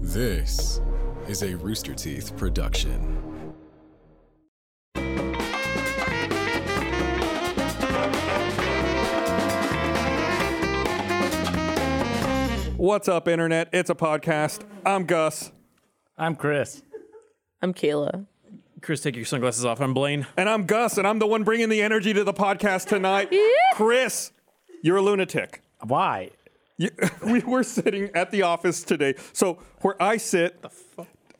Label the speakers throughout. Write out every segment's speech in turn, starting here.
Speaker 1: This is a Rooster Teeth production.
Speaker 2: What's up, Internet? It's a podcast. I'm Gus,
Speaker 3: I'm Chris.
Speaker 4: I'm Kayla.
Speaker 3: Chris, take your sunglasses off. I'm Blaine.
Speaker 2: and I'm Gus, and I'm the one bringing the energy to the podcast tonight. Chris, you're a lunatic.
Speaker 3: Why?
Speaker 2: You- we were sitting at the office today. So where I sit,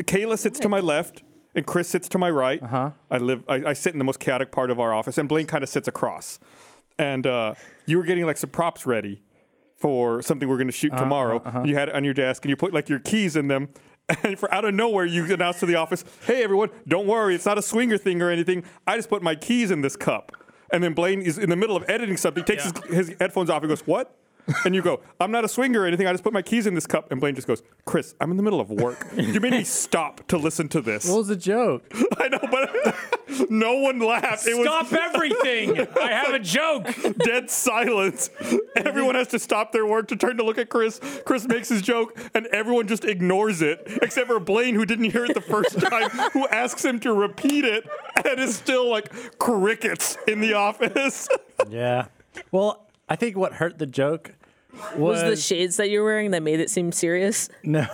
Speaker 2: Kayla sits to my left, and Chris sits to my right. Uh-huh. I live. I, I sit in the most chaotic part of our office, and Blaine kind of sits across. And uh, you were getting like some props ready for something we're going to shoot tomorrow. You had it on your desk, and you put like your keys in them. And for out of nowhere, you announced to the office, "Hey, everyone, don't worry. It's not a swinger thing or anything. I just put my keys in this cup." And then Blaine is in the middle of editing something, takes his, his headphones off, and goes, "What?" And you go, "I'm not a swinger or anything. I just put my keys in this cup." And Blaine just goes, "Chris, I'm in the middle of work. You made me stop to listen to this.
Speaker 3: What was the joke?
Speaker 2: I know, but no one laughed. It was
Speaker 3: Stop everything!
Speaker 5: Oh,
Speaker 3: I have a joke.
Speaker 2: dead silence. Everyone has to stop their work to turn to look at Chris. Chris makes his joke, and everyone just ignores it, except for Blaine, who didn't hear it the first time, who asks him to repeat it, and is still like crickets in the office.
Speaker 3: Yeah. Well, I think what hurt the joke was,
Speaker 4: Was the shades that you're wearing that made it seem serious?
Speaker 3: no.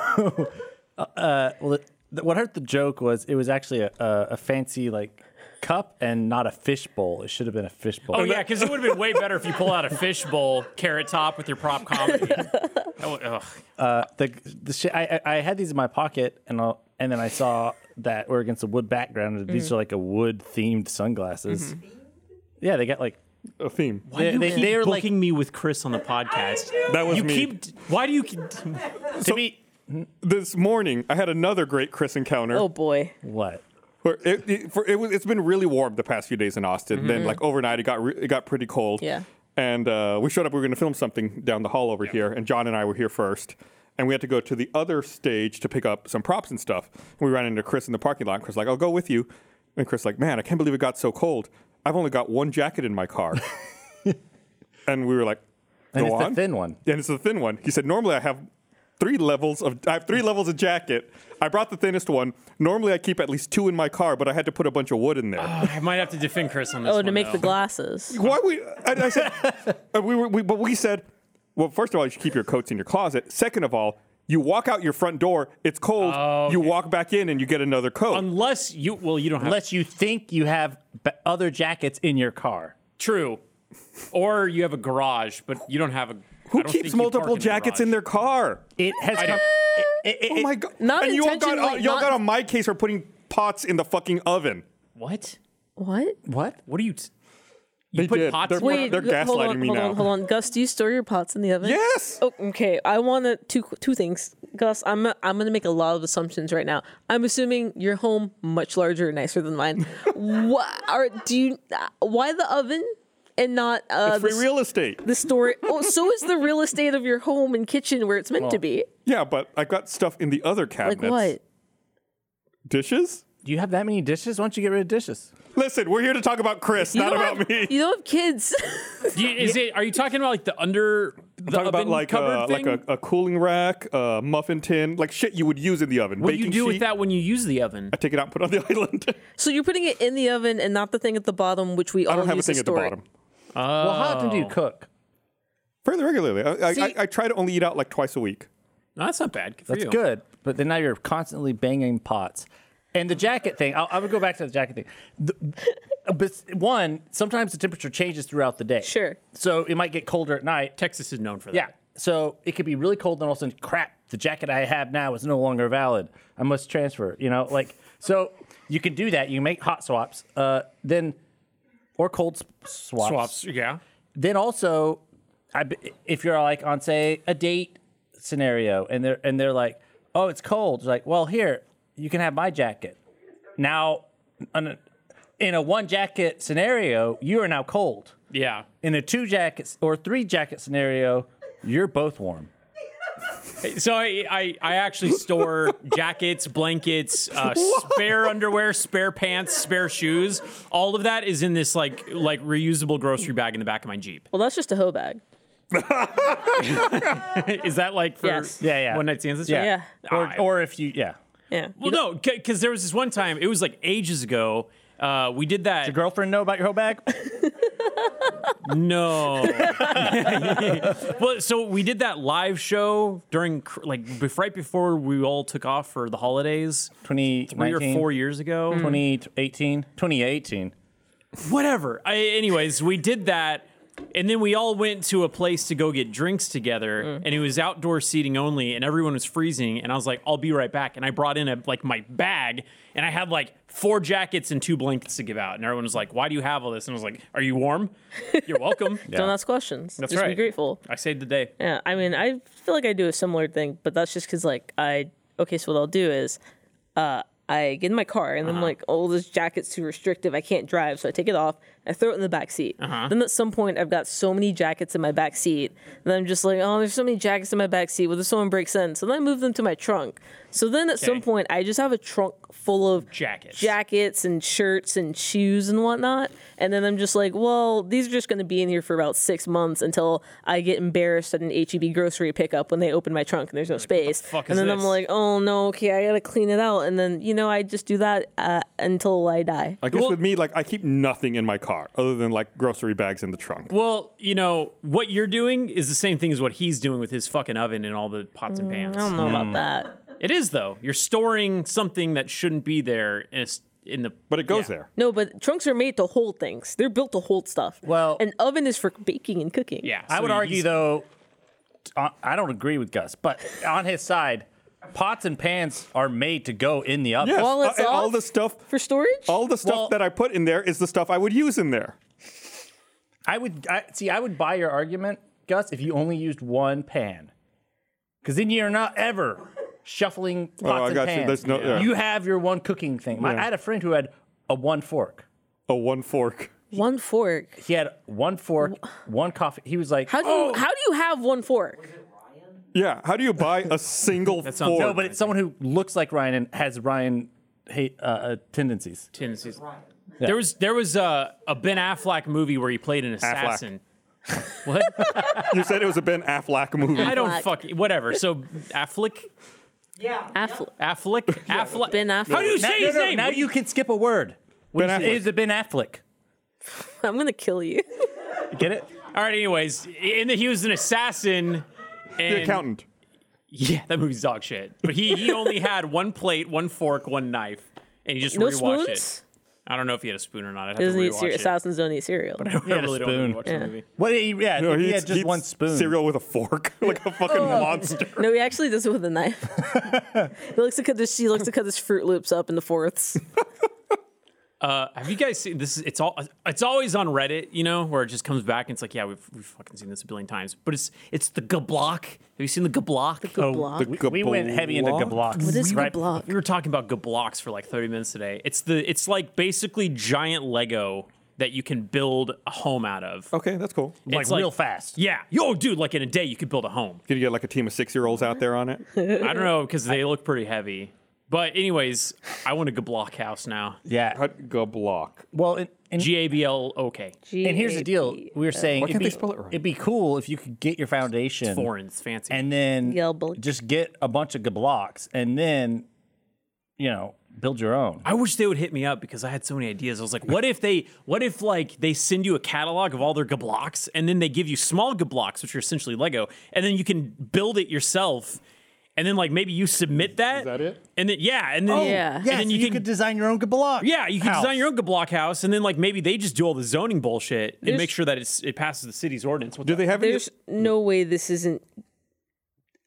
Speaker 3: uh, well, it- th- what hurt the joke was it was actually a, a, a fancy like cup and not a fishbowl. It should have been a fishbowl.
Speaker 5: Oh yeah, because it would have been way better if you pull out a fishbowl carrot top with your prop comedy. That would- ugh.
Speaker 3: Uh, the the shit I, I I had these in my pocket and I'll, and then I saw that we're against a wood background. And These are like a wood themed sunglasses. Yeah, they got like
Speaker 2: A theme.
Speaker 3: they, they, they are like
Speaker 5: booking me with Chris on the podcast.
Speaker 2: That was
Speaker 5: you
Speaker 2: me.
Speaker 5: keep. Why do you? keep
Speaker 3: to be
Speaker 2: This morning, I had another great Chris encounter.
Speaker 4: Oh boy.
Speaker 3: what
Speaker 2: Where it, it, for, it was, it's been really warm the past few days in Austin.
Speaker 3: Mm-hmm.
Speaker 2: Then, like overnight, it got re- it got pretty cold.
Speaker 4: Yeah.
Speaker 2: And uh, we showed up. We were going to film something down the hall over here, and John and I were here first. And we had to go to the other stage to pick up some props and stuff. And we ran into Chris in the parking lot. And Chris like, "I'll go with you." And Chris like, "Man, I can't believe it got so cold. I've only got one jacket in my car." and we were like, "Go
Speaker 3: And it's the
Speaker 2: on."
Speaker 3: thin one.
Speaker 2: And it's the thin one. He said, normally I have three levels of I have three levels of jacket. I brought the thinnest one. Normally I keep at least two in my car, but I had to put a bunch of wood in there.
Speaker 5: I might have to defend Chris on this.
Speaker 4: Oh,
Speaker 5: one,
Speaker 4: to make
Speaker 5: though.
Speaker 4: the glasses.
Speaker 2: Why we? I, I said, and we were, we, but we said, well, first of all, you should keep your coats in your closet. Second of all, you walk out your front door. It's cold. You walk back in and you get another coat.
Speaker 5: Unless you, well, you don't have.
Speaker 3: Unless you think you have b- other jackets in your car.
Speaker 5: true, or you have a garage, but you don't have a.
Speaker 2: Who keeps multiple jackets in their car?
Speaker 3: It has come. It, it,
Speaker 2: Oh my god!
Speaker 4: Not
Speaker 2: and y'all got
Speaker 4: intentionally,
Speaker 2: y'all
Speaker 4: not-
Speaker 2: got on my case for putting pots in the fucking oven.
Speaker 5: What?
Speaker 4: What?
Speaker 3: What?
Speaker 5: What are you? T-
Speaker 2: They
Speaker 5: put
Speaker 2: did.
Speaker 5: pots
Speaker 2: They're,
Speaker 5: in-
Speaker 4: Wait,
Speaker 2: they're
Speaker 4: g- hold
Speaker 2: gaslighting
Speaker 4: on,
Speaker 2: me
Speaker 4: hold
Speaker 2: now.
Speaker 4: on, hold on. Gus, do you store your pots in the oven?
Speaker 2: Yes.
Speaker 4: Oh, okay. I want to two two things, Gus. I'm I'm gonna make a lot of assumptions right now. I'm assuming your home much larger and nicer than mine. what are do you? uh, Why the oven and not uh,
Speaker 2: Free
Speaker 4: the, s-
Speaker 2: real estate.
Speaker 4: the store? Oh, so is the real estate of your home and kitchen where it's meant to be.
Speaker 2: Yeah, but I got stuff in the other
Speaker 4: Like
Speaker 2: cabinets.
Speaker 4: what?
Speaker 2: Dishes?
Speaker 3: Do you have that many dishes? Why don't you get rid of dishes?
Speaker 2: Listen, we're here to talk about Chris,
Speaker 4: You
Speaker 2: not
Speaker 4: don't
Speaker 2: about
Speaker 4: have-
Speaker 2: me.
Speaker 4: You don't have kids.
Speaker 5: do you- is it? Are you talking about like the under? The
Speaker 2: Talk about
Speaker 5: oven
Speaker 2: like
Speaker 5: cupboard
Speaker 2: uh,
Speaker 5: thing?
Speaker 2: like a, a cooling rack, a muffin tin, like shit you would use in the oven.
Speaker 5: What do
Speaker 2: Baking
Speaker 5: you do
Speaker 2: sheet.
Speaker 5: with that when you use the oven?
Speaker 2: I take it out, and put it on the island.
Speaker 4: So you're putting it in the oven and not the thing at the bottom, which we
Speaker 2: I
Speaker 4: all
Speaker 2: don't have a
Speaker 4: Oh, use to
Speaker 2: thing at the
Speaker 4: store it.
Speaker 2: bottom.
Speaker 3: Well, how often do
Speaker 5: Oh.
Speaker 3: you cook?
Speaker 2: Fairly regularly. I, I, I,
Speaker 4: See-
Speaker 2: I try to only eat out like twice a week.
Speaker 5: No, that's not bad. Good for
Speaker 3: That's
Speaker 5: you.
Speaker 3: good, but then now you're constantly banging pots. And the jacket thing, I'll, I would go back to the jacket thing. The, but one, sometimes the temperature changes throughout the day.
Speaker 4: Sure.
Speaker 3: So it might get colder at night.
Speaker 5: Texas is known for that.
Speaker 3: Yeah. So it could be really cold, then all of a sudden, crap, the jacket I have now is no longer valid. I must transfer. it, You know, like so you can do that. You can make hot swaps, uh, then or cold s- swaps.
Speaker 5: Swaps, yeah.
Speaker 3: Then also, I b- if you're like on say a date scenario and they're and they're like, oh, it's cold. It's like, well, here you can have my jacket. Now, on a, in a one jacket scenario, you are now cold.
Speaker 5: Yeah.
Speaker 3: In a two jacket or three jacket scenario, you're both warm.
Speaker 5: So I, I, I actually store jackets, blankets, uh, spare underwear, spare pants, spare shoes. All of that is in this like like reusable grocery bag in the back of my Jeep.
Speaker 4: Well, that's just a hoe bag.
Speaker 5: Is that like for
Speaker 4: Yes.
Speaker 3: Yeah, yeah.
Speaker 5: one night stands? and stuff?
Speaker 3: Yeah.
Speaker 4: Yeah.
Speaker 5: Ah,
Speaker 3: Or, or if you, yeah.
Speaker 4: Yeah.
Speaker 5: well, no, because there was this one time. It was like ages ago. Uh, we did that.
Speaker 3: Your girlfriend know about your whole bag?
Speaker 5: No. well, so we did that live show during cr- like bef- right before we all took off for the holidays, three
Speaker 3: 2019,
Speaker 5: or four years ago.
Speaker 3: 2018, 2018.
Speaker 5: Whatever. I, anyways, we did that, and then we all went to a place to go get drinks together, and it was outdoor seating only, and everyone was freezing, and I was like, "I'll be right back," and I brought in a like my bag, and I had like four jackets and two blankets to give out, and everyone was like, "Why do you have all this?" And I was like, "Are you warm? You're welcome."
Speaker 4: Don't ask questions.
Speaker 5: That's
Speaker 4: Just
Speaker 5: right.
Speaker 4: be grateful.
Speaker 5: I saved the day.
Speaker 4: Yeah, I mean, I feel like I do a similar thing, but that's just because, like, I okay. So what I'll do is, uh, I get in my car and
Speaker 2: Uh-huh.
Speaker 4: I'm like, oh, this jacket's too restrictive. I can't drive, so I take it off. I throw it in the back seat.
Speaker 2: Uh-huh.
Speaker 4: Then at some point, I've got so many jackets in my back seat, and I'm just like, oh, there's so many jackets in my back seat. What if someone breaks in? So then I move them to my trunk. So then at some
Speaker 5: Okay.
Speaker 4: point, I just have a trunk full of
Speaker 5: Jackets.
Speaker 4: jackets and shirts and shoes and whatnot. And then I'm just like, well, these are just going to be in here for about six months until I get embarrassed at an HEB grocery pickup when they open my trunk and there's no space.
Speaker 5: fuck
Speaker 4: and
Speaker 5: is
Speaker 4: then I'm
Speaker 5: this?
Speaker 4: like, oh no, okay, I got to clean it out. And then, you know, I just do that uh, until I die.
Speaker 2: I guess
Speaker 5: Well-
Speaker 2: with me, like I keep nothing in my car other than like grocery bags in the trunk.
Speaker 5: Well, you know, what you're doing is the same thing as what he's doing with his fucking oven and all the pots
Speaker 4: Mm,
Speaker 5: and pans.
Speaker 4: I don't know about that.
Speaker 5: It is though. You're storing something that shouldn't be there in, a s- in the
Speaker 2: But it goes
Speaker 5: Yeah.
Speaker 2: there.
Speaker 4: No, but trunks are made to hold things. They're built to hold stuff.
Speaker 3: Well-
Speaker 4: an oven is for baking and cooking.
Speaker 5: Yeah.
Speaker 3: I
Speaker 5: so
Speaker 3: would argue
Speaker 5: he's-
Speaker 3: though, uh, I don't agree with Gus, but on his side, pots and pans are made to go in the oven.
Speaker 2: Yes,
Speaker 4: While
Speaker 2: uh,
Speaker 4: it's
Speaker 2: and all
Speaker 4: off?
Speaker 2: the stuff,
Speaker 4: For storage?
Speaker 5: Oh.
Speaker 2: all the stuff
Speaker 3: Well-
Speaker 2: that I put in there is the stuff I would use in there.
Speaker 3: I would I, see. I would buy your argument, Gus, if you only used one pan, because then you're not ever shuffling pots
Speaker 2: Oh, I
Speaker 3: and
Speaker 2: got you.
Speaker 3: pans.
Speaker 2: There's no- yeah.
Speaker 3: You have your one cooking thing. My, I had a friend who had a one fork.
Speaker 2: A one fork.
Speaker 4: one fork.
Speaker 3: He had one fork, one coffee. He was like,
Speaker 4: How do you,
Speaker 3: oh,
Speaker 4: how do you have one fork?
Speaker 2: Yeah. How do you buy a single
Speaker 5: sounds-
Speaker 2: fork?
Speaker 3: no, but it's someone who looks like Ryan and has Ryan hate uh, uh, tendencies.
Speaker 5: tendencies. There was there was a, a Ben Affleck movie where he played an assassin. What?
Speaker 2: you said it was a Ben Affleck movie.
Speaker 5: I don't
Speaker 4: Affleck.
Speaker 5: fuck whatever. So Affleck,
Speaker 4: Affle-
Speaker 5: Affleck, Affleck.
Speaker 4: Ben Affleck.
Speaker 5: How do you
Speaker 3: Now,
Speaker 5: say
Speaker 3: no,
Speaker 5: his
Speaker 3: no,
Speaker 5: name?
Speaker 3: now you can skip a word.
Speaker 2: Ben
Speaker 3: It is
Speaker 2: Affleck.
Speaker 3: a Ben Affleck.
Speaker 4: I'm gonna kill you.
Speaker 3: Get it?
Speaker 5: All right. Anyways, in the he was an assassin. And
Speaker 2: The accountant.
Speaker 5: Yeah, that movie's dog shit. But he he only had one plate, one fork, one knife, and he just
Speaker 4: No
Speaker 5: rewatched it.
Speaker 4: spoons?
Speaker 5: I don't know if he had a spoon or not. I have
Speaker 4: Doesn't
Speaker 5: to
Speaker 4: eat
Speaker 5: rewatch
Speaker 4: cereal.
Speaker 5: it.
Speaker 4: Assassins don't eat cereal.
Speaker 5: I
Speaker 3: had a
Speaker 5: really
Speaker 3: spoon.
Speaker 5: don't watch the movie.
Speaker 3: What? He, yeah,
Speaker 2: No,
Speaker 3: he
Speaker 2: eats-
Speaker 3: had just
Speaker 2: eats
Speaker 3: one spoon. Oh.
Speaker 2: Cereal with a fork, like a fucking monster.
Speaker 4: No, he actually does it with a knife. he likes to cut this. She likes to cut this Fruit Loops up into fourths.
Speaker 5: Uh, have you guys seen this? Is, it's all it's always on Reddit, you know, where it just comes back and it's like, yeah, we've, we've fucking seen this a billion times. But it's it's the Gablock. Have you seen the Gablock?
Speaker 4: Oh, block.
Speaker 2: the-
Speaker 3: We, we went heavy into
Speaker 2: Gablock?
Speaker 3: Gablocks.
Speaker 4: What is
Speaker 3: right?
Speaker 4: right. block?
Speaker 5: We were talking about Gablocks for like 30 minutes today. It's the it's like basically giant Lego that you can build a home out of.
Speaker 2: Okay, that's cool.
Speaker 3: Like,
Speaker 5: It's like-
Speaker 3: real fast.
Speaker 5: Yeah, yo, dude, like in a day you could build a home.
Speaker 2: Can you get like a team of six-year-olds out there on it?
Speaker 5: I don't know because they look pretty heavy. But anyways, I want a Gablock house now.
Speaker 3: Yeah.
Speaker 2: Hut Gablock.
Speaker 3: Well, and, and,
Speaker 5: G A B L O K.
Speaker 3: and here's the deal. We were saying
Speaker 2: Why
Speaker 3: it'd
Speaker 2: can't
Speaker 3: be,
Speaker 2: they spell it right?
Speaker 3: it'd be cool if you could get your foundation
Speaker 5: Foreign, it's fancy.
Speaker 3: and then
Speaker 4: Gablocks.
Speaker 3: just get a bunch of Gablocks and then, you know, build your own.
Speaker 5: I wish they would hit me up because I had so many ideas. I was like, what if they, what if like they send you a catalog of all their gablocks and then they give you small gablocks, which are essentially Lego, and then you can build it yourself. And then like maybe you submit that. Is
Speaker 2: that it?
Speaker 5: And then yeah, and then
Speaker 4: yeah.
Speaker 5: and
Speaker 3: Yeah,
Speaker 5: then
Speaker 3: so
Speaker 5: you
Speaker 3: you
Speaker 5: can
Speaker 3: could design your own Gablock.
Speaker 5: yeah, you can
Speaker 3: house.
Speaker 5: design your own gablock house, and then like maybe they just do all the zoning bullshit and
Speaker 4: There's-
Speaker 5: make sure that it's it passes the city's ordinance. What
Speaker 2: Do they have any?
Speaker 4: There's no way this isn't.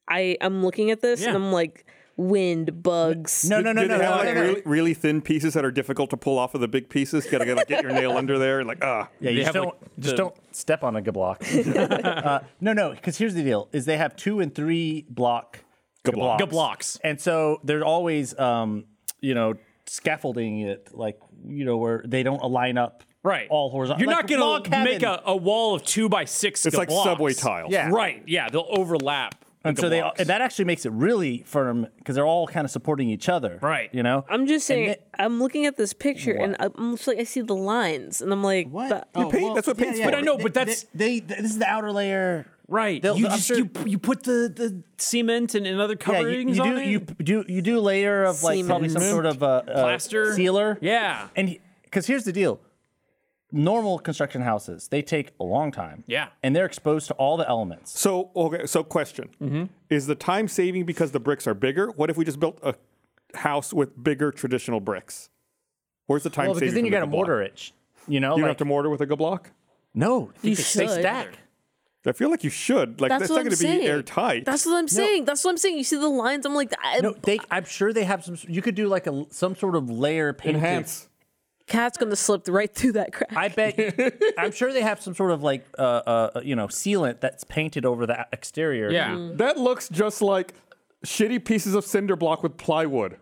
Speaker 4: I I'm looking at this
Speaker 5: Yeah.
Speaker 4: and I'm like, wind bugs.
Speaker 3: No, no, no,
Speaker 2: do
Speaker 3: no,
Speaker 2: they have
Speaker 3: no.
Speaker 2: like
Speaker 3: no, no.
Speaker 2: really, really thin pieces that are difficult to pull off of the big pieces? Gotta, gotta get your nail under there. Like ah,
Speaker 3: Yeah, you
Speaker 5: They
Speaker 3: just
Speaker 5: have,
Speaker 3: don't
Speaker 5: like,
Speaker 3: just
Speaker 5: the-
Speaker 3: don't step on a Gablock. uh, no, no, because here's the deal: is they have two and three block
Speaker 2: Gablocks.
Speaker 3: Gablocks.
Speaker 5: Gablocks.
Speaker 3: and so they're always, um, you know, scaffolding it like you know where they don't align up
Speaker 5: Right.
Speaker 3: all horizontal.
Speaker 5: You're
Speaker 3: like
Speaker 5: not going
Speaker 3: log
Speaker 5: to make
Speaker 3: cabin.
Speaker 5: a, a wall of two by six.
Speaker 2: it's like
Speaker 5: blocks.
Speaker 2: subway tiles.
Speaker 3: Yeah.
Speaker 5: Right. Yeah. They'll overlap.
Speaker 3: And so they
Speaker 5: blocks.
Speaker 3: and that actually makes it really firm because they're all kind of supporting each other.
Speaker 5: Right.
Speaker 3: You know.
Speaker 4: I'm just
Speaker 3: And
Speaker 4: saying.
Speaker 3: it-
Speaker 4: I'm looking at this picture and I'm just like, I see the lines and I'm like,
Speaker 3: What?
Speaker 4: "But-
Speaker 3: Oh,
Speaker 2: paint- that's what paint's
Speaker 5: But I know, but
Speaker 3: They-
Speaker 5: that's-
Speaker 3: they, they- This is the outer layer.
Speaker 5: Right.
Speaker 3: They'll-
Speaker 5: you
Speaker 3: I'm
Speaker 5: just
Speaker 3: sure-
Speaker 5: you, you put the, the cement and, and other
Speaker 3: Yeah, you,
Speaker 5: coverings
Speaker 3: you
Speaker 5: on
Speaker 3: do
Speaker 5: it.
Speaker 3: you p- do you do layer of like probably some
Speaker 4: Siemens.
Speaker 3: sort of uh, uh,
Speaker 5: plaster
Speaker 3: sealer.
Speaker 5: Yeah.
Speaker 3: and because here's the deal normal construction houses they take a long time
Speaker 5: Yeah.
Speaker 3: and they're exposed to all the elements
Speaker 2: So okay, so question
Speaker 3: Mm-hmm.
Speaker 2: is the time saving because the bricks are bigger? What if we just built a house with bigger traditional bricks? Where's the time
Speaker 3: well because
Speaker 2: saving?
Speaker 3: then you
Speaker 2: from
Speaker 3: gotta
Speaker 2: the good block?
Speaker 3: mortar it sh- you know
Speaker 2: You don't
Speaker 3: Oh, like,
Speaker 2: have to mortar with a good block.
Speaker 3: no
Speaker 4: You
Speaker 3: they,
Speaker 4: should.
Speaker 3: they stack
Speaker 2: I feel like you should. Like that's,
Speaker 4: That's
Speaker 2: not
Speaker 4: what
Speaker 2: going
Speaker 4: I'm
Speaker 2: to be
Speaker 4: saying.
Speaker 2: airtight.
Speaker 4: That's what I'm saying. That's what I'm saying. You see the lines. I'm like, I,
Speaker 3: no they i'm sure they have some s- you could do like a l- some sort of layer painted
Speaker 2: Enhance.
Speaker 4: cat's gonna slip right through that crack.
Speaker 3: I bet I'm sure they have some sort of like uh, uh you know sealant that's painted over the exterior.
Speaker 5: Yeah.
Speaker 2: That looks just like shitty pieces of cinder block with plywood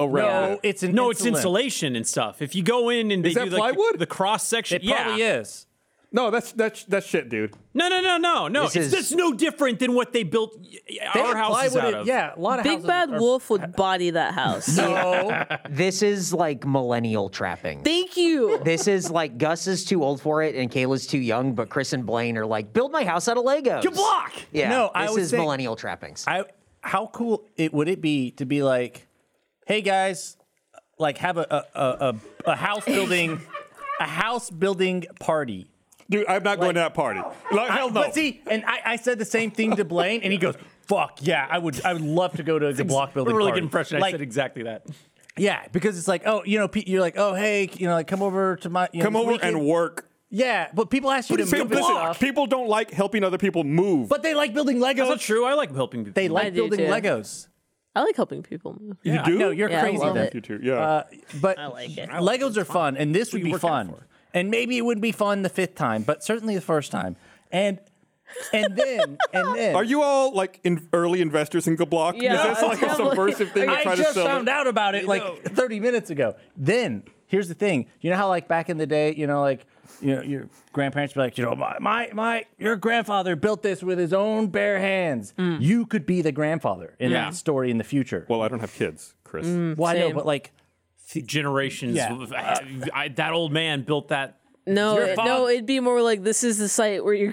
Speaker 2: around
Speaker 3: No,
Speaker 2: it.
Speaker 3: it's an
Speaker 5: No, it's
Speaker 3: insulin.
Speaker 5: insulation and stuff. If you go in and
Speaker 2: Is
Speaker 5: they
Speaker 2: that
Speaker 5: do like
Speaker 2: plywood?
Speaker 5: the, the cross section,
Speaker 3: It
Speaker 5: yeah.
Speaker 3: probably is.
Speaker 2: No, that's that's that's shit, dude.
Speaker 5: No, no, no, no, no.
Speaker 6: This
Speaker 5: It's,
Speaker 6: is-
Speaker 5: that's no different than what they built y- our
Speaker 3: They-
Speaker 5: houses
Speaker 3: plywood
Speaker 5: out
Speaker 3: it-
Speaker 5: of.
Speaker 3: Yeah, a lot of
Speaker 4: Big
Speaker 3: houses
Speaker 4: Bad
Speaker 3: are-
Speaker 4: Wolf would body that house.
Speaker 3: No,
Speaker 6: This is like millennial trapping.
Speaker 4: Thank you.
Speaker 6: this is like Gus is too old for it and Kayla's too young, but Chris and Blaine are like, build my house out of Legos.
Speaker 5: Good block.
Speaker 6: Yeah,
Speaker 3: No, I
Speaker 6: this
Speaker 3: would
Speaker 6: is
Speaker 3: think-
Speaker 6: millennial trappings.
Speaker 3: I how cool it would it be to be like, hey guys, like have a a a, a, a house building a house building party.
Speaker 2: Dude, I'm not going to that party. Like, Oh, hell
Speaker 3: I-
Speaker 2: no.
Speaker 3: But see, and I, I said the same thing to Blaine, and he goes, "Fuck yeah, I would I would love to go to the block building."
Speaker 5: We're really
Speaker 3: party."
Speaker 5: good impression. I
Speaker 3: Like,
Speaker 5: said exactly that.
Speaker 3: yeah, because it's like, oh, you know, Pete, you're like, oh hey, you know, like come over to my you know,
Speaker 2: Come
Speaker 3: this
Speaker 2: over and
Speaker 3: weekend."
Speaker 2: work.
Speaker 3: Yeah, but people ask you to
Speaker 2: People,
Speaker 3: move and
Speaker 2: listen,
Speaker 3: stuff,
Speaker 2: people don't like helping other people move.
Speaker 3: but they like building Legos.
Speaker 5: That's not true. I like helping people.
Speaker 3: They like
Speaker 4: do
Speaker 3: building
Speaker 4: too.
Speaker 3: Legos.
Speaker 4: I like helping people move.
Speaker 2: you do?
Speaker 3: No, you're
Speaker 4: Yeah, I
Speaker 3: crazy.
Speaker 4: love
Speaker 3: then.
Speaker 4: it.
Speaker 2: you too. Yeah.
Speaker 3: Uh, but
Speaker 4: like it.
Speaker 3: Legos are fun, and this would be
Speaker 5: working
Speaker 3: fun.
Speaker 5: for?
Speaker 3: And maybe it would be fun the fifth time, but certainly the first time. And and then and then
Speaker 2: Are you all like in early investors in Good Block?
Speaker 4: Yeah,
Speaker 2: Is this like a
Speaker 4: definitely.
Speaker 2: subversive thing to
Speaker 3: I
Speaker 2: try to
Speaker 3: just
Speaker 2: sell?
Speaker 3: found out about it like 30 minutes ago. Then here's the thing. You know how like back in the day, you know, like you know, your grandparents would be like, you know, my my, my your grandfather built this with his own bare hands.
Speaker 4: Hmm.
Speaker 3: You could be the grandfather in
Speaker 5: Yeah.
Speaker 3: that story in the future.
Speaker 2: Well, I don't have kids, Chris.
Speaker 3: well I know,
Speaker 4: same.
Speaker 3: but like
Speaker 5: generations.
Speaker 3: Yeah.
Speaker 5: of- I, I- that old man built that.
Speaker 4: No,
Speaker 5: Your
Speaker 4: it- no,
Speaker 5: father-
Speaker 4: it'd be more like this is the site where your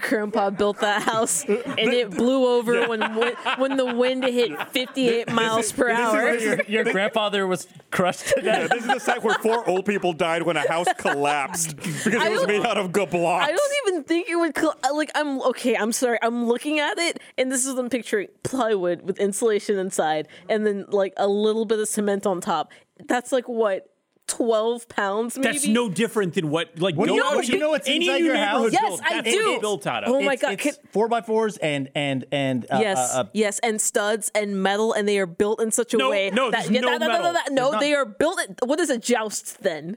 Speaker 4: grandpa built that house, and it blew over when wi- when the wind hit 58 miles per hour.
Speaker 3: your, your grandfather was crushed to death.
Speaker 2: Yeah, this is the site where four old people died when a house collapsed because
Speaker 4: I
Speaker 2: it was
Speaker 4: don't-
Speaker 2: made out of Good Blocks.
Speaker 4: I don't even think it would. Cl- I- like, I'm okay. I'm sorry. I'm looking at it, and this is what I'm picturing: plywood with insulation inside, and then like a little bit of cement on top. That's like what twelve pounds, maybe.
Speaker 5: That's no different than what like
Speaker 3: do
Speaker 5: go
Speaker 3: you-
Speaker 5: out
Speaker 3: what do
Speaker 5: to
Speaker 3: you know what's
Speaker 5: any
Speaker 3: inside
Speaker 5: new
Speaker 3: your house?
Speaker 5: neighborhood
Speaker 4: Yes,
Speaker 5: built.
Speaker 4: I
Speaker 5: That's what
Speaker 4: do.
Speaker 5: they built out of.
Speaker 4: Oh my
Speaker 3: It's-
Speaker 4: God,
Speaker 3: it's
Speaker 4: can-
Speaker 3: four by fours and and and uh,
Speaker 4: Yes,
Speaker 3: uh, uh,
Speaker 4: yes, and studs and metal, and they are built in such a
Speaker 5: No,
Speaker 4: way
Speaker 5: no,
Speaker 4: that
Speaker 5: there's no
Speaker 4: no,
Speaker 5: metal.
Speaker 3: There's
Speaker 4: they
Speaker 3: not-
Speaker 4: are built. What is a joust then?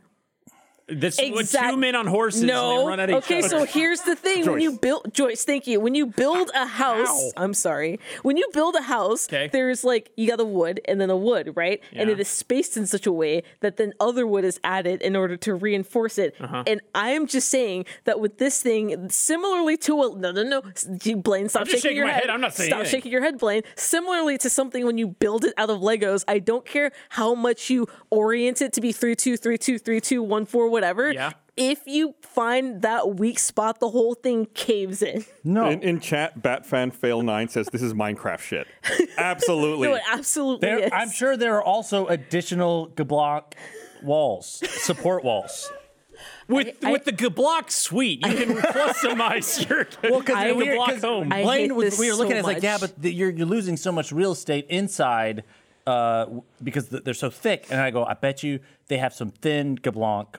Speaker 5: This with
Speaker 4: Exact-
Speaker 5: two men on horses. and
Speaker 4: No.
Speaker 5: they run at each
Speaker 4: okay,
Speaker 5: other.
Speaker 4: so here's the thing: when you
Speaker 2: Joyce.
Speaker 4: build Joyce, thank you. When you build a house, I'm sorry. When you build a house,
Speaker 5: Okay.
Speaker 4: there's like you got a wood and then a wood, right? And
Speaker 5: Yeah.
Speaker 4: it is spaced in such a way that then other wood is added in order to reinforce it.
Speaker 5: Uh-huh.
Speaker 4: And I am just saying that with this thing, similarly to a no, no, no, s- you- Blaine, stop
Speaker 5: I'm just
Speaker 4: shaking
Speaker 5: shaking
Speaker 4: your
Speaker 5: my
Speaker 4: head.
Speaker 5: head. I'm not saying
Speaker 4: stop
Speaker 5: anything.
Speaker 4: shaking your head, Blaine. Similarly to something when you build it out of Legos, I don't care how much you orient it to be three two three two three two one four whatever
Speaker 5: Yeah.
Speaker 4: if you find that weak spot, the whole thing caves in.
Speaker 3: no.
Speaker 2: In, in chat, BatfanFail9 says this is Minecraft shit. Absolutely.
Speaker 4: No, it absolutely
Speaker 3: There,
Speaker 4: is.
Speaker 3: I'm sure there are also additional Geblock walls, support walls.
Speaker 5: with
Speaker 4: I-
Speaker 5: with the Geblock suite, you can customize your
Speaker 3: Well, because
Speaker 4: I-
Speaker 3: we
Speaker 5: Geblock
Speaker 3: were,
Speaker 5: home.
Speaker 4: I hate
Speaker 3: Blaine was,
Speaker 4: this
Speaker 3: we were looking at
Speaker 4: so
Speaker 3: it, it's like, yeah,
Speaker 4: much.
Speaker 3: but the, you're, you're losing so much real estate inside uh, w- because th- they're so thick. And I go, I bet you they have some thin Geblanc.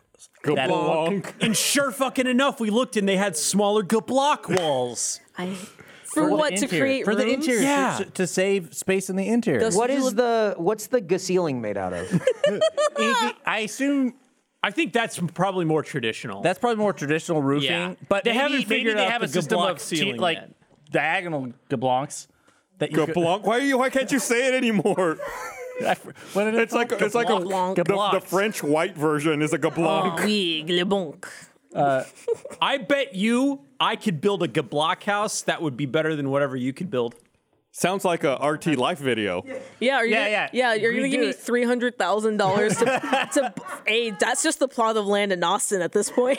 Speaker 3: that-
Speaker 2: Geblanc.
Speaker 5: and sure fucking enough, we looked and they had smaller Geblock walls.
Speaker 4: I, for,
Speaker 3: for the
Speaker 4: what to
Speaker 3: interior-
Speaker 4: create
Speaker 3: for the
Speaker 4: rooms?
Speaker 3: interior
Speaker 5: Yeah.
Speaker 3: to, to save space in the interior.
Speaker 4: Those-
Speaker 6: what is the what's the g- ceiling made out of?
Speaker 4: Ah!
Speaker 3: Anything- I assume
Speaker 5: I think that's probably more traditional.
Speaker 3: That's probably more traditional roofing,
Speaker 5: Yeah.
Speaker 3: but
Speaker 5: They
Speaker 3: maybe,
Speaker 5: haven't
Speaker 3: maybe
Speaker 5: figured
Speaker 3: they
Speaker 5: out
Speaker 3: have
Speaker 5: the
Speaker 3: a system
Speaker 5: Geblanc
Speaker 3: of te-
Speaker 5: ceiling
Speaker 3: like
Speaker 5: yet.
Speaker 3: diagonal Geblancs that you could-
Speaker 2: Geblanc. Why are you? Why can't you say it anymore?
Speaker 3: I fr- what did it
Speaker 2: It's like
Speaker 3: called?
Speaker 2: it's like a
Speaker 4: Geblanc.
Speaker 2: the, the
Speaker 3: Geblancs.
Speaker 2: French white version is a
Speaker 4: Oh.
Speaker 2: Geblanc.
Speaker 4: Oui, le bonk.
Speaker 5: I bet you I could build a Geblock house that would be better than whatever you could build.
Speaker 2: Sounds like a RT life video.
Speaker 4: Yeah, are you
Speaker 3: Yeah,
Speaker 4: gonna,
Speaker 3: yeah.
Speaker 4: yeah. You're gonna
Speaker 3: Redo
Speaker 4: give me
Speaker 3: it.
Speaker 4: three hundred thousand dollars to to hey, that's just the plot of land in Austin at this point.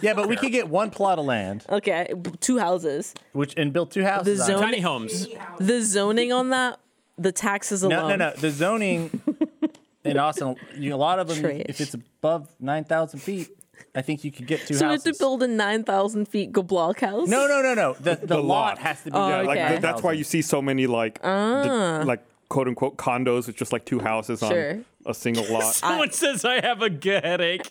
Speaker 3: Yeah, but we could get one plot of land,
Speaker 4: okay, two houses.
Speaker 3: which and build two houses.
Speaker 4: The
Speaker 3: on it.
Speaker 4: zone-
Speaker 5: Tiny homes.
Speaker 4: The zoning on that, the taxes
Speaker 3: No,
Speaker 4: alone.
Speaker 3: no, no. The zoning in Austin, you, a lot of them, if
Speaker 4: Trash.
Speaker 3: it's above nine thousand feet, I think you could get two
Speaker 4: So we have
Speaker 3: houses.
Speaker 4: to build a nine thousand feet go block house.
Speaker 3: no, no, no, no. The, the, lot
Speaker 2: lot.
Speaker 3: has to be.
Speaker 4: Oh,
Speaker 2: Like
Speaker 4: Okay. Ah.
Speaker 2: th- that's why you see so many like the- like quote unquote condos with just like two houses
Speaker 4: Sure.
Speaker 2: on a single lot.
Speaker 5: Someone says I have a good headache.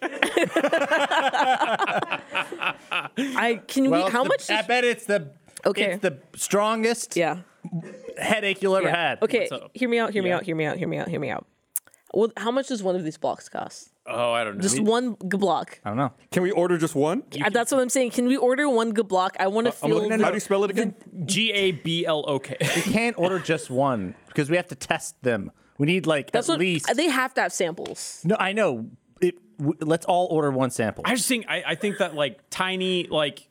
Speaker 4: I can
Speaker 3: Well,
Speaker 4: we? How
Speaker 3: the-
Speaker 4: much?
Speaker 3: I bet it's the.
Speaker 4: Okay.
Speaker 3: It's the strongest
Speaker 4: yeah.
Speaker 3: headache you'll ever
Speaker 4: yeah.
Speaker 3: had.
Speaker 4: Okay.
Speaker 3: So-
Speaker 4: Hear me out. Hear me out. Hear me out. Hear me out. Hear me out. Well, how much does one of these blocks cost?
Speaker 5: Oh, I don't know.
Speaker 4: Just one g- block.
Speaker 3: I don't know.
Speaker 2: Can we order just one?
Speaker 4: Uh, That's what I'm saying. Can we order one g- block? I want to
Speaker 2: I'm
Speaker 4: feel.
Speaker 2: looking,
Speaker 4: the-
Speaker 2: how do you spell it again?
Speaker 5: G A B L O K.
Speaker 3: We can't order just one because we have to test them. We need like
Speaker 4: that's
Speaker 3: at
Speaker 4: what uh,
Speaker 3: least.
Speaker 4: they have to have samples.
Speaker 3: no, I know. It. W- let's all order one sample.
Speaker 5: I just think I, I think that like tiny like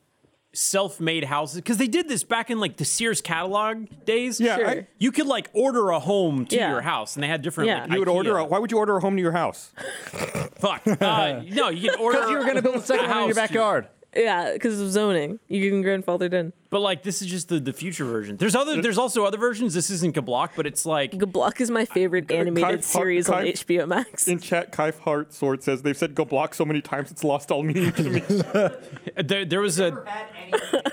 Speaker 5: self-made houses because they did this back in like the Sears catalog days.
Speaker 2: Yeah,
Speaker 4: Sure.
Speaker 2: I-
Speaker 5: You could like order a home to
Speaker 4: Yeah.
Speaker 5: your house, and they had different.
Speaker 4: Yeah.
Speaker 5: Like,
Speaker 2: you would
Speaker 5: IKEA.
Speaker 2: order. A, why would you order a home to your house?
Speaker 5: Fuck. Uh, no, you could order.
Speaker 3: Because you were going to build a second one in your
Speaker 5: house.
Speaker 3: backyard.
Speaker 4: Yeah, because of zoning, you can grandfathered in.
Speaker 5: But like this is just the, the future version. There's other. There's also other versions. This isn't a block, but it's like
Speaker 4: Good Block is my favorite
Speaker 2: Kai-
Speaker 4: animated series on
Speaker 2: Kai-
Speaker 4: HBO Max.
Speaker 2: In chat, Kaif Hart Sword says they've said go block so many times it's lost all meaning to me.
Speaker 5: there, there was a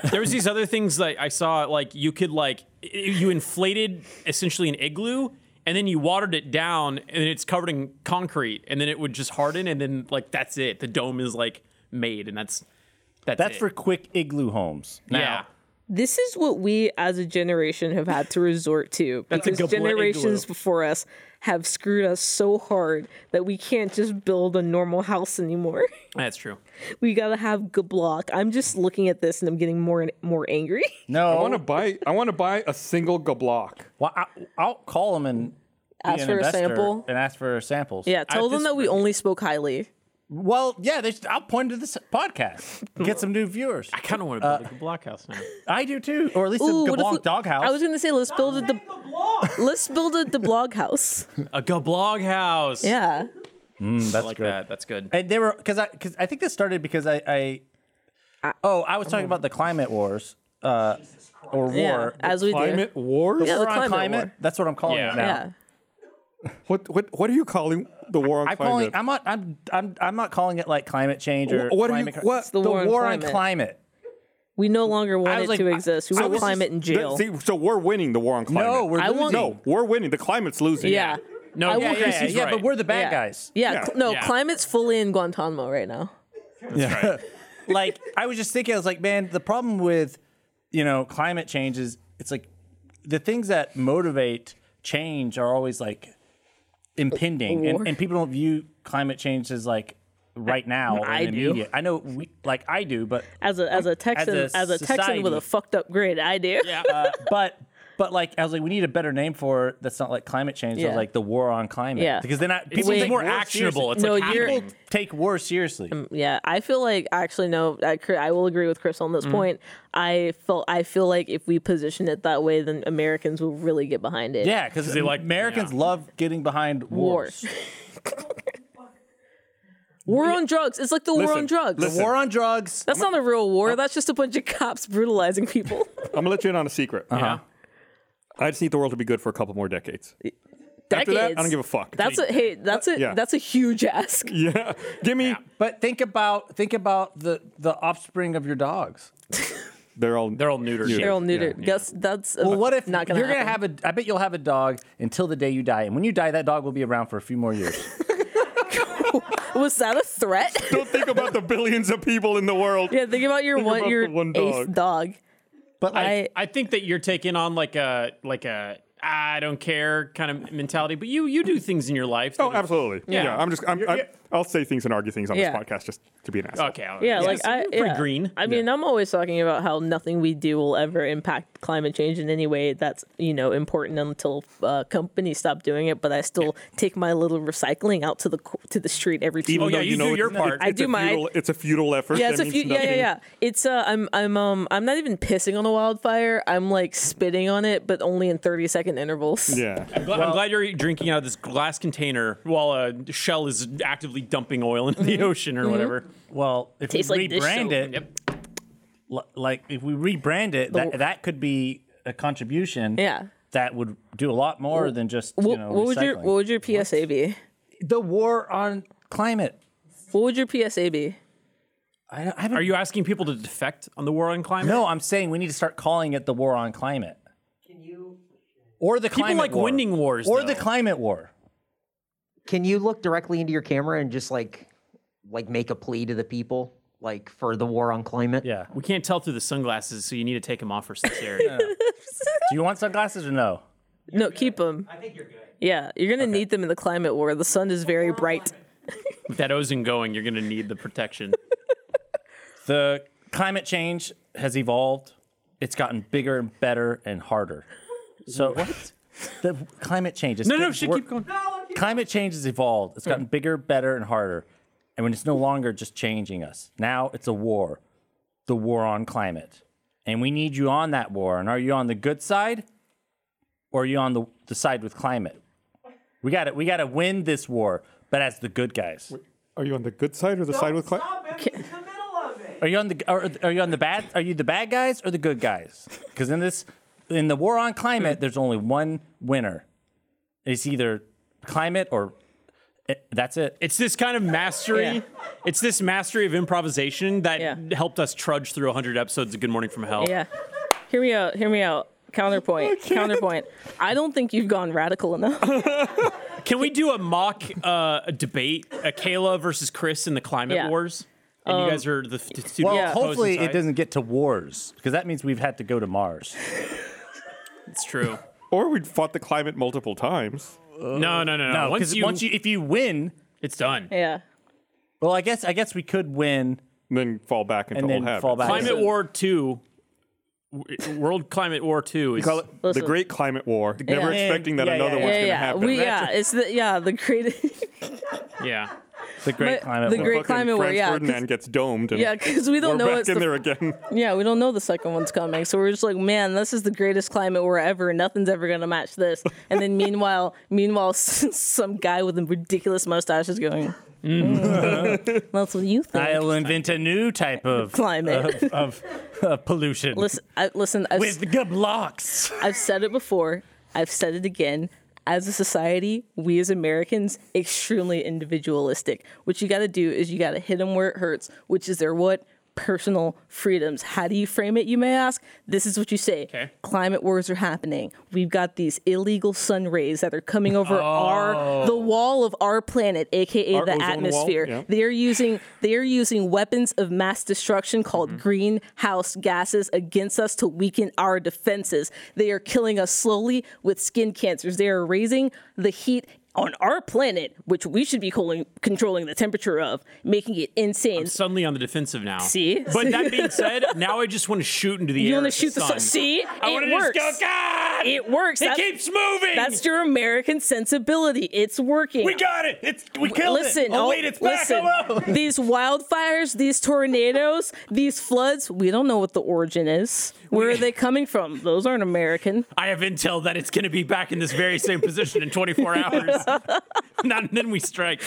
Speaker 5: there was these other things that I saw like you could like i- you inflated essentially an igloo and then you watered it down and then it's covered in concrete and then it would just harden and then like that's it the dome is like made and that's that's
Speaker 3: That's
Speaker 5: it.
Speaker 3: for quick igloo homes. Now,
Speaker 5: yeah
Speaker 4: This is what we as a generation have had to resort to
Speaker 5: That's a
Speaker 4: because
Speaker 5: good point,
Speaker 4: generations
Speaker 5: Igloo.
Speaker 4: before us have screwed us so hard that we can't just build a normal house anymore.
Speaker 5: that's true
Speaker 4: we gotta have Good Block. I'm just looking at this and I'm getting more and more angry.
Speaker 3: No.
Speaker 2: I want to buy. I want to buy a single go block.
Speaker 3: Well, I, I'll call them and be
Speaker 4: Ask
Speaker 3: an
Speaker 4: for a
Speaker 3: investor
Speaker 4: sample?
Speaker 3: and ask for samples.
Speaker 4: Yeah, tell them that we only spoke highly.
Speaker 3: Well, yeah, they should, I'll point to this podcast, get some new viewers.
Speaker 5: I kind of want to build like a blockhouse now
Speaker 3: I do too, or at least
Speaker 4: Ooh,
Speaker 3: a
Speaker 4: what if we-
Speaker 3: Gablonk doghouse.
Speaker 4: I was gonna say let's build a de- let's build a the blog house.
Speaker 5: a gablog house
Speaker 4: Yeah.
Speaker 5: that's
Speaker 3: good.
Speaker 5: that that's good
Speaker 3: and they were because I because I think this started because I, I oh I was talking about the climate wars uh, or war.
Speaker 4: Yeah, as we do.
Speaker 2: Climate wars.
Speaker 4: Yeah, the
Speaker 3: We're on
Speaker 4: climate
Speaker 3: climate.
Speaker 4: war.
Speaker 3: That's what I'm calling
Speaker 5: Yeah.
Speaker 3: it now.
Speaker 4: Yeah.
Speaker 2: What what what are you calling the war on
Speaker 3: I'm calling.
Speaker 2: climate?
Speaker 3: I'm not. I'm. I'm. I'm not calling it like climate change or
Speaker 2: Wh- what are you?
Speaker 3: climate cri-
Speaker 2: What
Speaker 4: the
Speaker 3: the
Speaker 4: war
Speaker 3: war,
Speaker 4: on
Speaker 3: on
Speaker 4: climate.
Speaker 3: climate.
Speaker 4: We no longer want
Speaker 3: was
Speaker 4: it
Speaker 3: like-
Speaker 4: to exist. We
Speaker 3: I
Speaker 4: want
Speaker 3: was just-
Speaker 4: climate in jail.
Speaker 2: That- see, so we're winning the war on climate.
Speaker 3: No, we're
Speaker 4: I
Speaker 3: losing.
Speaker 4: want-
Speaker 2: no, we're winning. The climate's losing.
Speaker 4: yeah.
Speaker 5: no
Speaker 4: I
Speaker 5: yeah,
Speaker 4: want-
Speaker 5: yeah,
Speaker 3: yeah,
Speaker 5: he's
Speaker 3: yeah,
Speaker 5: right.
Speaker 3: but we're the bad
Speaker 4: Yeah.
Speaker 3: guys.
Speaker 4: Yeah,
Speaker 2: Yeah.
Speaker 4: cl- no,
Speaker 5: Yeah.
Speaker 4: climate's fully in Guantanamo right now.
Speaker 3: like I was just thinking, I was like, man, the problem with you know climate change is it's like the things that motivate change are always like impending,
Speaker 4: War.
Speaker 3: and, and people don't view climate change as like right now. and
Speaker 4: I do.
Speaker 3: immediate. I know, we, like I do, but
Speaker 4: As a as a Texan as a, Texan with
Speaker 3: Um, society.
Speaker 4: a fucked up grid, I do.
Speaker 5: yeah
Speaker 3: but. But like I was like, we need a better name for it that's not like climate change, so
Speaker 4: Yeah.
Speaker 3: like the war on climate.
Speaker 4: Yeah.
Speaker 3: because they're not
Speaker 5: it's
Speaker 3: people
Speaker 4: way
Speaker 3: take
Speaker 5: more
Speaker 3: war
Speaker 5: actionable
Speaker 3: seriously.
Speaker 5: it's
Speaker 4: No,
Speaker 5: like
Speaker 4: you're-
Speaker 5: happening.
Speaker 3: People take war seriously.
Speaker 4: Yeah, I feel like actually no, I, cr- I will agree with Chris on this point. I felt I feel like if we position it that way, then Americans will really get behind it.
Speaker 3: yeah, because
Speaker 5: like-
Speaker 3: Americans
Speaker 5: yeah.
Speaker 3: love getting behind
Speaker 4: war.
Speaker 3: wars.
Speaker 4: war on drugs. It's like the war on
Speaker 2: Listen,
Speaker 4: drugs.
Speaker 2: listen.
Speaker 3: War on drugs.
Speaker 4: That's not a real war. That's just a bunch of cops brutalizing people.
Speaker 2: I'm gonna let you in on a secret.
Speaker 4: Uh-huh.
Speaker 5: yeah
Speaker 2: I just need the world to be good for a couple more decades.
Speaker 4: Decades.
Speaker 2: After that, I don't give a fuck.
Speaker 4: That's a hey. That's a
Speaker 2: Yeah.
Speaker 4: that's a huge ask.
Speaker 2: yeah, give me.
Speaker 3: But think about think about the the offspring of your dogs.
Speaker 2: They're all
Speaker 5: they're all neutered
Speaker 4: They're all neutered. Guess that's
Speaker 3: Well, what if
Speaker 4: not gonna
Speaker 3: you're
Speaker 4: happen.
Speaker 3: gonna have a? I bet you'll have a dog until the day you die, and when you die, that dog will be around for a few more years.
Speaker 4: Was that a threat?
Speaker 2: Don't think about the billions of people in the world.
Speaker 4: yeah, think about your
Speaker 2: Think
Speaker 4: one
Speaker 2: about
Speaker 4: your
Speaker 2: the one
Speaker 4: eighth
Speaker 2: dog.
Speaker 4: dog.
Speaker 3: But like,
Speaker 4: I-
Speaker 5: I, I think that you're taking on like a like a I don't care kind of mentality, but you you do things in your life. that
Speaker 2: Oh,
Speaker 5: are-
Speaker 2: absolutely.
Speaker 5: Yeah.
Speaker 2: Yeah. I'm just. I'm,
Speaker 5: You're-
Speaker 2: I'm,
Speaker 5: you're-
Speaker 2: I'll say things and argue things on
Speaker 4: Yeah.
Speaker 2: this podcast just to be an asshole.
Speaker 5: Okay.
Speaker 4: Yeah,
Speaker 5: yes,
Speaker 4: like I
Speaker 5: you're pretty
Speaker 4: yeah.
Speaker 5: green.
Speaker 4: I mean, I'm always talking about how nothing we do will ever impact climate change in any way that's you know important until uh, companies stop doing it. But I still take my little recycling out to the co- to the street every two
Speaker 2: Even
Speaker 5: Oh, yeah,
Speaker 2: though
Speaker 5: you
Speaker 2: you
Speaker 5: do
Speaker 2: know it's-
Speaker 5: your part.
Speaker 2: it's
Speaker 4: I do
Speaker 2: a
Speaker 4: my-
Speaker 2: futile- It's a futile effort.
Speaker 4: Yeah,
Speaker 2: that
Speaker 4: it's a
Speaker 2: means
Speaker 4: few. Yeah, yeah,
Speaker 2: nothing.
Speaker 4: yeah. It's uh, I'm, I'm, um, I'm not even pissing on a wildfire. I'm like spitting on it, but only in 30 second intervals.
Speaker 2: Yeah.
Speaker 5: I'm glad, I'm glad you're drinking out of this glass container while a shell is actively dumping oil into
Speaker 4: Mm-hmm.
Speaker 5: the ocean or whatever.
Speaker 3: Well, if
Speaker 4: Tastes
Speaker 3: we
Speaker 4: like dish
Speaker 3: rebrand
Speaker 4: soap.
Speaker 3: it, li- like if we rebrand it, that that could be a contribution.
Speaker 4: Yeah.
Speaker 3: That would do a lot more than just you
Speaker 4: What,
Speaker 3: know
Speaker 4: what would your
Speaker 3: recycling.
Speaker 4: What would your PSA be?
Speaker 3: the war on climate.
Speaker 4: What would your PSA be?
Speaker 3: I, don't- I haven't.
Speaker 5: Are you asking people to defect on the war on climate?
Speaker 3: no, I'm saying we need to start calling it the war on climate. Can you? Or the
Speaker 5: People
Speaker 3: climate
Speaker 5: like
Speaker 3: war.
Speaker 5: winning wars,
Speaker 3: Or
Speaker 5: though.
Speaker 3: the climate war.
Speaker 6: Can you look directly into your camera and just like, like make a plea to the people, like for the war on climate?
Speaker 3: Yeah.
Speaker 5: We can't tell through the sunglasses, so you need to take them off for sincerity.
Speaker 3: Do you want sunglasses or no?
Speaker 4: No, keep them. I think you're good. Yeah, you're gonna need them in the climate war. The sun is very bright.
Speaker 5: With that ozone going, you're going to need the protection.
Speaker 3: The climate change has evolved. It's gotten bigger and better and harder. So what? The climate change is
Speaker 5: No, no, shit, keep going.
Speaker 3: Climate change has evolved. It's gotten bigger, better, and harder. And when it's no longer just changing us, now it's a war, the war on climate. And we need you on that war. And are you on the good side, or are you on the, the side with climate? We got to We got to win this war, but as the good guys.
Speaker 2: Are you on the good side or the side with Cla-
Speaker 7: Stop it. It's the middle of it.
Speaker 3: Are you on the are, are you on the bad are you the bad guys or the good guys? Because in this in the war on climate, there's only one winner. It's either climate or eh, that's it.
Speaker 5: It's this kind of mastery.
Speaker 4: Yeah.
Speaker 5: It's this mastery of improvisation that
Speaker 4: Yeah.
Speaker 5: helped us trudge through 100 episodes of Good Morning from
Speaker 2: Oh.
Speaker 5: Hell.
Speaker 4: Yeah. Hear me out. Hear me out. Counterpoint. Counterpoint. I don't think you've gone radical enough.
Speaker 5: Can we do a mock uh, debate, a Kayla versus Chris in the climate
Speaker 4: Yeah. Um,
Speaker 5: wars? And you guys are the f- t- two
Speaker 3: Well,
Speaker 4: Yeah.
Speaker 5: opposing
Speaker 3: hopefully it
Speaker 5: sides?
Speaker 3: doesn't get to wars because that means we've had to go to Mars.
Speaker 5: It's true.
Speaker 2: Or we'd fought the climate multiple times.
Speaker 5: No, no, no, no.
Speaker 3: Uh, No,
Speaker 5: once,
Speaker 3: because
Speaker 5: you,
Speaker 3: once you if you win,
Speaker 5: it's done.
Speaker 4: yeah.
Speaker 3: well, I guess I guess we could win.
Speaker 2: And then fall back into
Speaker 3: And then
Speaker 2: old habits.
Speaker 3: fall back.
Speaker 5: Climate
Speaker 3: So-
Speaker 5: War Two, w- World Climate War Two is
Speaker 2: Call it
Speaker 4: Listen.
Speaker 2: the Great Climate War. Never
Speaker 3: Yeah.
Speaker 2: expecting that
Speaker 3: Yeah,
Speaker 2: another
Speaker 3: yeah,
Speaker 2: one's
Speaker 4: Yeah,
Speaker 2: going to
Speaker 4: yeah.
Speaker 2: happen.
Speaker 4: We yeah. It's the yeah the great
Speaker 5: yeah.
Speaker 3: The great climate
Speaker 4: the
Speaker 3: war.
Speaker 4: great
Speaker 2: Fucking
Speaker 4: climate war.
Speaker 2: Franz
Speaker 4: Yeah. 'cause-
Speaker 2: Ferdinand gets domed. And
Speaker 4: Yeah, because we
Speaker 2: we're
Speaker 4: don't know
Speaker 2: back
Speaker 4: it's
Speaker 2: in
Speaker 4: the
Speaker 2: there again.
Speaker 4: Yeah, we don't know the second one's coming. So we're just like, man, this is the greatest climate war ever. Nothing's ever going to match this. And then meanwhile, meanwhile, some guy with a ridiculous mustache is going, "Mm, that's what you think.
Speaker 3: I'll invent a new type of
Speaker 4: Climate.
Speaker 3: of, of, of pollution
Speaker 4: listen, I, listen I've,
Speaker 3: with good blocks.
Speaker 4: I've said it before. I've said it again. As a society, we as Americans, extremely individualistic. What you got to do is you got to hit them where it hurts, which is their what? Personal freedoms. How do you frame it, you may ask? This is what you say.
Speaker 5: Okay.
Speaker 4: Climate wars are happening. We've got these illegal sun rays that are coming over our the wall of our planet, aka
Speaker 2: Oh. Our
Speaker 4: the
Speaker 2: ozone wall,
Speaker 4: atmosphere.
Speaker 2: yeah.
Speaker 4: They are using they are using weapons of mass destruction called
Speaker 5: Mm-hmm.
Speaker 4: greenhouse gases against us to weaken our defenses. They are killing us slowly with skin cancers. They are raising the heat on our planet, which we should be calling, controlling the temperature of, making it insane.
Speaker 5: Suddenly on the defensive now.
Speaker 4: See?
Speaker 5: But that being said, now I just want to shoot into the
Speaker 4: You
Speaker 5: air.
Speaker 4: want to
Speaker 5: at
Speaker 4: shoot the sun? See,
Speaker 5: I want
Speaker 4: it
Speaker 5: to just
Speaker 4: works.
Speaker 5: go. God,
Speaker 4: It works.
Speaker 5: It
Speaker 4: That's-
Speaker 5: keeps moving.
Speaker 4: That's your American sensibility. It's working.
Speaker 5: we got it. It's we killed
Speaker 4: listen,
Speaker 5: it. Oh,
Speaker 4: oh,
Speaker 5: wait, it's
Speaker 4: listen,
Speaker 5: back. Hello.
Speaker 4: these wildfires, these tornadoes, these floods, we don't know what the origin is. Where are they coming from? Those aren't American.
Speaker 5: I have intel that it's going to be back in this very same position in 24 hours. Not then we strike.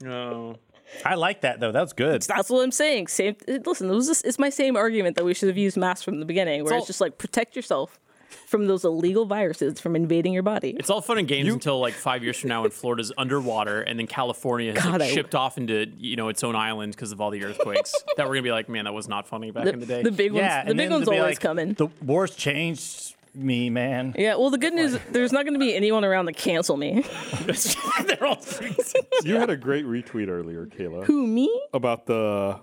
Speaker 5: No.
Speaker 3: I like that though. That was good.
Speaker 4: That's what I'm saying. Same. Listen, it was just, it's my same argument that we should have used masks from the beginning, where it's,
Speaker 5: all-
Speaker 4: just like protect yourself from those illegal viruses from invading your body.
Speaker 5: It's all fun and games until like five years from now when Florida's underwater and then California has
Speaker 4: God,
Speaker 5: like,
Speaker 4: I-
Speaker 5: shipped off into you know its own island because of all the earthquakes. that we're gonna be like, man, that was not funny back
Speaker 4: The,
Speaker 5: in the day.
Speaker 4: the big ones. The
Speaker 3: and
Speaker 4: big
Speaker 3: then
Speaker 4: ones
Speaker 3: they'll be
Speaker 4: always
Speaker 3: like,
Speaker 4: coming.
Speaker 3: The war's changed me, man.
Speaker 4: yeah. Well, the good news, there's not going to be anyone around to cancel me.
Speaker 5: They're all
Speaker 2: You had a great retweet earlier, Kayla,
Speaker 4: Who me?
Speaker 2: about the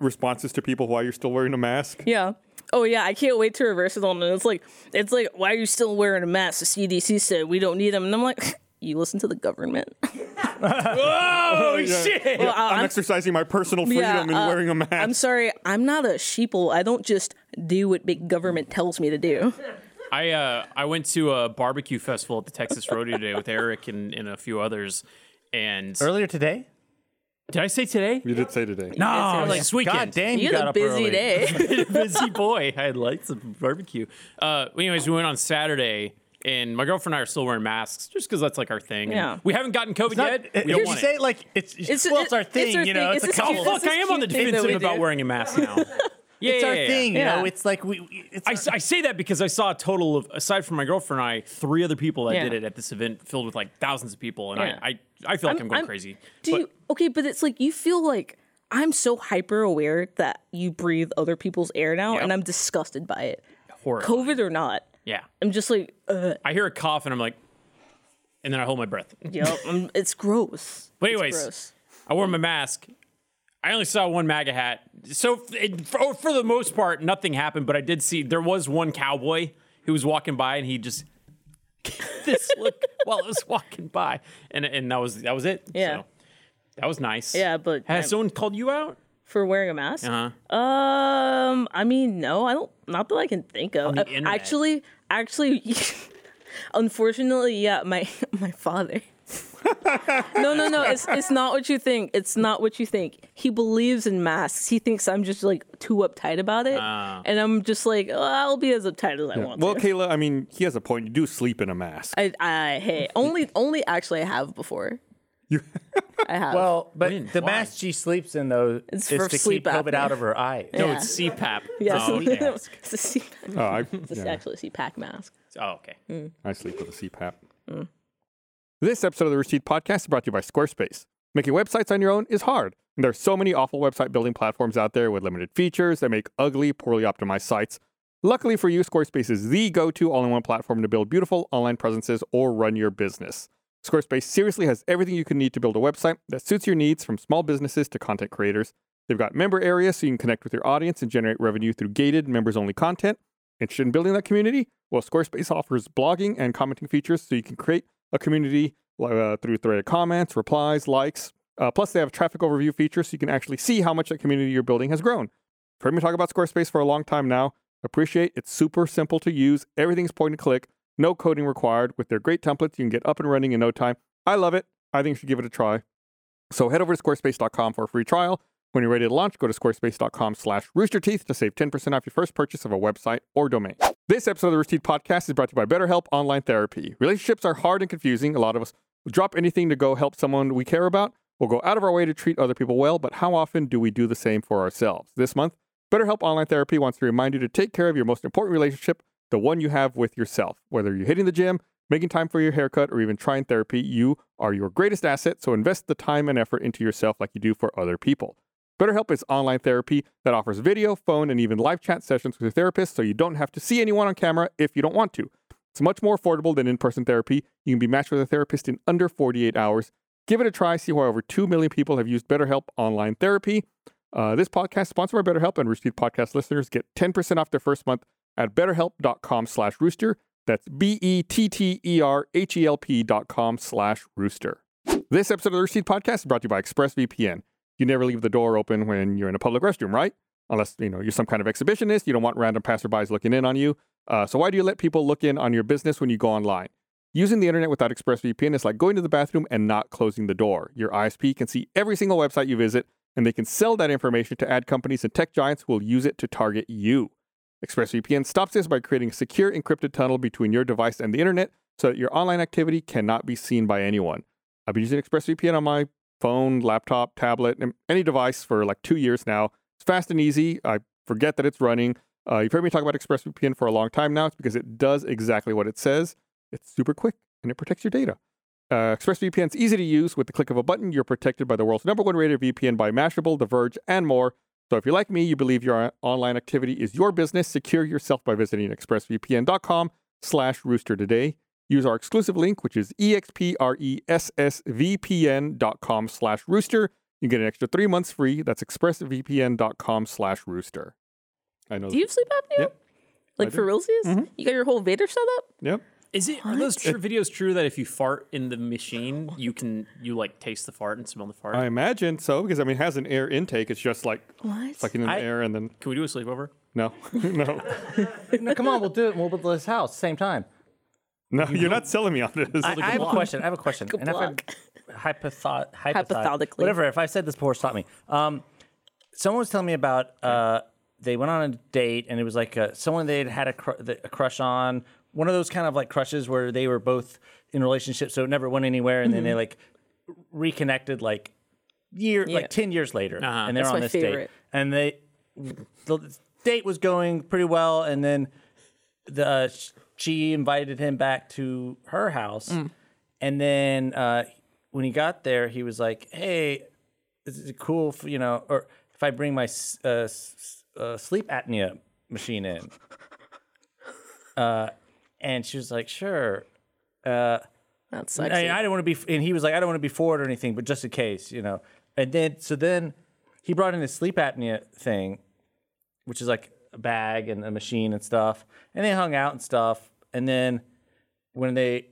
Speaker 2: responses to people why you're still wearing a mask.
Speaker 4: Yeah. Oh yeah, I can't wait to reverse it on. And it's like, it's like, why are you still wearing a mask? The CDC said we don't need them, and I'm like, you listen to the government.
Speaker 5: Oh shit!
Speaker 4: Well, I-
Speaker 2: I'm, exercising my personal freedom and
Speaker 4: uh,
Speaker 2: wearing a mask.
Speaker 4: I'm sorry, I'm not a sheeple. I don't just do what big government tells me to do.
Speaker 5: I uh, I went to a barbecue festival at the Texas Rodeo today with Eric and, and a few others. And
Speaker 3: Earlier today?
Speaker 5: did I say today?
Speaker 2: you did say today.
Speaker 5: No, it was
Speaker 4: today.
Speaker 5: this weekend.
Speaker 3: God damn, you
Speaker 4: You
Speaker 3: got
Speaker 4: had a
Speaker 3: up
Speaker 4: busy
Speaker 3: early.
Speaker 4: day.
Speaker 5: busy boy. I had lights of barbecue. Uh, well, anyways, we went on Saturday, and my girlfriend and I are still wearing masks just because that's like our thing. and
Speaker 4: Yeah.
Speaker 5: we haven't gotten COVID
Speaker 3: Not,
Speaker 5: yet.
Speaker 3: it-
Speaker 5: we
Speaker 3: you
Speaker 5: don't want
Speaker 3: say
Speaker 5: it.
Speaker 3: it like it's, well, it's our thing, you know. It's,
Speaker 4: this
Speaker 3: a
Speaker 4: cute-
Speaker 5: Oh
Speaker 3: couple.
Speaker 4: this
Speaker 5: fuck!
Speaker 4: is
Speaker 5: I am on the
Speaker 4: cute thing that
Speaker 5: defensive
Speaker 4: we
Speaker 5: about
Speaker 4: do.
Speaker 5: wearing a mask now. yeah,
Speaker 3: It's
Speaker 5: yeah,
Speaker 3: our
Speaker 5: yeah, yeah.
Speaker 3: thing, you
Speaker 4: Yeah.
Speaker 3: know. It's like we. we- It's
Speaker 5: I,
Speaker 3: our-
Speaker 5: s- I say that because I saw a total of, aside from my girlfriend and I, three other people that
Speaker 4: Yeah.
Speaker 5: did it at this event filled with like thousands of people. And
Speaker 4: Yeah.
Speaker 5: I, I, I feel like I'm, going
Speaker 4: I'm-
Speaker 5: crazy.
Speaker 4: Do
Speaker 5: But
Speaker 4: you okay? But it's like you feel like I'm so hyper aware that you breathe other people's air now, and I'm disgusted by it.
Speaker 5: horrible.
Speaker 4: COVID or not,
Speaker 5: Yeah.
Speaker 4: I'm just like, uh,
Speaker 5: I hear a cough and I'm like, and then I hold my breath.
Speaker 4: yep, I'm, it's gross.
Speaker 5: But
Speaker 4: It's
Speaker 5: anyways,
Speaker 4: gross.
Speaker 5: I wore my mask. I only saw one MAGA hat. So f- it, for, oh, for the most part, nothing happened. But I did see there was one cowboy who was walking by, and he just this look while it was walking by, and and that was that was it.
Speaker 4: Yeah.
Speaker 5: So, that was nice.
Speaker 4: Yeah, but
Speaker 5: has
Speaker 4: I'm-
Speaker 5: someone called you out?
Speaker 4: for wearing a mask.
Speaker 5: Uh-huh.
Speaker 4: Um, I mean, no, I don't. Not that I can think of.
Speaker 5: the
Speaker 4: Uh,
Speaker 5: internet.
Speaker 4: Actually, actually, unfortunately, yeah, my my father. no, no, no. It's it's not what you think. It's not what you think. He believes in masks. He thinks I'm just like too uptight about it,
Speaker 5: Ah.
Speaker 4: and I'm just like, oh, I'll be as uptight as I want.
Speaker 2: Well,
Speaker 4: to.
Speaker 2: Kayla, I mean, he has a point. You do sleep in a mask.
Speaker 4: I, I hey, only only actually I have before. I have.
Speaker 3: well, but
Speaker 5: When?
Speaker 3: the
Speaker 5: Why?
Speaker 3: mask she sleeps in though
Speaker 4: It's
Speaker 3: is
Speaker 4: for
Speaker 3: to
Speaker 4: sleep
Speaker 3: keep COVID
Speaker 4: apnea.
Speaker 3: out of her eyes.
Speaker 5: No,
Speaker 4: Yeah.
Speaker 5: it's CPAP.
Speaker 4: yeah,
Speaker 5: Oh, okay.
Speaker 4: so, it's a CPAC.
Speaker 2: Oh, I,
Speaker 4: It's
Speaker 2: yeah,
Speaker 4: actually a CPAC mask.
Speaker 5: Oh, okay.
Speaker 2: I sleep with a CPAP.
Speaker 4: Mm.
Speaker 2: This episode of the Receipt Podcast is brought to you by Squarespace. Making websites on your own is hard. And there are so many awful website building platforms out there with limited features that make ugly, poorly optimized sites. Luckily for you, Squarespace is the go to all in one platform to build beautiful online presences or run your business. Squarespace seriously has everything you can need to build a website that suits your needs from small businesses to content creators. They've got member areas so you can connect with your audience and generate revenue through gated, members only content. Interested in building that community? Well, Squarespace offers blogging and commenting features so you can create a community uh, through threaded comments, replies, likes. Uh, plus, they have a traffic overview feature so you can actually see how much that community you're building has grown. I've heard me talk about Squarespace for a long time now. Appreciate it's super simple to use. Everything's point and click, no coding required. With their great templates, you can get up and running in no time. I love it. I think you should give it a try. So head over to squarespace.com for a free trial. When you're ready to launch, go to squarespace.com slash roosterteeth to save 10% off your first purchase of a website or domain. This episode of the Rooster Teeth Podcast is brought to you by BetterHelp Online Therapy. Relationships are hard and confusing. A lot of us drop anything to go help someone we care about. We'll go out of our way to treat other people well, but how often do we do the same for ourselves? This month, BetterHelp Online Therapy wants to remind you to take care of your most important relationship, the one you have with yourself. Whether you're hitting the gym, making time for your haircut, or even trying therapy, you are your greatest asset, so invest the time and effort into yourself like you do for other people. BetterHelp is online therapy that offers video, phone, and even live chat sessions with your therapist, so you don't have to see anyone on camera if you don't want to. It's much more affordable than in person therapy. You can be matched with a therapist in under 48 hours. Give it a try. See why over 2 million people have used BetterHelp online therapy. Uh, this podcast is sponsored by BetterHelp, and Rooster Teeth podcast listeners get 10% off their first month at betterhelp.com slash rooster. That's E B-E-T-T-E-R-H-E-L-P E dot com slash rooster. This episode of the Rooster Teeth podcast is brought to you by ExpressVPN. You never leave the door open when you're in a public restroom, right? Unless, you know, you're some kind of exhibitionist. You don't want random passerbys looking in on you. Uh, so why do you let people look in on your business when you go online? Using the internet without ExpressVPN is like going to the bathroom and not closing the door. Your ISP can see every single website you visit, and they can sell that information to ad companies and tech giants who will use it to target you. ExpressVPN stops this by creating a secure encrypted tunnel between your device and the internet so that your online activity cannot be seen by anyone. I've been using ExpressVPN on my phone, laptop, tablet, and any device for like two years now. It's fast and easy. I forget that it's running. Uh, you've heard me talk about ExpressVPN for a long time now. It's because it does exactly what it says. It's super quick and it protects your data. Uh, ExpressVPN is easy to use. With the click of a button, you're protected by the world's number one rated VPN by Mashable, The Verge, and more. So if you're like me, you believe your uh, online activity is your business, secure yourself by visiting expressvpn.com slash rooster today. Use our exclusive link, which is E expressvpn.com slash rooster. You get an extra three months free. That's expressvpn.com slash rooster. I know.
Speaker 4: Do you have sleep apnea?
Speaker 2: Yep. Mm-hmm.
Speaker 4: Like for realsies? You got your whole Vader set up?
Speaker 2: Yep.
Speaker 5: Is it are those true videos true that if you fart in the machine, you can you like taste the fart and smell the fart?
Speaker 2: I imagine so because I mean, it has an air intake. It's just like
Speaker 4: What?
Speaker 2: sucking in
Speaker 3: I-
Speaker 2: the air and then
Speaker 5: can we do a sleepover?
Speaker 2: no, no,
Speaker 3: No, come on, we'll do it. and We'll build this house same time.
Speaker 2: no. You're not selling me on this.
Speaker 3: I, I have a question. I have a question.
Speaker 4: Good
Speaker 3: And if I'm-
Speaker 4: block.
Speaker 3: hypotho- hypothod-
Speaker 4: Hypothetically.
Speaker 3: whatever. If I said this before, stop me. Um, someone was telling me about uh, they went on a date and it was like uh someone they'd had a, cr- the- a crush on. One of those kind of like crushes where they were both in relationships, so it never went anywhere, and then
Speaker 4: Mm-hmm.
Speaker 3: they like reconnected like year,
Speaker 4: Yeah. Uh-huh.
Speaker 3: like ten years later, and they're
Speaker 4: That's
Speaker 3: on
Speaker 4: my
Speaker 3: this date,
Speaker 4: favorite.
Speaker 3: and they the date was going pretty well, and then the uh, sh- she invited him back to her house,
Speaker 4: Mm.
Speaker 3: and then uh, when he got there, he was like, "Hey, is it cool? If, you know, or if I bring my s- uh, s- uh, sleep apnea machine in?" uh, and she was like, "Sure."
Speaker 4: That's sexy.
Speaker 3: I, I don't want to be, and he was like, I don't want to be forward or anything, but just in case, you know. And then, so then he brought in his sleep apnea thing, which is like a bag and a machine and stuff. And they hung out and stuff. And then when they,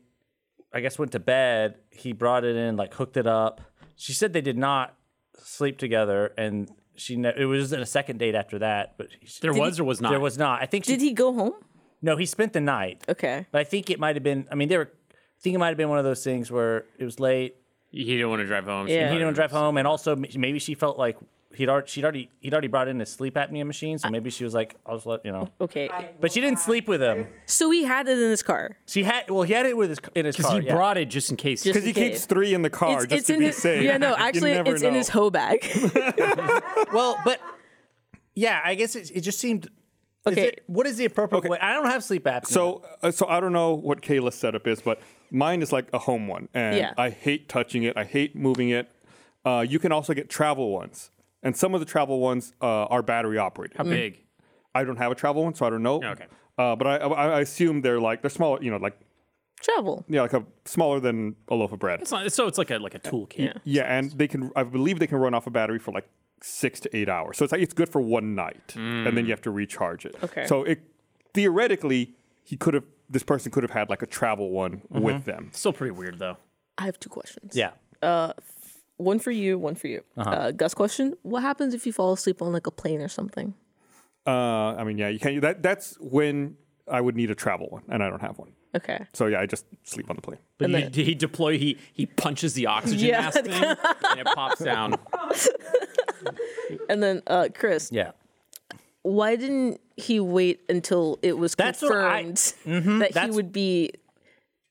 Speaker 3: I guess, went to bed, he brought it in, like hooked it up. She said they did not sleep together. And she, ne- it was a second date after that, but she,
Speaker 5: There was or was not.
Speaker 3: there was not. I think she,
Speaker 4: Did he go home?
Speaker 3: no, he spent the night.
Speaker 4: Okay.
Speaker 3: But I think it might have been. I mean, they were. I think it might have been one of those things where it was late.
Speaker 5: He didn't want to drive home. so
Speaker 4: Yeah.
Speaker 3: He
Speaker 5: brought
Speaker 3: didn't
Speaker 5: it
Speaker 3: want to drive home, and also m- maybe she felt like he'd already she'd already he'd already brought in a sleep apnea machine, so maybe she was like, "I'll just let you know."
Speaker 4: Oh, Okay.
Speaker 3: But she didn't sleep with him.
Speaker 4: So he had it in his car.
Speaker 3: She had well, he had it with his in his
Speaker 5: Because
Speaker 3: car.
Speaker 5: he
Speaker 3: yeah.
Speaker 5: brought it just in case.
Speaker 4: Just-
Speaker 2: Because he
Speaker 4: Okay.
Speaker 2: keeps three in the car just to
Speaker 4: in
Speaker 2: be
Speaker 4: his.
Speaker 2: safe.
Speaker 4: Yeah, no.
Speaker 2: You
Speaker 4: Actually,
Speaker 2: never
Speaker 4: it's in his
Speaker 2: know.
Speaker 4: hoe bag.
Speaker 3: well, but yeah, I guess it, it just seemed. is
Speaker 4: Okay.
Speaker 3: it- what is the appropriate way? I don't have sleep apnea.
Speaker 2: So, uh, so I don't know what Kayla's setup is, but mine is like a home one, and
Speaker 4: Yeah.
Speaker 2: I hate touching it. I hate moving it. Uh, you can also get travel ones, and some of the travel ones uh, are battery operated.
Speaker 3: Mm.
Speaker 5: big.
Speaker 2: I don't have a travel one, so I don't know.
Speaker 5: Okay.
Speaker 2: Uh, but I, I, I assume they're like they're smaller, you know, like
Speaker 4: Travel.
Speaker 2: yeah, like a smaller than a loaf of bread.
Speaker 5: It's not, so it's like a like a toolkit.
Speaker 2: Yeah, and they can. I believe they can run off a battery for like six to eight hours. So it's like it's good for one night, and then you have to recharge it.
Speaker 4: Okay.
Speaker 2: So it theoretically, he could have. This person could have had like a travel one
Speaker 5: Mm-hmm.
Speaker 2: with them.
Speaker 5: Still pretty weird though.
Speaker 4: I have two questions. Uh,
Speaker 3: yeah,
Speaker 4: One for you. One for you.
Speaker 2: Uh-huh.
Speaker 4: uh Gus question. What happens if you fall asleep on like a plane or something?
Speaker 2: Uh, I mean, yeah, you can't. That that's when I would need a travel one, and I don't have one.
Speaker 4: Okay.
Speaker 2: So yeah, I just sleep on the plane.
Speaker 5: But he, he deploy he he punches the oxygen
Speaker 4: Yeah.
Speaker 5: mask thing and it pops down.
Speaker 4: And then uh, Chris,
Speaker 3: yeah.
Speaker 4: why didn't he wait until it was
Speaker 3: That's what I- Mm-hmm.
Speaker 4: confirmed that he
Speaker 3: that's-
Speaker 4: would be?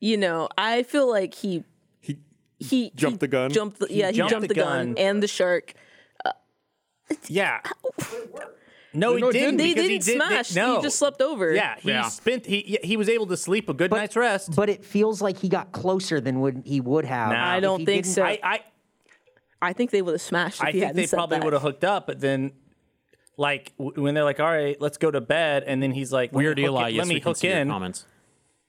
Speaker 4: You know, I feel like he
Speaker 2: He
Speaker 4: he
Speaker 2: Jumped the
Speaker 4: he
Speaker 2: gun?
Speaker 4: Jumped the, yeah, he jumped, the gun, and the shark.
Speaker 3: Yeah. No, he didn't.
Speaker 4: They
Speaker 3: because
Speaker 4: didn't
Speaker 3: he did- they-
Speaker 4: smash.
Speaker 3: no.
Speaker 4: He just slept over.
Speaker 3: Yeah, he
Speaker 5: Yeah.
Speaker 3: spent. He he was able to sleep a good night's rest.
Speaker 6: But it feels like he got closer than would he would have.
Speaker 3: Nah. I
Speaker 6: if
Speaker 4: don't
Speaker 6: he
Speaker 4: think
Speaker 6: didn't-
Speaker 4: so.
Speaker 3: I I,
Speaker 4: I think they would have smashed. If
Speaker 3: I
Speaker 4: he
Speaker 3: think
Speaker 4: hadn't
Speaker 3: they
Speaker 4: said
Speaker 3: probably
Speaker 4: that.
Speaker 3: would have hooked up, but then like w- when they're like, "All right, let's go to bed," and then he's like, let me
Speaker 5: Weird
Speaker 3: hook
Speaker 5: Eli.
Speaker 3: it-
Speaker 5: yes,
Speaker 3: Let me
Speaker 5: we can
Speaker 3: hook
Speaker 5: see your
Speaker 3: in." Um,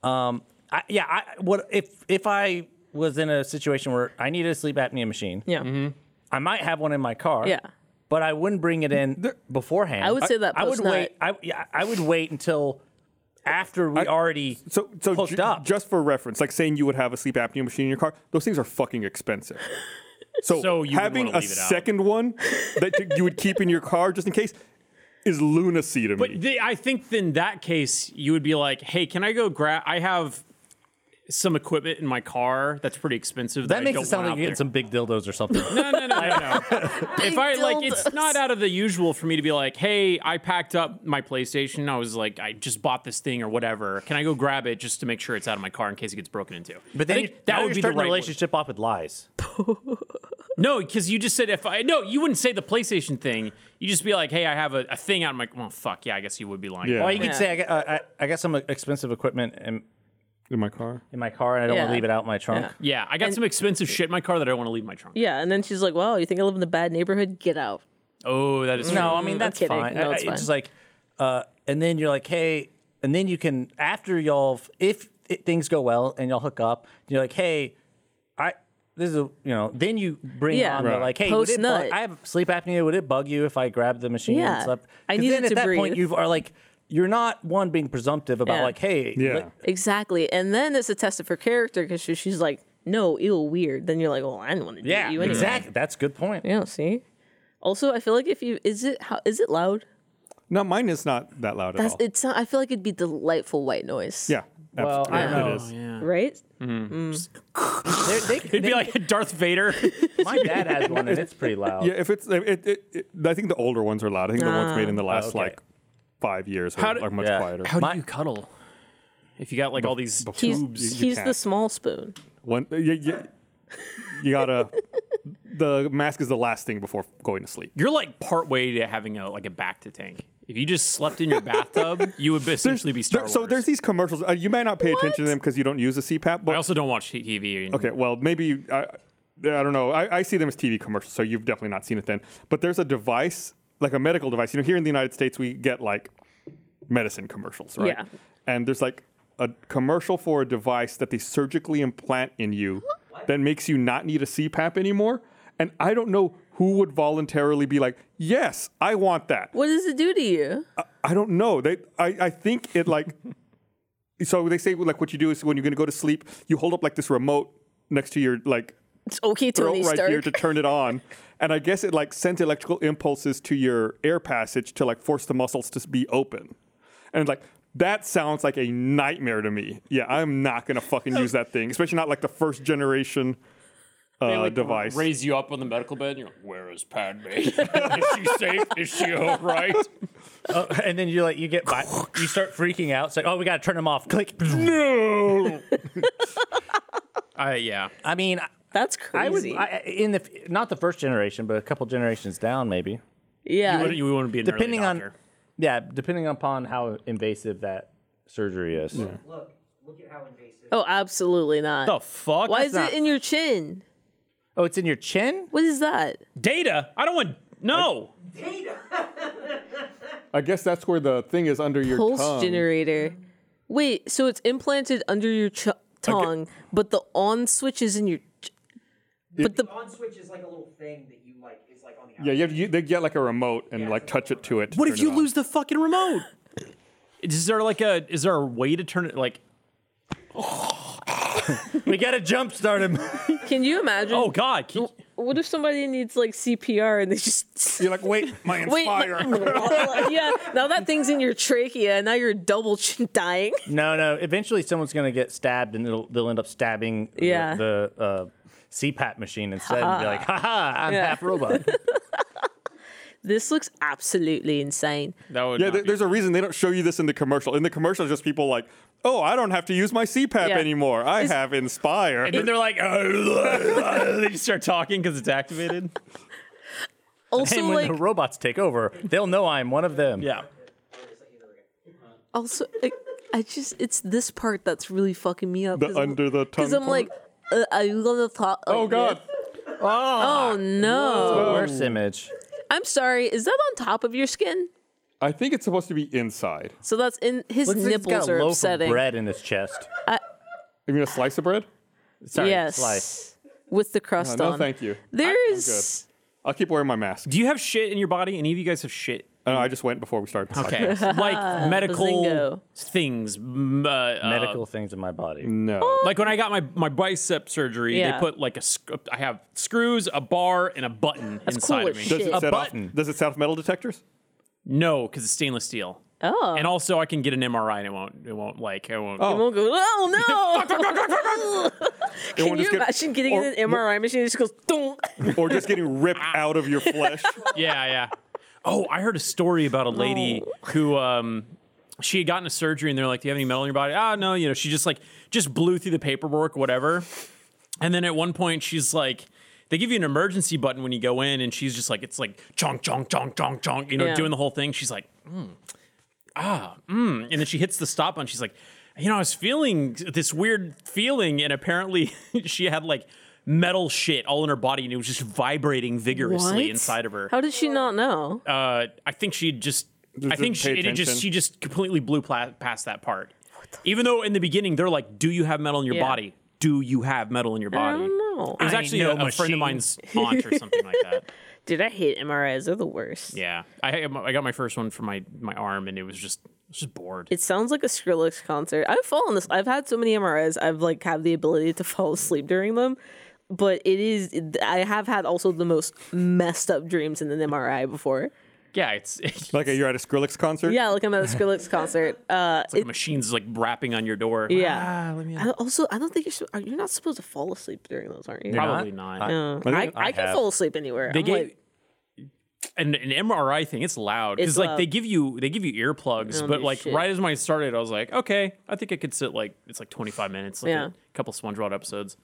Speaker 5: comments.
Speaker 3: I, yeah, I what if if I was in a situation where I needed a sleep apnea machine,
Speaker 4: Yeah,
Speaker 3: I might have one in my car.
Speaker 4: Yeah.
Speaker 3: But I wouldn't bring it in beforehand.
Speaker 4: I would say that
Speaker 3: I, would
Speaker 4: post night.
Speaker 3: wait. I yeah, I would wait until after we already
Speaker 2: So so
Speaker 3: hooked
Speaker 2: ju-
Speaker 3: up.
Speaker 2: just for reference, like saying you would have a sleep apnea machine in your car, those things are fucking expensive. So,
Speaker 5: So you would
Speaker 2: having
Speaker 5: wanna
Speaker 2: a
Speaker 5: leave it out.
Speaker 2: second one that you- you would keep in your car just in case is lunacy to me.
Speaker 5: But the, I think in that case, you would be like, "Hey, can I go grab? I have some equipment in my car that's pretty expensive. That,
Speaker 3: that
Speaker 5: I
Speaker 3: makes
Speaker 5: don't
Speaker 3: it sound like
Speaker 5: want
Speaker 3: you're getting
Speaker 5: out
Speaker 3: some big dildos or something.
Speaker 5: there." No, no, no, no, no. if I like, it's
Speaker 4: dildos.
Speaker 5: not out of the usual for me to be like, "Hey, I packed up my PlayStation. I was like, I just bought this thing or whatever. Can I go grab it just to make sure it's out of my car in case it gets broken into?"
Speaker 3: But then
Speaker 5: I think
Speaker 3: you- now
Speaker 5: that
Speaker 3: you're
Speaker 5: would be the
Speaker 3: starting
Speaker 5: right way.
Speaker 3: relationship off with lies.
Speaker 5: No, because you just said if I no, you wouldn't say the PlayStation thing. You just be like, "Hey, I have a, a thing out of my." Well, fuck yeah, I guess you would be lying.
Speaker 2: Yeah.
Speaker 3: Or you could say, I got, uh, I, I got some expensive equipment in,
Speaker 2: in my car.
Speaker 3: in my car and I don't want to
Speaker 4: Yeah.
Speaker 3: leave it out in my trunk.
Speaker 4: Yeah.
Speaker 5: Yeah, I got some expensive shit in my car that I don't want to leave in my trunk.
Speaker 4: yeah. And then she's like, "Wow, you think I live in a bad neighborhood? Get out."
Speaker 5: Oh, that is true.
Speaker 3: No, I mean that's
Speaker 4: Mm, kidding.
Speaker 3: fine.
Speaker 4: No,
Speaker 3: I-
Speaker 4: it's
Speaker 3: I-
Speaker 4: fine.
Speaker 3: just like, uh, and then you're like, hey, and then you can after y'all, if it, things go well and y'all hook up, you're like, hey, I this is a you know, then you bring
Speaker 4: Yeah.
Speaker 3: on the
Speaker 4: Right.
Speaker 3: like, hey, would it
Speaker 4: Post
Speaker 3: bug,
Speaker 4: nut.
Speaker 3: I have sleep apnea. Would it bug you if I grabbed the machine
Speaker 4: Yeah.
Speaker 3: and slept?
Speaker 4: I
Speaker 3: 'Cause
Speaker 4: needed
Speaker 3: then at
Speaker 4: to
Speaker 3: that point
Speaker 4: breathe.
Speaker 3: you are like. you're not one being presumptive about
Speaker 4: Yeah.
Speaker 3: like, hey,
Speaker 2: Yeah.
Speaker 3: like-
Speaker 4: Exactly. And then it's a test of her character because she, she's like, no, ew, weird. Then you're like, well, I don't want to
Speaker 3: yeah,
Speaker 4: do you anyway.
Speaker 3: exactly. That's a good point.
Speaker 4: Yeah, see? Also, I feel like if you is it how is it loud?
Speaker 2: No, mine is not that loud at
Speaker 4: That's
Speaker 2: all.
Speaker 4: it's not, I feel like it'd be delightful white noise.
Speaker 2: Oh. yeah. Mm-hmm.
Speaker 3: Well,
Speaker 2: absolutely.
Speaker 3: I don't know.
Speaker 4: Right?
Speaker 3: They're- They,
Speaker 5: It'd be like Darth Vader.
Speaker 3: my dad has one, and it's pretty loud.
Speaker 2: Yeah, if it's it, it, it, I think the older ones are loud. I think the ones made in the last
Speaker 3: okay.
Speaker 2: like five years
Speaker 5: How
Speaker 2: are
Speaker 5: do-
Speaker 2: like much
Speaker 3: Yeah.
Speaker 2: quieter.
Speaker 5: How do you cuddle? If you got like all these
Speaker 4: He's,
Speaker 5: tubes,
Speaker 2: you
Speaker 4: he's the
Speaker 2: can't.
Speaker 4: small spoon.
Speaker 2: One, you, you, you gotta. the mask is the last thing before going to sleep.
Speaker 5: you're like partway to having a like a back to tank. If you just slept in your bathtub, you would essentially be Star
Speaker 2: There-
Speaker 5: Wars.
Speaker 2: so there's these commercials. Uh, you may not pay attention to them because you don't use a CPAP.
Speaker 5: I
Speaker 2: But
Speaker 5: also don't watch TV. and-
Speaker 2: okay, well maybe I, I don't know. I, I see them as TV commercials, so you've definitely not seen it then. But there's a device, like a medical device. You know, here in the United States, we get like medicine commercials, right?
Speaker 4: Yeah.
Speaker 2: And there's like a commercial for a device that they surgically implant in you that makes you not need a CPAP anymore. And I don't know who would voluntarily be like, yes, I want that.
Speaker 4: What does it do to you?
Speaker 2: I don't know. They, I, I think it like. so they say like what you do is when you're gonna go to sleep, you hold up like this remote next to your like
Speaker 4: It's okay,
Speaker 2: throat
Speaker 4: Tony
Speaker 2: right
Speaker 4: Stark.
Speaker 2: here to turn it on, and I guess it like sends electrical impulses to your air passage to like force the muscles to be open, and like. That sounds like a nightmare to me. Yeah, I'm not gonna fucking use that thing, especially not like the first generation
Speaker 5: They,
Speaker 2: uh,
Speaker 5: like,
Speaker 2: device.
Speaker 5: Raise you up on the medical bed. And you're like, where is Padme? is she safe? Is she all right?
Speaker 3: Oh, and then you like you get by, you start freaking out. It's like, oh, we gotta turn them off. Click.
Speaker 5: Uh, yeah.
Speaker 3: I mean, I-
Speaker 4: That's
Speaker 3: I was
Speaker 4: crazy.
Speaker 3: I, in the f- not the first generation, but a couple generations down, maybe.
Speaker 4: yeah.
Speaker 5: Wouldn't you want to be an early
Speaker 3: Depending on-
Speaker 5: doctor?
Speaker 3: Yeah, depending upon how invasive that surgery is.
Speaker 6: Look, look at how invasive.
Speaker 4: oh, absolutely not.
Speaker 5: the fuck.
Speaker 4: Why
Speaker 5: That's
Speaker 4: is
Speaker 5: not-
Speaker 4: it in your chin?
Speaker 3: Oh, it's in your chin.
Speaker 4: What is that?
Speaker 5: data? I don't want no.
Speaker 2: I guess that's where the thing is under your
Speaker 4: Pulse
Speaker 2: tongue.
Speaker 4: generator. Wait, so it's implanted under your ch- tongue, but the on switch is in your. Ch- but the
Speaker 6: On switch is like a little thing that you like is like on the
Speaker 2: yeah, you, have to- you, they get like a remote and like touch it to it. to
Speaker 5: What
Speaker 2: turn
Speaker 5: if
Speaker 2: it
Speaker 5: you
Speaker 2: on.
Speaker 5: lose the fucking remote? is there like a is there a way to turn it like?
Speaker 3: We gotta jump start him.
Speaker 4: can you imagine?
Speaker 5: Oh God! Can,
Speaker 4: What if somebody needs like CPR and they just
Speaker 2: You're like, wait, my
Speaker 4: wait? like-
Speaker 2: inspire.
Speaker 4: yeah, now that thing's in your trachea, and now you're double chin dying.
Speaker 3: no, no. Eventually, someone's gonna get stabbed, and it'll, they'll end up stabbing the-
Speaker 4: Yeah.
Speaker 3: the, uh, CPAP machine instead, and be like, "Ha ha! I'm
Speaker 4: Yeah.
Speaker 3: half robot."
Speaker 4: This looks absolutely insane.
Speaker 5: that would
Speaker 2: yeah,
Speaker 5: not
Speaker 2: there,
Speaker 5: be-
Speaker 2: there's a reason they don't show you this in the commercial. In the commercial, it's just people like, oh, I don't have to use my CPAP
Speaker 4: Yeah.
Speaker 2: anymore. I have Inspire.
Speaker 5: And then they're like, they just start talking because it's activated.
Speaker 4: Also,
Speaker 3: and when
Speaker 4: like
Speaker 3: the robots take over, they'll know I'm one of them.
Speaker 5: Yeah.
Speaker 4: also, like, I just it's this part that's really fucking me up.
Speaker 2: The
Speaker 4: because I'm-
Speaker 2: under the tongue
Speaker 4: Because I'm like, uh, are you gonna talk?
Speaker 2: oh,
Speaker 4: like
Speaker 2: God.
Speaker 4: this? Oh no!
Speaker 3: Worse image.
Speaker 4: I'm sorry. Is that on top of your skin?
Speaker 2: I think it's supposed to be inside.
Speaker 4: So that's in his
Speaker 3: Looks like he's
Speaker 4: nipples
Speaker 3: got a
Speaker 4: are
Speaker 3: loaf
Speaker 4: upsetting.
Speaker 3: of bread in his chest.
Speaker 2: You mean a slice of bread? Uh,
Speaker 3: Sorry,
Speaker 4: yes,
Speaker 3: slice.
Speaker 4: with the crust
Speaker 2: no,
Speaker 4: on.
Speaker 2: thank you.
Speaker 4: There
Speaker 2: good.
Speaker 4: is.
Speaker 2: I'll keep wearing my mask.
Speaker 5: Do you have shit in your body? Any of you guys have shit?
Speaker 2: Uh, I just went before we started.
Speaker 5: Okay. like medical
Speaker 4: Bazingo.
Speaker 5: things. m- Uh, uh,
Speaker 3: medical things in my body.
Speaker 2: No.
Speaker 5: Like when I got my, my bicep surgery,
Speaker 4: Yeah.
Speaker 5: they put like a sc- I have screws, a bar, and a button inside
Speaker 4: cool
Speaker 5: of
Speaker 4: as
Speaker 5: me.
Speaker 4: shit.
Speaker 2: Does it,
Speaker 4: A
Speaker 2: set off,
Speaker 3: button.
Speaker 2: does it set off metal detectors?
Speaker 5: No, because it's stainless steel.
Speaker 4: Oh.
Speaker 5: And also, I can get an MRI and it won't. It won't like. It won't.
Speaker 2: Oh,
Speaker 4: It won't go. Oh no! Can
Speaker 2: won't
Speaker 4: you
Speaker 2: just get-
Speaker 4: imagine getting
Speaker 2: or-
Speaker 4: in an MRI machine? It just goes. Dunk.
Speaker 2: or just getting ripped out of your flesh?
Speaker 5: Yeah, yeah. Oh, I heard a story about a lady who um she had gotten a surgery and they're like, Do you have any metal in your body? Ah, no, you know, she just like just blew through the paperwork, whatever. And then at one point she's like they give you an emergency button when you go in, and she's just like, it's like chonk, chonk, chonk, chonk, chonk, you know,
Speaker 4: Yeah.
Speaker 5: doing the whole thing. She's like, mm, ah, mm. And then she hits the stop button. She's like, you know, I was feeling this weird feeling, and apparently she had like metal shit all in her body, and it was just vibrating vigorously
Speaker 4: What?
Speaker 5: inside of her
Speaker 4: How did she not know?
Speaker 5: uh, I think she just. I
Speaker 2: Just
Speaker 5: think
Speaker 2: pay
Speaker 5: she it
Speaker 2: attention.
Speaker 5: just she just completely blew pla- past that part. Even though in the beginning they're like, "Do you have metal in your
Speaker 4: Yeah.
Speaker 5: body? Do you have metal in your body?"
Speaker 4: Wow.
Speaker 5: It was
Speaker 3: I
Speaker 5: actually
Speaker 3: know
Speaker 5: a, a friend
Speaker 3: machine.
Speaker 5: of mine's aunt or something like that.
Speaker 4: Dude, I hate MRIs. They're the worst.
Speaker 5: Yeah, I I got my first one for my my arm, and it was just I was just bored.
Speaker 4: It sounds like a Skrillex concert. I've fallen this. I've had so many MRIs. I've like had the ability to fall asleep during them, but it is. I have had also the most messed up dreams in an MRI before.
Speaker 5: yeah, it's, it's
Speaker 2: Like you're at a Skrillex concert.
Speaker 4: Yeah, like I'm at a Skrillex concert. Uh,
Speaker 5: like a machine's like rapping on your door.
Speaker 4: yeah. I also, I don't think you're. sup- You're not supposed to fall asleep during those, aren't you?
Speaker 5: probably not.
Speaker 4: No. I, I, can
Speaker 3: have.
Speaker 4: fall asleep anywhere.
Speaker 5: They
Speaker 4: I'm
Speaker 5: gave
Speaker 4: like,
Speaker 5: an, an MRI thing. It's loud
Speaker 4: It's
Speaker 5: because like they
Speaker 4: loud.
Speaker 5: give you they give you earplugs,
Speaker 4: don't
Speaker 5: but
Speaker 4: do
Speaker 5: like
Speaker 4: shit.
Speaker 5: right as mine started, I was like, okay, I think I could sit like it's like 25 minutes, like
Speaker 4: Yeah.
Speaker 5: a couple SpongeBob episodes.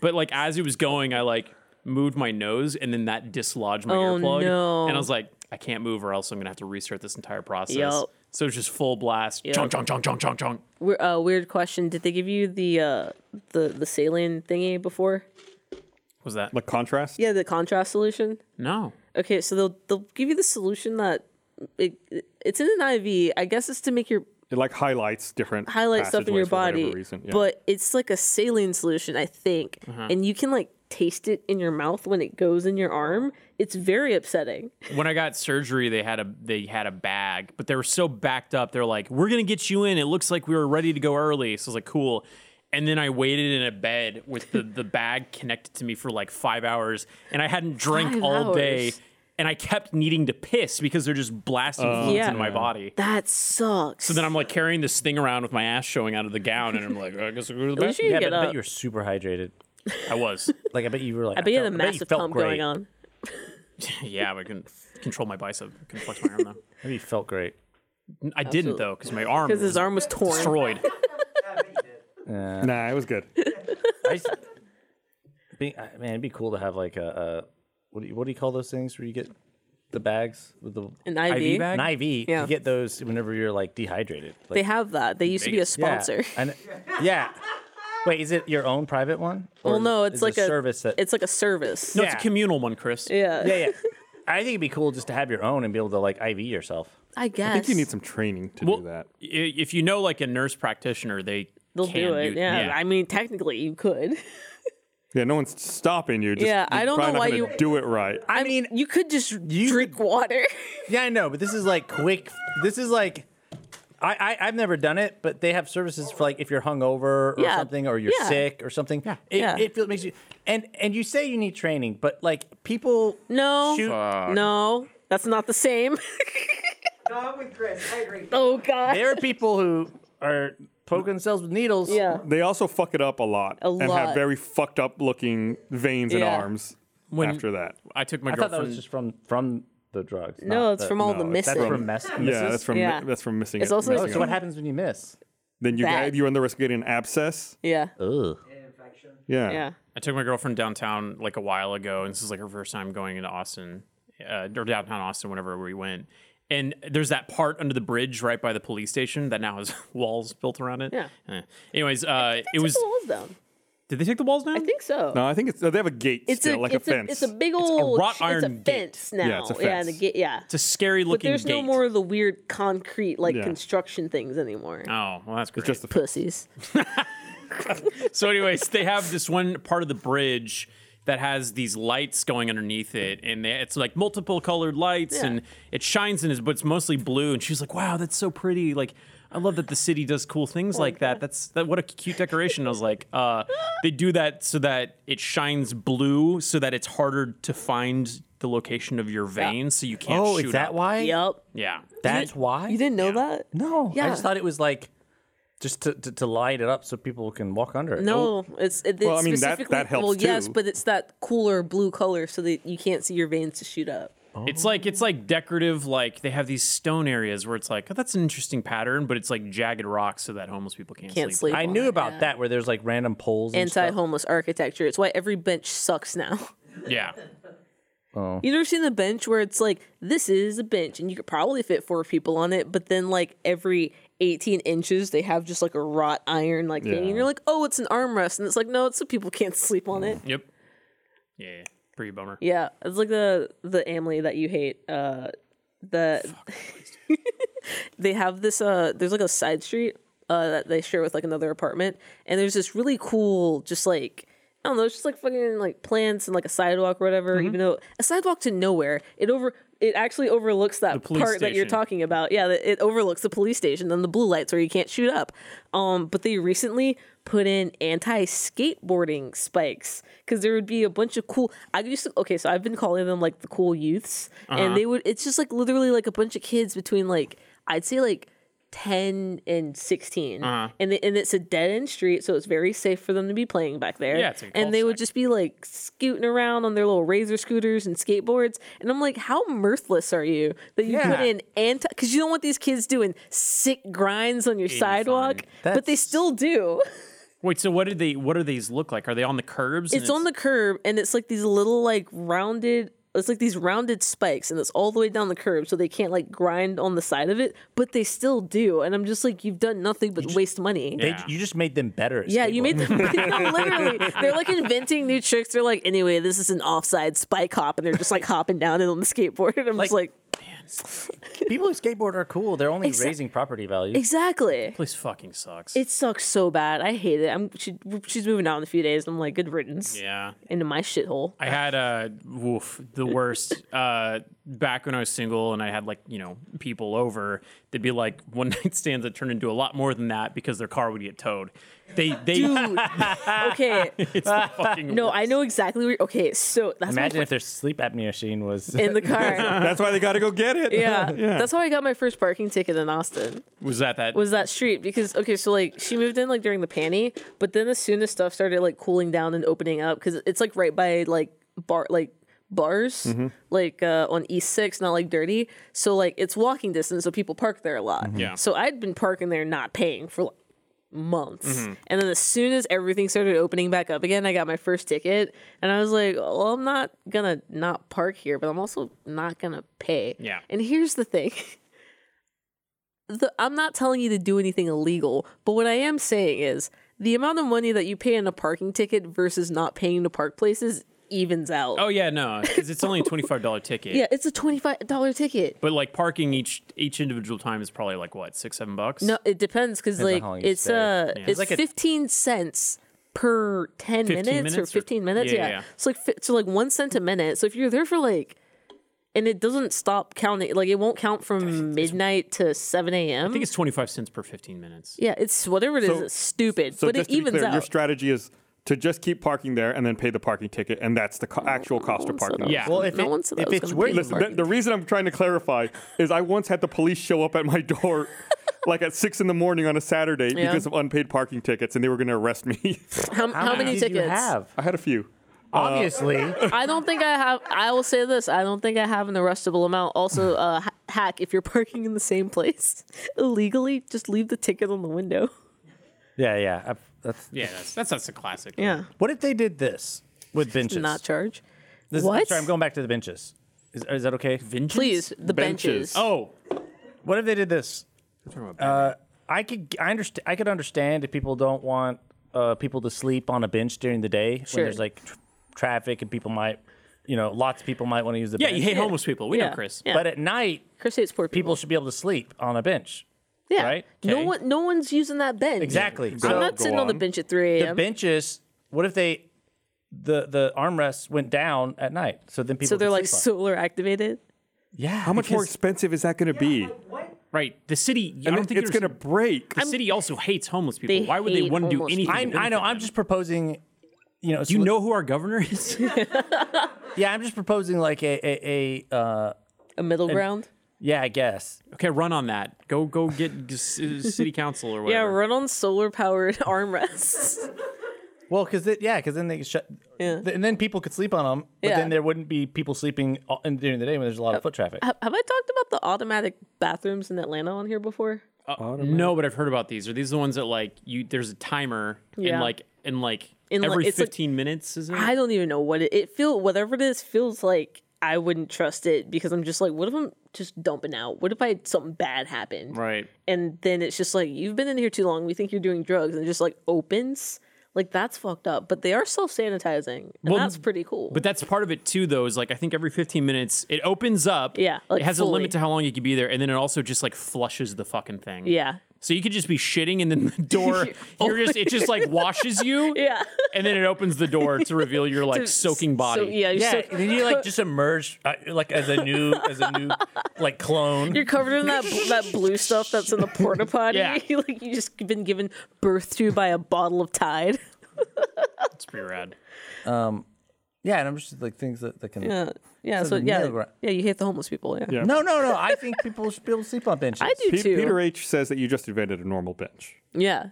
Speaker 5: But like as it was going, I like moved my nose and then that dislodged my
Speaker 4: Oh,
Speaker 5: earplug,
Speaker 4: no.
Speaker 5: and I was like, I can't move or else I'm gonna have to restart this entire process.
Speaker 4: Yup.
Speaker 5: So it's just full blast, chonk chonk chonk chonk chonk chonk.
Speaker 4: we- uh, weird question. Did they give you the uh, the the saline thingy before?
Speaker 5: What Was that
Speaker 2: Like contrast.
Speaker 4: Yeah, the contrast solution.
Speaker 5: no?
Speaker 4: Okay, so they'll they'll give you the solution that it, it's in an IV. I guess it's to make your
Speaker 2: It like highlights different
Speaker 4: highlight stuff in
Speaker 2: passageways
Speaker 4: your
Speaker 2: for whatever
Speaker 4: body,
Speaker 2: reason. Yeah.
Speaker 4: but it's like a saline solution, I think, and you can like taste it in your mouth when it goes in your arm. It's very upsetting.
Speaker 5: when I got surgery, they had a they had a bag, but they were so backed up. They're like, "We're gonna get you in." It looks like we were ready to go early, so I was like, "Cool." And then I waited in a bed with the the bag connected to me for like five hours, and I hadn't drank
Speaker 4: Five
Speaker 5: all day,
Speaker 4: hours.
Speaker 5: and I kept needing to piss because they're just blasting fluids
Speaker 4: Yeah.
Speaker 5: into my body.
Speaker 4: That sucks.
Speaker 5: So then I'm like carrying this thing around with my ass showing out of the gown, and I'm like, I guess I'll go to the
Speaker 4: At least
Speaker 5: bathroom.
Speaker 4: you
Speaker 3: Yeah, but
Speaker 4: can get
Speaker 3: I
Speaker 4: up.
Speaker 3: bet you were super hydrated.
Speaker 5: I was,
Speaker 3: Like I bet you were like.
Speaker 4: uh, I bet you had a
Speaker 3: felt-
Speaker 4: massive
Speaker 3: felt
Speaker 4: pump
Speaker 3: great.
Speaker 4: going on.
Speaker 5: yeah, but I couldn't control my bicep, couldn't flex my arm though.
Speaker 3: I bet you felt great.
Speaker 5: I didn't though because my arm
Speaker 4: Because his
Speaker 5: was
Speaker 4: arm was torn.
Speaker 5: destroyed.
Speaker 2: nah, it was good.
Speaker 3: I just, being, I- man, it'd be cool to have like a, a what do you, what do you call those things where you get the bags with the
Speaker 4: An IV.
Speaker 5: IV bag?
Speaker 3: an IV?
Speaker 4: Yeah.
Speaker 3: You get those whenever you're like dehydrated. Like,
Speaker 4: They have that. They used to be a
Speaker 5: Vegas.
Speaker 4: sponsor.
Speaker 3: Yeah. And, yeah. Wait, is it your own private one? Or
Speaker 4: Well, no,
Speaker 3: is-
Speaker 4: it's
Speaker 3: is
Speaker 4: like
Speaker 3: a
Speaker 4: a
Speaker 3: service that.
Speaker 4: It's like a service.
Speaker 5: No,
Speaker 3: Yeah.
Speaker 5: it's a communal one, Chris.
Speaker 4: Yeah.
Speaker 3: yeah, yeah. I think it'd be cool just to have your own and be able to like IV yourself.
Speaker 4: I guess.
Speaker 2: I think you need some training to do that.
Speaker 5: i- if you know like a nurse practitioner, they
Speaker 4: They'll
Speaker 5: can
Speaker 4: do it. Yeah. I mean, technically, you could.
Speaker 2: Yeah, no one's stopping you. Just,
Speaker 4: Yeah, I
Speaker 2: you're
Speaker 4: don't
Speaker 2: probably
Speaker 4: know
Speaker 2: not
Speaker 4: why
Speaker 2: gonna
Speaker 4: you-
Speaker 2: do it right.
Speaker 3: I mean,
Speaker 4: You could just
Speaker 3: You
Speaker 4: drink water.
Speaker 3: yeah, I know, but this is like quick. This is like. I, I, I've never done it, but they have services for like if you're hungover or
Speaker 4: Yeah.
Speaker 3: something, or you're
Speaker 4: Yeah.
Speaker 3: sick or something. Yeah, it,
Speaker 4: Yeah.
Speaker 3: it feels makes you and and you say you need training, but like people
Speaker 4: No.
Speaker 3: shoot
Speaker 4: No. That's not the same.
Speaker 6: No, I'm with Chris. I agree.
Speaker 4: oh God.
Speaker 3: there are people who are poking themselves with needles.
Speaker 4: yeah.
Speaker 2: They also fuck it up a lot
Speaker 4: A
Speaker 2: and
Speaker 4: lot.
Speaker 2: have very fucked up looking veins and
Speaker 4: Yeah.
Speaker 2: arms
Speaker 5: When-
Speaker 2: after that.
Speaker 5: I took my
Speaker 3: I thought that was
Speaker 5: girlfriend.
Speaker 3: just from from the drugs.
Speaker 4: No,
Speaker 3: not
Speaker 4: it's
Speaker 3: the-
Speaker 4: from all the
Speaker 2: no, it's
Speaker 4: missing.
Speaker 3: That's from mess, misses?
Speaker 2: Yeah, that's from
Speaker 4: Yeah.
Speaker 2: that's from missing.
Speaker 4: It's
Speaker 2: it-
Speaker 4: also-
Speaker 3: Oh,
Speaker 2: missing
Speaker 3: so what
Speaker 2: it.
Speaker 3: happens when you miss?
Speaker 2: Then you
Speaker 4: Bad.
Speaker 2: get, you run the risk of getting an abscess.
Speaker 4: yeah.
Speaker 3: Ugh.
Speaker 2: Yeah,
Speaker 4: Yeah.
Speaker 5: I took my girlfriend downtown like a while ago, and this is like her first time going into Austin uh, or downtown Austin, whenever we went. And there's that part under the bridge right by the police station that now has walls built around it.
Speaker 4: Yeah.
Speaker 5: Eh. Anyways, uh, it was.
Speaker 4: the walls down.
Speaker 5: Did they take the walls down?
Speaker 4: I think so.
Speaker 2: No, I think it's they have a gate
Speaker 4: it's
Speaker 2: still,
Speaker 4: a
Speaker 2: like
Speaker 4: it's
Speaker 2: a fence.
Speaker 4: it's a big old
Speaker 5: wrought
Speaker 4: sh- it's a
Speaker 5: iron gate.
Speaker 4: fence now.
Speaker 2: it's a
Speaker 4: Yeah, the
Speaker 2: fence.
Speaker 4: gate. Yeah.
Speaker 5: it's a scary
Speaker 4: But
Speaker 5: looking
Speaker 4: there's
Speaker 5: gate.
Speaker 4: no more of the weird concrete like
Speaker 2: Yeah.
Speaker 4: construction things anymore.
Speaker 5: Oh well, that's great.
Speaker 2: just a fence.
Speaker 4: Pussies.
Speaker 5: So, anyways, they have this one part of the bridge that has these lights going underneath it, and they, it's like multiple colored lights,
Speaker 4: Yeah.
Speaker 5: and it shines in it, but it's mostly blue. And she's like, "Wow, that's so pretty! Like, I love that the city does cool things like that. That's that. What a cute decoration!" I was like, uh, "They do that so that it shines blue, so that it's harder to find the location of your veins, so you can't
Speaker 3: Oh,
Speaker 5: shoot
Speaker 3: is that
Speaker 5: up.
Speaker 3: why?
Speaker 4: Yep.
Speaker 5: Yeah,
Speaker 3: That's why.
Speaker 4: You didn't know that?
Speaker 3: No, I
Speaker 4: Yeah.
Speaker 3: just thought it was like just to, to, to light it up so people can walk under it. Oh,
Speaker 4: No, it's it,
Speaker 2: Well,
Speaker 4: it's
Speaker 2: I mean, that-
Speaker 4: specifically-
Speaker 2: that helps
Speaker 4: Well, yes,
Speaker 2: too.
Speaker 4: but it's that cooler blue color so that you can't see your veins to shoot up.
Speaker 5: It's like it's like decorative. Like they have these stone areas where it's like, oh, that's an interesting pattern, but it's like jagged rocks so that homeless people can't,
Speaker 4: Can't
Speaker 5: sleep.
Speaker 4: sleep.
Speaker 3: I
Speaker 4: on
Speaker 3: knew
Speaker 4: it.
Speaker 3: about that where there's like random poles and stuff.
Speaker 4: anti-homeless architecture. It's why every bench sucks now.
Speaker 5: Yeah,
Speaker 3: Oh.
Speaker 4: You never seen the bench where it's like this is a bench and you could probably fit four people on it, but then like every 18 inches they have just like a wrought iron like thing, and you're like, oh, it's an armrest, and it's like no, it's so people can't sleep on it.
Speaker 5: Yep. Yeah. Pretty bummer.
Speaker 4: Yeah, it's like the the Amley that you hate. Uh, the they have this. Uh, there's like a side street uh, that they share with like another apartment, and there's this really cool, just like I don't know, it's just like fucking like plants and like a sidewalk or whatever.
Speaker 5: Mm-hmm.
Speaker 4: Even though a sidewalk to nowhere, it over it actually overlooks that part
Speaker 5: police
Speaker 4: that you're
Speaker 5: station.
Speaker 4: talking about. Yeah, that- it overlooks the police station and the blue lights where you can't shoot up. Um, but they recently put in anti skateboarding spikes because there would be a bunch of cool. I used to okay, so I've been calling them like the cool youths,
Speaker 5: Uh-huh.
Speaker 4: and they would. It's just like literally like a bunch of kids between like I'd say like 10 and 16
Speaker 5: Uh-huh.
Speaker 4: and, they, and it's a dead end street so it's very safe for them to be playing back there
Speaker 5: Yeah, it's a
Speaker 4: and they would just be like scooting around on their little razor scooters and skateboards and i'm like how mirthless are you that you put
Speaker 5: Yeah.
Speaker 4: in anti because you don't want these kids doing sick grinds on your sidewalk but they
Speaker 3: That's-
Speaker 4: still do
Speaker 5: Wait, so what did they? What do these look like? Are they on the curbs? and
Speaker 4: it's on the curb and it's like these little like rounded it's like these rounded spikes and it's all the way down the curb so they can't like grind on the side of it but they still do and i'm just like you've done nothing but waste money
Speaker 3: They,
Speaker 5: Yeah.
Speaker 3: You just made them better. at
Speaker 4: Yeah, you made
Speaker 3: skateboarding.
Speaker 4: them no, literally. They're like inventing new tricks. They're like, anyway, this is an offside spike hop, and they're just like hopping down it on the skateboard. I'm just like,
Speaker 3: Like- people who skateboard are cool. They're only
Speaker 4: Exa-
Speaker 3: raising property value.
Speaker 4: exactly.
Speaker 5: Place fucking sucks.
Speaker 4: It sucks so bad. I hate it. I'm she, she's moving out in a few days. And I'm like, good riddance
Speaker 5: yeah.
Speaker 4: into my shithole.
Speaker 5: I had a woof the worst uh, back when I was single and I had like you know people over. They'd be like one night stands that turned into a lot more than that because their car would get towed. They they
Speaker 4: Okay,
Speaker 5: it's the fucking
Speaker 4: no,
Speaker 5: worst.
Speaker 4: I know exactly where. Okay, so that's my
Speaker 3: Imagine if their sleep apnea machine was.
Speaker 4: in the car.
Speaker 2: That's why they got to go get it.
Speaker 4: Yeah. that's how I got my first parking ticket in Austin.
Speaker 5: was that that
Speaker 4: was that street because okay, so like she moved in like during the panty, but then as soon as stuff started like cooling down and opening up, because it's like right by like bar like bars like uh on east six not like dirty so like it's walking distance so people park there a lot
Speaker 5: Yeah.
Speaker 4: so i'd been parking there not paying for like months
Speaker 5: Mm-hmm.
Speaker 4: and then as soon as everything started opening back up again i got my first ticket and i was like well i'm not gonna not park here but i'm also not gonna pay
Speaker 5: Yeah.
Speaker 4: and here's the thing the, I'm not telling you to do anything illegal, but what I am saying is the amount of money that you pay in a parking ticket versus not paying to park places evens out.
Speaker 5: Oh yeah, no, because it's only a twenty five dollar ticket.
Speaker 4: yeah, it's a $25 ticket.
Speaker 5: But like parking each each individual time is probably like what six seven bucks.
Speaker 4: No, it depends cuz
Speaker 3: Depends on
Speaker 4: like
Speaker 3: how long you
Speaker 4: it's
Speaker 3: stay.
Speaker 4: uh
Speaker 5: Yeah.
Speaker 4: it's
Speaker 5: It's like a-
Speaker 4: 15 cents per 10
Speaker 5: 15
Speaker 4: minutes, or
Speaker 5: minutes or-
Speaker 4: 15 minutes,
Speaker 5: Yeah,
Speaker 4: yeah.
Speaker 5: yeah, yeah.
Speaker 4: So like fi- so like 1 cent a minute. So if you're there for like and it doesn't stop counting like it won't count from midnight to 7
Speaker 5: I think
Speaker 4: a.m.
Speaker 5: it's twenty five cents per fifteen minutes.
Speaker 4: Yeah, it's whatever it is,
Speaker 2: So-
Speaker 4: it's stupid,
Speaker 2: So
Speaker 4: but
Speaker 2: just
Speaker 4: it
Speaker 2: to be
Speaker 4: evens
Speaker 2: clear,
Speaker 4: out.
Speaker 2: your strategy is to just keep parking there and then pay the parking ticket, and that's the co- actual cost of parking.
Speaker 5: Yeah.
Speaker 3: Well, if,
Speaker 4: No
Speaker 3: it-
Speaker 4: one said that
Speaker 3: if
Speaker 4: was
Speaker 3: it's
Speaker 4: gonna be
Speaker 3: worth
Speaker 4: illegal.
Speaker 2: Listen, the, the reason I'm trying to clarify is I once had the police show up at my door. Like at six in the morning on a Saturday
Speaker 4: Yeah.
Speaker 2: because of unpaid parking tickets, and they were going to arrest me.
Speaker 4: How, how, many
Speaker 3: did
Speaker 4: tickets?
Speaker 3: you have?
Speaker 2: I had a few.
Speaker 3: Obviously,
Speaker 4: I don't think I have. I will say this: I don't think I have an arrestable amount. Also, uh, ha- hack if you're parking in the same place illegally, just leave the ticket on the window.
Speaker 3: yeah, yeah. I- that's,
Speaker 5: Yeah, that's that's, that's a classic.
Speaker 4: Yeah,
Speaker 3: What if they did this with benches?
Speaker 4: not charge.
Speaker 3: This-
Speaker 4: what?
Speaker 3: Sorry, I'm going back to the benches. Is, is that okay? Benches?
Speaker 4: Please, the benches.
Speaker 2: Benches.
Speaker 5: Oh,
Speaker 3: What if they did this? Uh, I could I understand I could understand if people don't want uh, people to sleep on a bench during the day
Speaker 4: Sure.
Speaker 3: when there's like tr- traffic and people might, you know, lots of people might want to use the
Speaker 5: yeah,
Speaker 3: bench.
Speaker 5: you hate homeless people. We
Speaker 4: Yeah.
Speaker 5: know Chris.
Speaker 4: Yeah.
Speaker 3: But at night,
Speaker 4: Chris hates poor people.
Speaker 3: people should be able to sleep on a bench.
Speaker 4: yeah,
Speaker 3: right?
Speaker 4: no
Speaker 3: Okay.
Speaker 4: one, no one's using that bench.
Speaker 3: Exactly.
Speaker 4: I'm
Speaker 3: So
Speaker 4: not
Speaker 2: Go
Speaker 4: sitting on. the
Speaker 2: on.
Speaker 4: bench at 3
Speaker 3: the
Speaker 4: a.m.
Speaker 3: benches. What if they the the armrests went down at night? So then people
Speaker 4: So they're
Speaker 3: could
Speaker 4: like
Speaker 3: sleep on it.
Speaker 4: solar activated.
Speaker 3: yeah.
Speaker 2: How much more
Speaker 3: because-
Speaker 2: expensive is that going to be?
Speaker 5: Right. The city. I
Speaker 2: And
Speaker 5: don't
Speaker 2: it-
Speaker 5: think
Speaker 2: it's
Speaker 5: there's-
Speaker 2: going to break.
Speaker 5: The city also hates homeless people.
Speaker 4: They
Speaker 5: Why would they
Speaker 4: hate
Speaker 5: want to do
Speaker 4: homeless
Speaker 5: anything?
Speaker 3: I, I
Speaker 5: to
Speaker 3: know.
Speaker 5: benefit
Speaker 3: I'm
Speaker 5: them?
Speaker 3: just proposing. You know,
Speaker 5: Do you know who our governor is?
Speaker 3: Yeah, I'm just proposing like a a, a uh,
Speaker 4: A middle ground.
Speaker 3: yeah, I guess.
Speaker 5: okay, run on that. Go go get g- c- city council or
Speaker 4: Yeah,
Speaker 5: whatever.
Speaker 4: run on solar powered armrests.
Speaker 3: Well, because yeah, because then they could shut.
Speaker 4: Yeah.
Speaker 3: th- and then people could sleep on them, but
Speaker 4: Yeah. Oh.
Speaker 3: then there wouldn't be people sleeping all- in- during the day when there's a lot of foot traffic.
Speaker 4: have, have I talked about the automatic bathrooms in Atlanta on here before?
Speaker 5: Uh, no, but I've heard about these. Are these the ones that like you? There's a timer
Speaker 4: Yeah.
Speaker 5: and like and like
Speaker 4: And, like,
Speaker 5: every
Speaker 4: it's like-
Speaker 5: 15 minutes is it?
Speaker 4: I don't even know what it, it feel whatever it is feels like I wouldn't trust it because I'm just like, what if I'm just dumping out? What if I something bad happened?
Speaker 5: right.
Speaker 4: And then it's just like you've been in here too long. We think you're doing drugs, and it just like opens. Like that's fucked up. But they are self sanitizing, and
Speaker 5: Well,
Speaker 4: that's pretty cool.
Speaker 5: But that's part of it too, though. Is like I think every 15 minutes it opens up.
Speaker 4: Yeah, like
Speaker 5: it has a
Speaker 4: fully.
Speaker 5: limit to how long you can be there, and then it also just like flushes the fucking thing.
Speaker 4: yeah,
Speaker 5: So you could just be shitting and then the door you're just it just like washes you.
Speaker 4: Yeah.
Speaker 5: And then it opens the door to reveal your like soaking body.
Speaker 4: So, yeah, you're,
Speaker 3: Yeah,
Speaker 4: so-
Speaker 3: and then you like just emerge uh, like as a new as a new like clone.
Speaker 4: you're covered in that bl- that blue stuff that's in the porta potty.
Speaker 5: Yeah.
Speaker 4: like you just been given birth to by a bottle of Tide.
Speaker 5: It's pretty rad.
Speaker 3: yeah, and I'm just like things that, that can.
Speaker 4: Uh, yeah,
Speaker 3: So
Speaker 4: so,
Speaker 3: the
Speaker 4: yeah,
Speaker 3: middle ground-
Speaker 4: yeah, you hate the homeless people. Yeah,
Speaker 2: Yeah.
Speaker 3: No, no, no. I think people should be able to sleep on benches.
Speaker 4: I do
Speaker 2: Pe-
Speaker 4: too.
Speaker 2: Peter H says that you just invented a normal bench.
Speaker 4: yeah,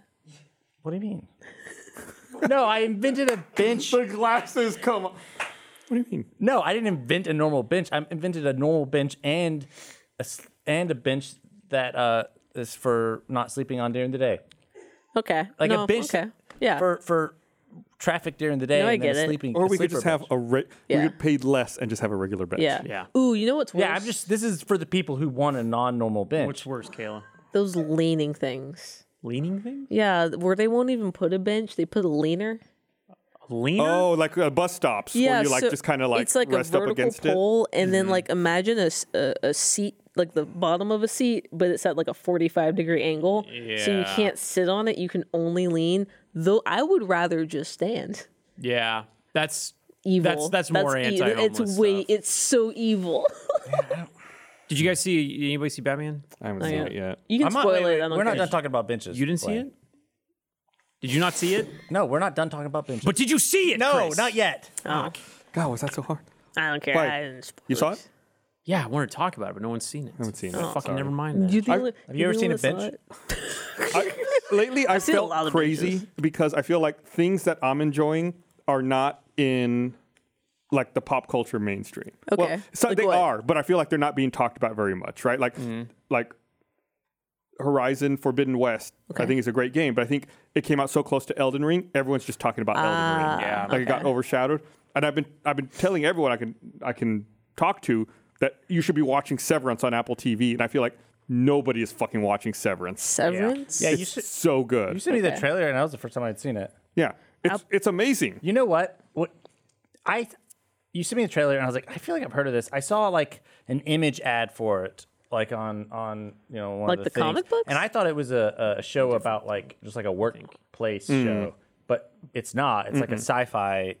Speaker 3: What do you mean? no, I invented a bench.
Speaker 2: glasses come. What do you mean?
Speaker 3: No, I didn't invent a normal bench. I invented a normal bench and a, s- and a bench that uh, is for not sleeping on during the day.
Speaker 4: okay,
Speaker 3: Like
Speaker 4: No,
Speaker 3: a bench
Speaker 4: Okay, yeah,
Speaker 3: for for traffic during the day
Speaker 4: No, I
Speaker 3: and then
Speaker 4: get
Speaker 3: a
Speaker 4: it.
Speaker 3: sleeping.
Speaker 2: Or
Speaker 3: a
Speaker 2: we could
Speaker 3: sleeper
Speaker 2: just have
Speaker 3: bench.
Speaker 2: a re-
Speaker 4: Yeah.
Speaker 2: we could pay less and just have a regular bench.
Speaker 4: yeah,
Speaker 5: Yeah.
Speaker 4: Ooh, you know what's worse?
Speaker 3: Yeah, I'm just. This is for the people who want a non-normal bench.
Speaker 5: What's worse, Kayla?
Speaker 4: those leaning things.
Speaker 5: Leaning thing?
Speaker 4: Yeah, where they won't even put a bench, they put a leaner.
Speaker 5: Leaner?
Speaker 2: Oh, like uh, bus stops where you like
Speaker 4: so
Speaker 2: just kind of like,
Speaker 4: it's like
Speaker 2: rest
Speaker 4: a
Speaker 2: up
Speaker 4: vertical
Speaker 2: against
Speaker 4: pole, and
Speaker 3: Mm-hmm.
Speaker 4: then like imagine a, s- a- a seat, like the bottom of a seat, but it's at like a forty-five degree angle, so you
Speaker 5: Yeah.
Speaker 4: can't sit on it. You can only lean. Though I would rather just stand.
Speaker 5: Yeah. That's
Speaker 4: Evil.
Speaker 5: That's that's more
Speaker 4: e-
Speaker 5: anti homeless.
Speaker 4: It's way. It's so evil.
Speaker 5: Did you guys see anybody see Batman?
Speaker 2: it. I haven't seen it yet.
Speaker 4: you can
Speaker 3: I'm not-
Speaker 4: spoil
Speaker 3: wait, wait,
Speaker 4: it. I don't
Speaker 3: we're not
Speaker 4: care.
Speaker 3: done talking about benches.
Speaker 5: You didn't see
Speaker 3: Blaine.
Speaker 5: it? Did you not see it?
Speaker 3: No, we're not done talking about benches.
Speaker 5: But did you see it?
Speaker 3: no,
Speaker 5: Chris?
Speaker 3: not yet.
Speaker 2: God, was that so hard?
Speaker 4: I don't care.
Speaker 2: Wait,
Speaker 4: I didn't spoil
Speaker 2: You saw it?
Speaker 5: Yeah, I want to talk about it, but no one's seen it. I
Speaker 2: haven't seen it.
Speaker 5: Fucking
Speaker 2: Sorry.
Speaker 5: never mind. Then.
Speaker 4: You the only-
Speaker 3: Have
Speaker 4: you're
Speaker 3: you ever
Speaker 4: the
Speaker 3: seen
Speaker 4: only
Speaker 3: a
Speaker 4: one that saw
Speaker 3: bench?
Speaker 4: it?
Speaker 2: I, lately, I
Speaker 4: seen a lot
Speaker 2: felt
Speaker 4: of
Speaker 2: crazy
Speaker 4: benches.
Speaker 2: because I feel like things that I'm enjoying are not in like the pop culture mainstream.
Speaker 4: Okay.
Speaker 2: so
Speaker 4: Like
Speaker 2: they
Speaker 4: what?
Speaker 2: are, but I feel like they're not being talked about very much, right? Like, like Horizon Forbidden West. I think is a great game, but I think it came out so close to Elden Ring, everyone's just talking about
Speaker 4: uh,
Speaker 2: Elden Ring.
Speaker 4: Ah,
Speaker 5: Yeah.
Speaker 2: like it got overshadowed. And I've been I've been telling everyone I can I can talk to that you should be watching Severance on Apple TV, and I feel like nobody is fucking watching Severance.
Speaker 4: Severance.
Speaker 3: Yeah, you
Speaker 2: It's
Speaker 3: should.
Speaker 2: so good.
Speaker 3: You sent me the trailer, and that was the first time I'd seen it.
Speaker 2: yeah, it's it's amazing.
Speaker 3: You know what? What I you sent me the trailer, and I was like, I feel like I've heard of this. I saw like an image ad for it, like on on you know one
Speaker 4: Like
Speaker 3: of
Speaker 4: the
Speaker 3: the, things.
Speaker 4: comic books?
Speaker 3: and I thought it was a, a show about like just like a workplace
Speaker 2: Hmm.
Speaker 3: show, but it's not. It's like a sci-fi,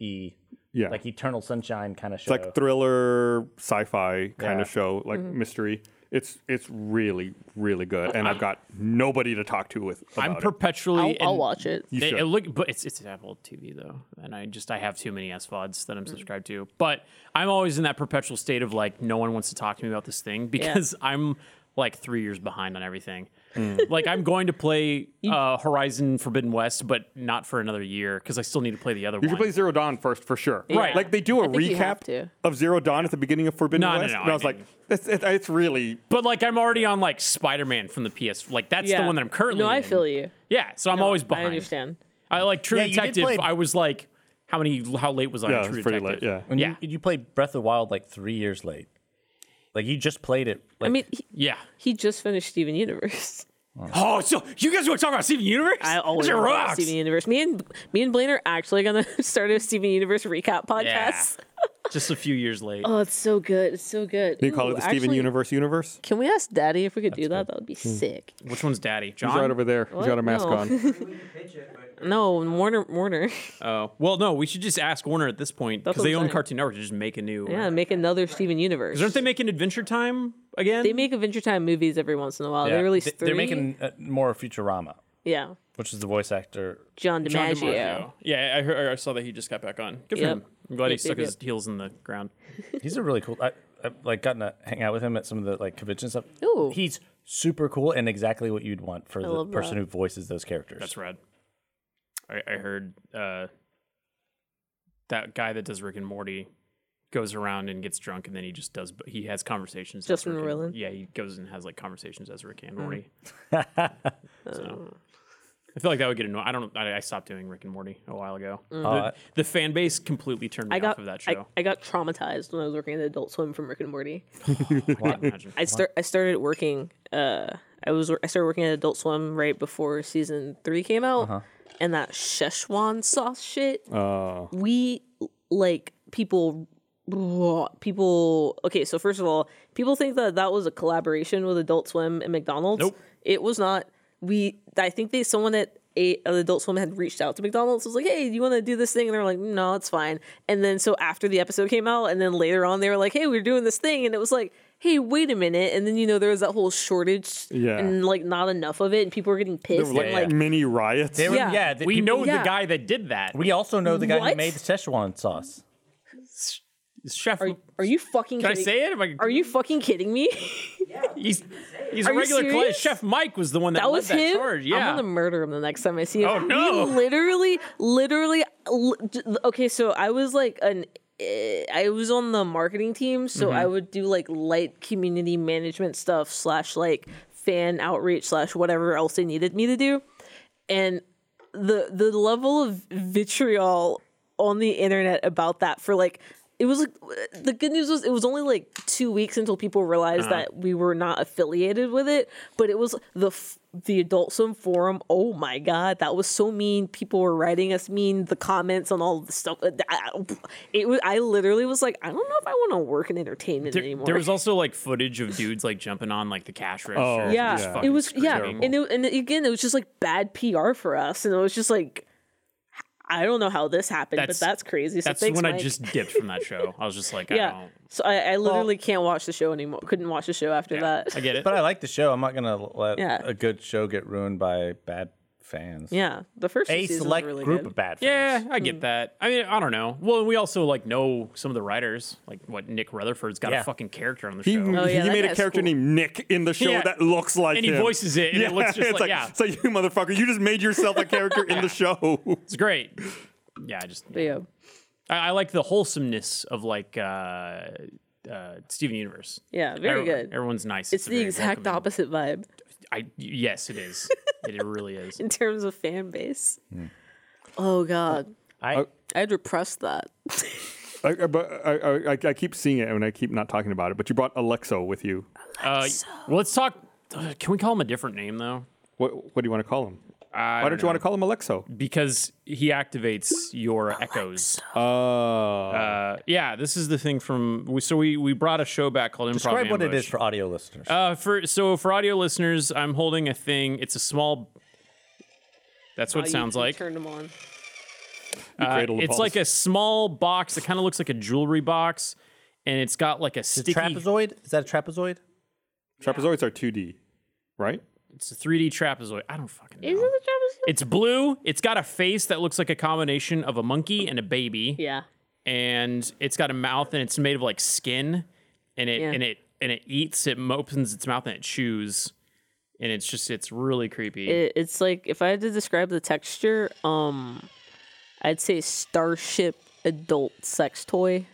Speaker 3: e
Speaker 2: Yeah.
Speaker 3: like Eternal Sunshine kind of show.
Speaker 2: It's like thriller, sci-fi kind
Speaker 3: Yeah.
Speaker 2: of show, like
Speaker 4: Mm-hmm.
Speaker 2: mystery. It's it's really really good, and I've got nobody to talk to with. About
Speaker 5: I'm
Speaker 2: it.
Speaker 5: perpetually.
Speaker 4: I'll, I'll
Speaker 5: in-
Speaker 4: watch it.
Speaker 2: You
Speaker 5: It,
Speaker 2: should.
Speaker 5: it look, but it's it's Apple TV though, and I just I have too many SVODs
Speaker 4: Mm.
Speaker 5: that I'm subscribed to. But I'm always in that perpetual state of like no one wants to talk to me about this thing because I'm like three years behind on everything.
Speaker 2: Mm.
Speaker 5: like I'm going to play uh, Horizon Forbidden West, but not for another year because I still need to play the other
Speaker 2: You
Speaker 5: one.
Speaker 2: should play Zero Dawn first for sure.
Speaker 5: Right.
Speaker 2: Like they do a
Speaker 4: I think you have
Speaker 2: recap
Speaker 4: to.
Speaker 2: of Zero Dawn at the beginning of Forbidden
Speaker 5: No, no,
Speaker 2: West,
Speaker 5: no,
Speaker 2: and I
Speaker 5: I
Speaker 2: was like,
Speaker 5: mean-
Speaker 2: it's, it, it's really
Speaker 5: but like I'm already on like Spider Man from the PS. Like that's the one that I'm currently.
Speaker 4: No, I
Speaker 5: in.
Speaker 4: feel you.
Speaker 5: Yeah, so I'm always behind.
Speaker 4: I understand.
Speaker 5: I like True
Speaker 3: Yeah, you did
Speaker 5: Detective.
Speaker 3: play-
Speaker 5: I was like, how many? How late was I?
Speaker 2: yeah,
Speaker 5: on
Speaker 2: it's
Speaker 5: True
Speaker 2: pretty late.
Speaker 5: Detective?
Speaker 2: Yeah.
Speaker 3: And
Speaker 5: yeah.
Speaker 3: you, you played Breath of the Wild like three years late. Like you just played it. Like,
Speaker 4: I mean, he,
Speaker 5: Yeah.
Speaker 4: he just finished Steven Universe.
Speaker 5: Oh, so you guys want to talk about Steven Universe?
Speaker 4: I
Speaker 5: That
Speaker 4: always
Speaker 5: shit
Speaker 4: love
Speaker 5: rocks.
Speaker 4: Steven Universe. Me and me and Blaine are actually gonna start a Steven Universe recap podcast.
Speaker 5: Just a few years late.
Speaker 4: Oh, it's so good. It's so good.
Speaker 2: You call it the Steven Universe universe?
Speaker 4: Can we ask Daddy if we could do that? That would be sick.
Speaker 5: Which one's Daddy?
Speaker 2: He's
Speaker 5: John.
Speaker 2: right over there. He's got a mask
Speaker 4: No.
Speaker 2: on.
Speaker 4: No, Warner Warner.
Speaker 5: Oh, well, no. We should just ask Warner at this point
Speaker 4: That's
Speaker 5: because
Speaker 4: what
Speaker 5: they
Speaker 4: I'm
Speaker 5: own
Speaker 4: saying.
Speaker 5: Cartoon Network to just make a new.
Speaker 4: Yeah, make another Steven Universe.
Speaker 5: Aren't they making Adventure Time again?
Speaker 4: They make Adventure Time movies every once in a while.
Speaker 3: yeah.
Speaker 4: They release
Speaker 3: They-
Speaker 4: three.
Speaker 3: They're making uh, more Futurama,
Speaker 4: yeah.
Speaker 3: which is the voice actor.
Speaker 4: John
Speaker 5: John
Speaker 4: DiMaggio.
Speaker 5: DiMaggio. Yeah, I, heard, I saw that he just got back on. Good for
Speaker 4: Yep.
Speaker 5: him. I'm glad he
Speaker 4: Yep,
Speaker 5: stuck
Speaker 4: yep,
Speaker 5: his heels in the ground.
Speaker 3: He's a really cool. I, I've like gotten to hang out with him at some of the like conventions stuff.
Speaker 4: Ooh.
Speaker 3: He's super cool and exactly what you'd want for the
Speaker 4: love
Speaker 3: person
Speaker 4: that.
Speaker 3: who voices those characters.
Speaker 5: That's rad. I, I heard uh, that guy that does Rick and Morty goes around and gets drunk, and then he just does. He has conversations. as
Speaker 4: Justin
Speaker 5: Rick and-
Speaker 4: Roiland?
Speaker 5: Yeah, he goes and has like conversations as Rick
Speaker 4: Hmm.
Speaker 5: and Morty. so. I feel like that would get annoying. I don't. I, I stopped doing Rick and Morty a while ago.
Speaker 3: Uh,
Speaker 5: The, the fan base completely turned me
Speaker 4: Hmm. I got
Speaker 5: off of that
Speaker 4: I-
Speaker 5: show.
Speaker 4: I, got traumatized when I was working at Adult Swim from Rick and Morty.
Speaker 5: I, can't imagine.
Speaker 4: I start I started working. Uh, I was I started working at Adult Swim right before season three came out, and that Szechuan sauce shit.
Speaker 2: Oh.
Speaker 4: we like people people okay so first of all people think that that was a collaboration with adult swim and mcdonald's
Speaker 5: Nope.
Speaker 4: it was not we I think they someone at a, an adult swim had reached out to McDonald's was like, hey, you want to do this thing? And they're like, no, it's fine. And then so after the episode came out, and then later on they were like, hey, we're doing this thing, and it was like. Hey, wait a minute! And then you know there was that whole shortage,
Speaker 2: Yeah.
Speaker 4: and like not enough of it, and people were getting
Speaker 2: There
Speaker 4: pissed.
Speaker 2: were
Speaker 4: and,
Speaker 2: like,
Speaker 4: like
Speaker 2: mini riots.
Speaker 3: They were-
Speaker 4: Yeah.
Speaker 3: the
Speaker 5: We
Speaker 3: people-
Speaker 5: know
Speaker 4: Yeah.
Speaker 5: the guy that did that.
Speaker 3: We also know the guy who
Speaker 4: What?
Speaker 3: made the Szechuan sauce.
Speaker 5: Chef,
Speaker 4: Are, are you fucking?
Speaker 5: can I
Speaker 4: kidding?
Speaker 5: say it? Am I-
Speaker 4: Are you fucking kidding me?
Speaker 5: He's he's
Speaker 4: Are
Speaker 5: a
Speaker 4: you
Speaker 5: regular client.
Speaker 4: serious?
Speaker 5: Chef Mike was the one that,
Speaker 4: That
Speaker 5: led
Speaker 4: was
Speaker 5: that
Speaker 4: him.
Speaker 5: charge.
Speaker 4: I'm
Speaker 5: Yeah.
Speaker 4: gonna murder him the next time I see him.
Speaker 5: Oh, no.
Speaker 4: We literally, literally. l- j- Okay, so I was like an. eh, I was on the marketing team, so
Speaker 5: Mm-hmm.
Speaker 4: I would do like light community management stuff slash like fan outreach slash whatever else they needed me to do, and the the level of vitriol on the internet about that for like it was like the good news was it was only like two weeks until people realized
Speaker 5: Uh-huh.
Speaker 4: that we were not affiliated with it but it was the f- the adult swim forum oh my god that was so mean people were writing us mean the comments on all the stuff uh, I- I- it was i literally was like i don't know if i want to work in entertainment
Speaker 5: there,
Speaker 4: anymore
Speaker 5: there was also like footage of dudes like jumping on like the cash register.
Speaker 3: Oh,
Speaker 5: and
Speaker 4: yeah,
Speaker 5: just
Speaker 4: it
Speaker 5: fucking
Speaker 4: was yeah,
Speaker 5: screaming.
Speaker 4: and it, and again, it was just like bad PR for us, and it was just like, I don't know how this happened,
Speaker 5: That's-
Speaker 4: but that's crazy. So
Speaker 5: That's
Speaker 4: thanks,
Speaker 5: when I
Speaker 4: Mike.
Speaker 5: just dipped from that show. I was just like, I
Speaker 4: yeah.
Speaker 5: don't.
Speaker 4: So I, I literally can't watch the show anymore. Couldn't watch the show after that.
Speaker 5: I get it.
Speaker 3: But I like the show. I'm not gonna let
Speaker 4: Yeah.
Speaker 3: a good show get ruined by bad fans.
Speaker 4: yeah, the first
Speaker 3: A
Speaker 4: season
Speaker 3: select
Speaker 4: was really
Speaker 3: group
Speaker 4: good.
Speaker 3: of bad fans.
Speaker 5: Yeah, I
Speaker 4: Hmm.
Speaker 5: get that. I mean, I don't know. Well, and we also like know some of the writers, like what Nick Rutherford's got
Speaker 3: Yeah.
Speaker 5: a fucking character on the
Speaker 2: He,
Speaker 5: show,
Speaker 4: Oh, yeah,
Speaker 2: he
Speaker 4: that
Speaker 2: made a
Speaker 4: guy's
Speaker 2: character
Speaker 4: cool.
Speaker 2: named Nick in the show
Speaker 5: Yeah.
Speaker 2: that looks like
Speaker 5: and he
Speaker 2: him.
Speaker 5: voices it, and it looks just
Speaker 2: it's
Speaker 5: like, yeah,
Speaker 2: So you motherfucker, you just made yourself a character in the show.
Speaker 5: it's great. Yeah, I just
Speaker 4: But yeah.
Speaker 5: I, I like the wholesomeness of like uh, uh, Steven Universe.
Speaker 4: Yeah, very
Speaker 5: Everyone-
Speaker 4: good.
Speaker 5: Everyone's nice.
Speaker 4: It's
Speaker 5: a
Speaker 4: the
Speaker 5: very
Speaker 4: exact
Speaker 5: welcoming-
Speaker 4: opposite vibe
Speaker 5: I yes, it is. it, really is.
Speaker 4: in terms of fan base.
Speaker 5: Hmm.
Speaker 4: Oh god,
Speaker 3: I,
Speaker 4: I'd repress that.
Speaker 2: I, I- but I, I, I- I keep seeing it and I keep not talking about it. But you brought Alexo with you.
Speaker 5: Uh, well, let's talk. Uh, can we call him a different name though?
Speaker 2: What, what do you want to call him? Why don't you want to call him Alexo?
Speaker 5: Because he activates your
Speaker 4: Oh,
Speaker 5: echoes.
Speaker 2: Uh,
Speaker 5: Uh, yeah, this is the thing from. We, so we we brought a show back called Improv
Speaker 3: describe what it
Speaker 5: Ambush.
Speaker 3: is for audio listeners.
Speaker 5: Uh, for so for audio listeners, I'm holding a thing. It's a small.
Speaker 4: Oh,
Speaker 5: That's what it sounds like.
Speaker 4: Turn them on.
Speaker 5: Uh,
Speaker 2: cradle the
Speaker 5: it's
Speaker 2: balls.
Speaker 5: like a small box that kind of looks like a jewelry box, and it's got like a
Speaker 3: is it
Speaker 5: sticky.
Speaker 3: trapezoid? Is that a trapezoid?
Speaker 2: trapezoids are 2D, right?
Speaker 5: It's a 3D trapezoid. I don't fucking know.
Speaker 4: Is it the Travis?
Speaker 5: It's blue. It's got a face that looks like a combination of a monkey and a baby,
Speaker 4: Yeah.
Speaker 5: and it's got a mouth and it's made of like skin, and it
Speaker 4: Yeah.
Speaker 5: and it and it eats. It opens its mouth and it chews, and it's just it's really creepy.
Speaker 4: it, it's like if I had to describe the texture, um, I'd say Starship adult sex toy,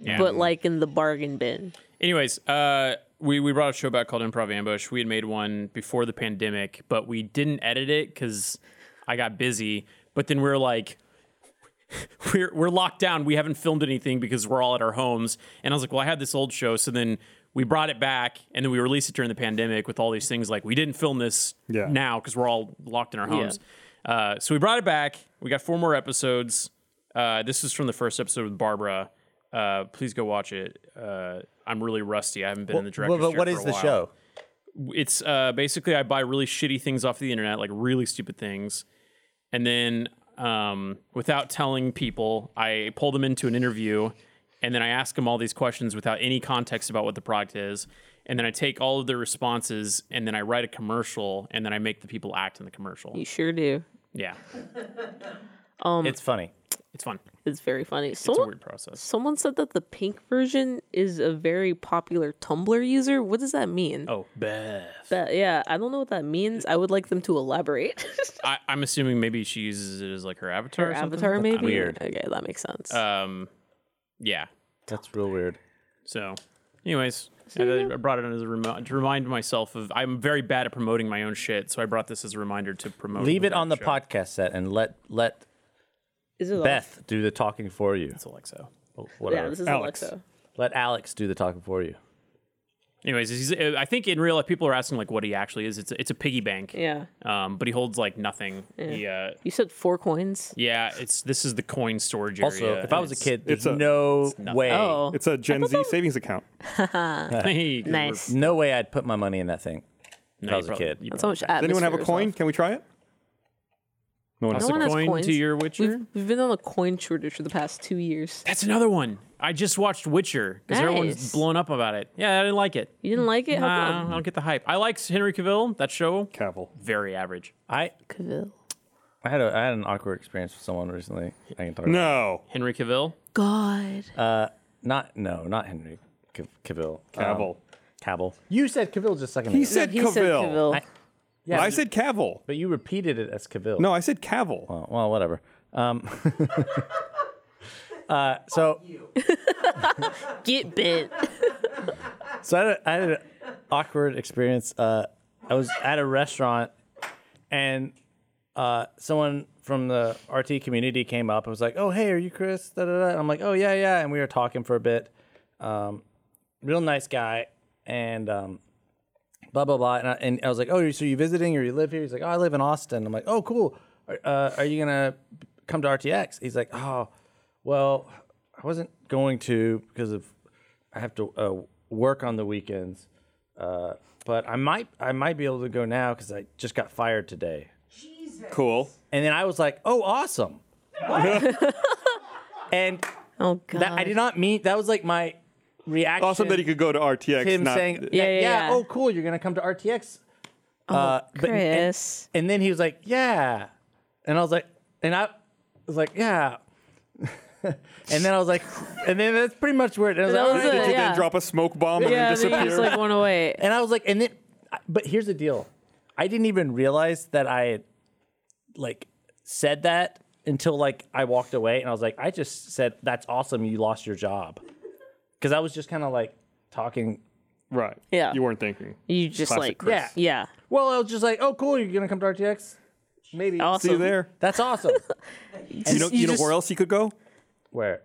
Speaker 5: Yeah.
Speaker 4: but like in the bargain bin.
Speaker 5: Anyways, uh, we we brought a show back called Improv Ambush. We had made one before the pandemic, but we didn't edit it because I got busy. But then we are like, we're we're locked down. We haven't filmed anything because we're all at our homes. And I was like, well, I had this old show, so then we brought it back, and then we released it during the pandemic with all these things like we didn't film this
Speaker 2: Yeah.
Speaker 5: now because we're all locked in our homes. Uh, so we brought it back. We got four more episodes. Uh, this is from the first episode with Barbara. Uh, please go watch it. Uh, I'm really rusty. I haven't been in the director's
Speaker 3: Well, but
Speaker 5: chair
Speaker 3: what
Speaker 5: for
Speaker 3: is
Speaker 5: a
Speaker 3: the
Speaker 5: while.
Speaker 3: show?
Speaker 5: It's uh, basically I buy really shitty things off the internet, like really stupid things, and then um, without telling people, I pull them into an interview, and then I ask them all these questions without any context about what the product is, and then I take all of their responses, and then I write a commercial, and then I make the people act in the commercial.
Speaker 4: You sure do.
Speaker 5: Yeah,
Speaker 4: Um,
Speaker 3: it's funny.
Speaker 5: it's fun.
Speaker 4: It's very funny.
Speaker 5: It's a
Speaker 4: Someone,
Speaker 5: weird process.
Speaker 4: someone said that the pink version is a very popular Tumblr user. What does that mean?
Speaker 5: Oh, Beth.
Speaker 4: That, yeah, I don't know what that means. I would like them to elaborate.
Speaker 5: I, I'm assuming maybe she uses it as like her avatar.
Speaker 4: Or
Speaker 5: or something?
Speaker 4: avatar, maybe.
Speaker 3: weird.
Speaker 4: Okay, that makes sense.
Speaker 5: Um, yeah.
Speaker 3: That's real weird.
Speaker 5: So, anyways, I I brought it as a remi- to remind myself of I'm very bad at promoting my own shit, so I brought this as a reminder to promote.
Speaker 3: Leave it on the
Speaker 5: show.
Speaker 3: podcast set and let let
Speaker 4: is it Alex-
Speaker 3: Beth do the talking for you.
Speaker 5: It's Alexo.
Speaker 3: Oh,
Speaker 4: Yeah,
Speaker 3: Whatever.
Speaker 4: this is
Speaker 2: Alex.
Speaker 4: Alexa.
Speaker 3: let Alex do the talking for you.
Speaker 5: Anyways, he's, uh, I think in real life people are asking like what he actually is. It's a, it's a piggy bank.
Speaker 4: Yeah.
Speaker 5: Um, but he holds like nothing. Yeah. He, uh,
Speaker 4: You said four coins?
Speaker 5: yeah. It's this is the coin storage
Speaker 3: Also,
Speaker 5: area.
Speaker 3: if I was a kid, there's
Speaker 2: it's a-
Speaker 3: no way,
Speaker 4: Oh.
Speaker 2: It's a Gen Z savings account.
Speaker 5: Hey,
Speaker 4: nice.
Speaker 3: no way I'd put my money in that thing. I
Speaker 5: No, you
Speaker 3: was a
Speaker 5: probably-
Speaker 3: kid.
Speaker 5: you
Speaker 4: That's how much
Speaker 2: Does anyone have a coin? Can we try it? No one
Speaker 4: No
Speaker 2: has a
Speaker 4: one has
Speaker 5: coin to
Speaker 4: coins.
Speaker 5: your Witcher?
Speaker 4: We've, we've been on a coin shortage for the past two years.
Speaker 5: That's another one. I just watched Witcher because everyone's
Speaker 4: Nice.
Speaker 5: blown up about it. Yeah, I didn't like it.
Speaker 4: You didn't like it? How
Speaker 5: Nah, I
Speaker 4: come?
Speaker 5: don't get the hype. I liked Henry Cavill. That show,
Speaker 2: Cavill.
Speaker 5: very average.
Speaker 3: I
Speaker 4: Cavill.
Speaker 3: I had a I had an awkward experience with someone recently. I can talk. about
Speaker 2: No.
Speaker 5: Henry Cavill.
Speaker 4: God.
Speaker 2: Uh,
Speaker 3: it. not no, not Henry Cav- Cavill. Um,
Speaker 2: Cavill.
Speaker 3: Cavill.
Speaker 7: You said Cavill just a second
Speaker 2: he
Speaker 7: ago.
Speaker 2: said
Speaker 4: he
Speaker 2: Cavill.
Speaker 4: said Cavill.
Speaker 3: Yeah,
Speaker 2: I said Cavill.
Speaker 3: but you repeated it as Cavill.
Speaker 2: No, I said Cavill.
Speaker 3: Well, well, whatever. Um, uh, so
Speaker 4: Get bent.
Speaker 3: So I had, a, I had an awkward experience. Uh, I was at a restaurant, and uh, someone from the RT community came up and was like, "Oh, hey, are you Chris?" Da, da, da. And I'm like, "Oh yeah, yeah." And we were talking for a bit. Um, real nice guy, and um, blah blah blah. And I, and I was like, "Oh, so you visiting or you live here?" He's like, "Oh, I live in Austin." I'm like, "Oh, cool. Are- Uh, are you gonna come to RTX?" He's like, "Oh, well, I wasn't going to because of I have to uh, work on the weekends, uh, but I might I might be able to go now because I just got fired today."
Speaker 2: Cool.
Speaker 3: And then I was like, "Oh, awesome!" and
Speaker 4: Oh God.
Speaker 3: that, I did not mean that was like my reaction.
Speaker 2: Awesome that he could go to RTX.
Speaker 3: him
Speaker 2: not-
Speaker 3: saying,
Speaker 4: Yeah, yeah, yeah. Oh,
Speaker 3: oh, cool, you're gonna come to RTX." uh, but- and-
Speaker 4: Chris.
Speaker 3: And then he was like, "Yeah," and I was like, and I was like, "Yeah," and then I was like, and then that's pretty much where it. And I was
Speaker 4: That
Speaker 3: like,
Speaker 4: was
Speaker 3: "All right."
Speaker 2: Did you
Speaker 4: Yeah.
Speaker 2: then drop a smoke bomb and then
Speaker 4: yeah, then he
Speaker 2: disappear?
Speaker 4: just like went away.
Speaker 3: and I was like, and then, but here's the deal, I didn't even realize that I had like said that until like I walked away, and I was like, I just said, "That's awesome, you lost your job," because I was just kind of like talking.
Speaker 2: right.
Speaker 4: Yeah.
Speaker 2: You weren't thinking.
Speaker 4: You just
Speaker 2: Classic
Speaker 4: like
Speaker 2: Chris.
Speaker 3: Yeah.
Speaker 4: yeah.
Speaker 3: Well, I was just like, "Oh, cool, you're gonna come to RTX." Maybe
Speaker 4: Awesome.
Speaker 2: See you there.
Speaker 3: that's awesome.
Speaker 2: you know, you, know where else you could go?
Speaker 3: Where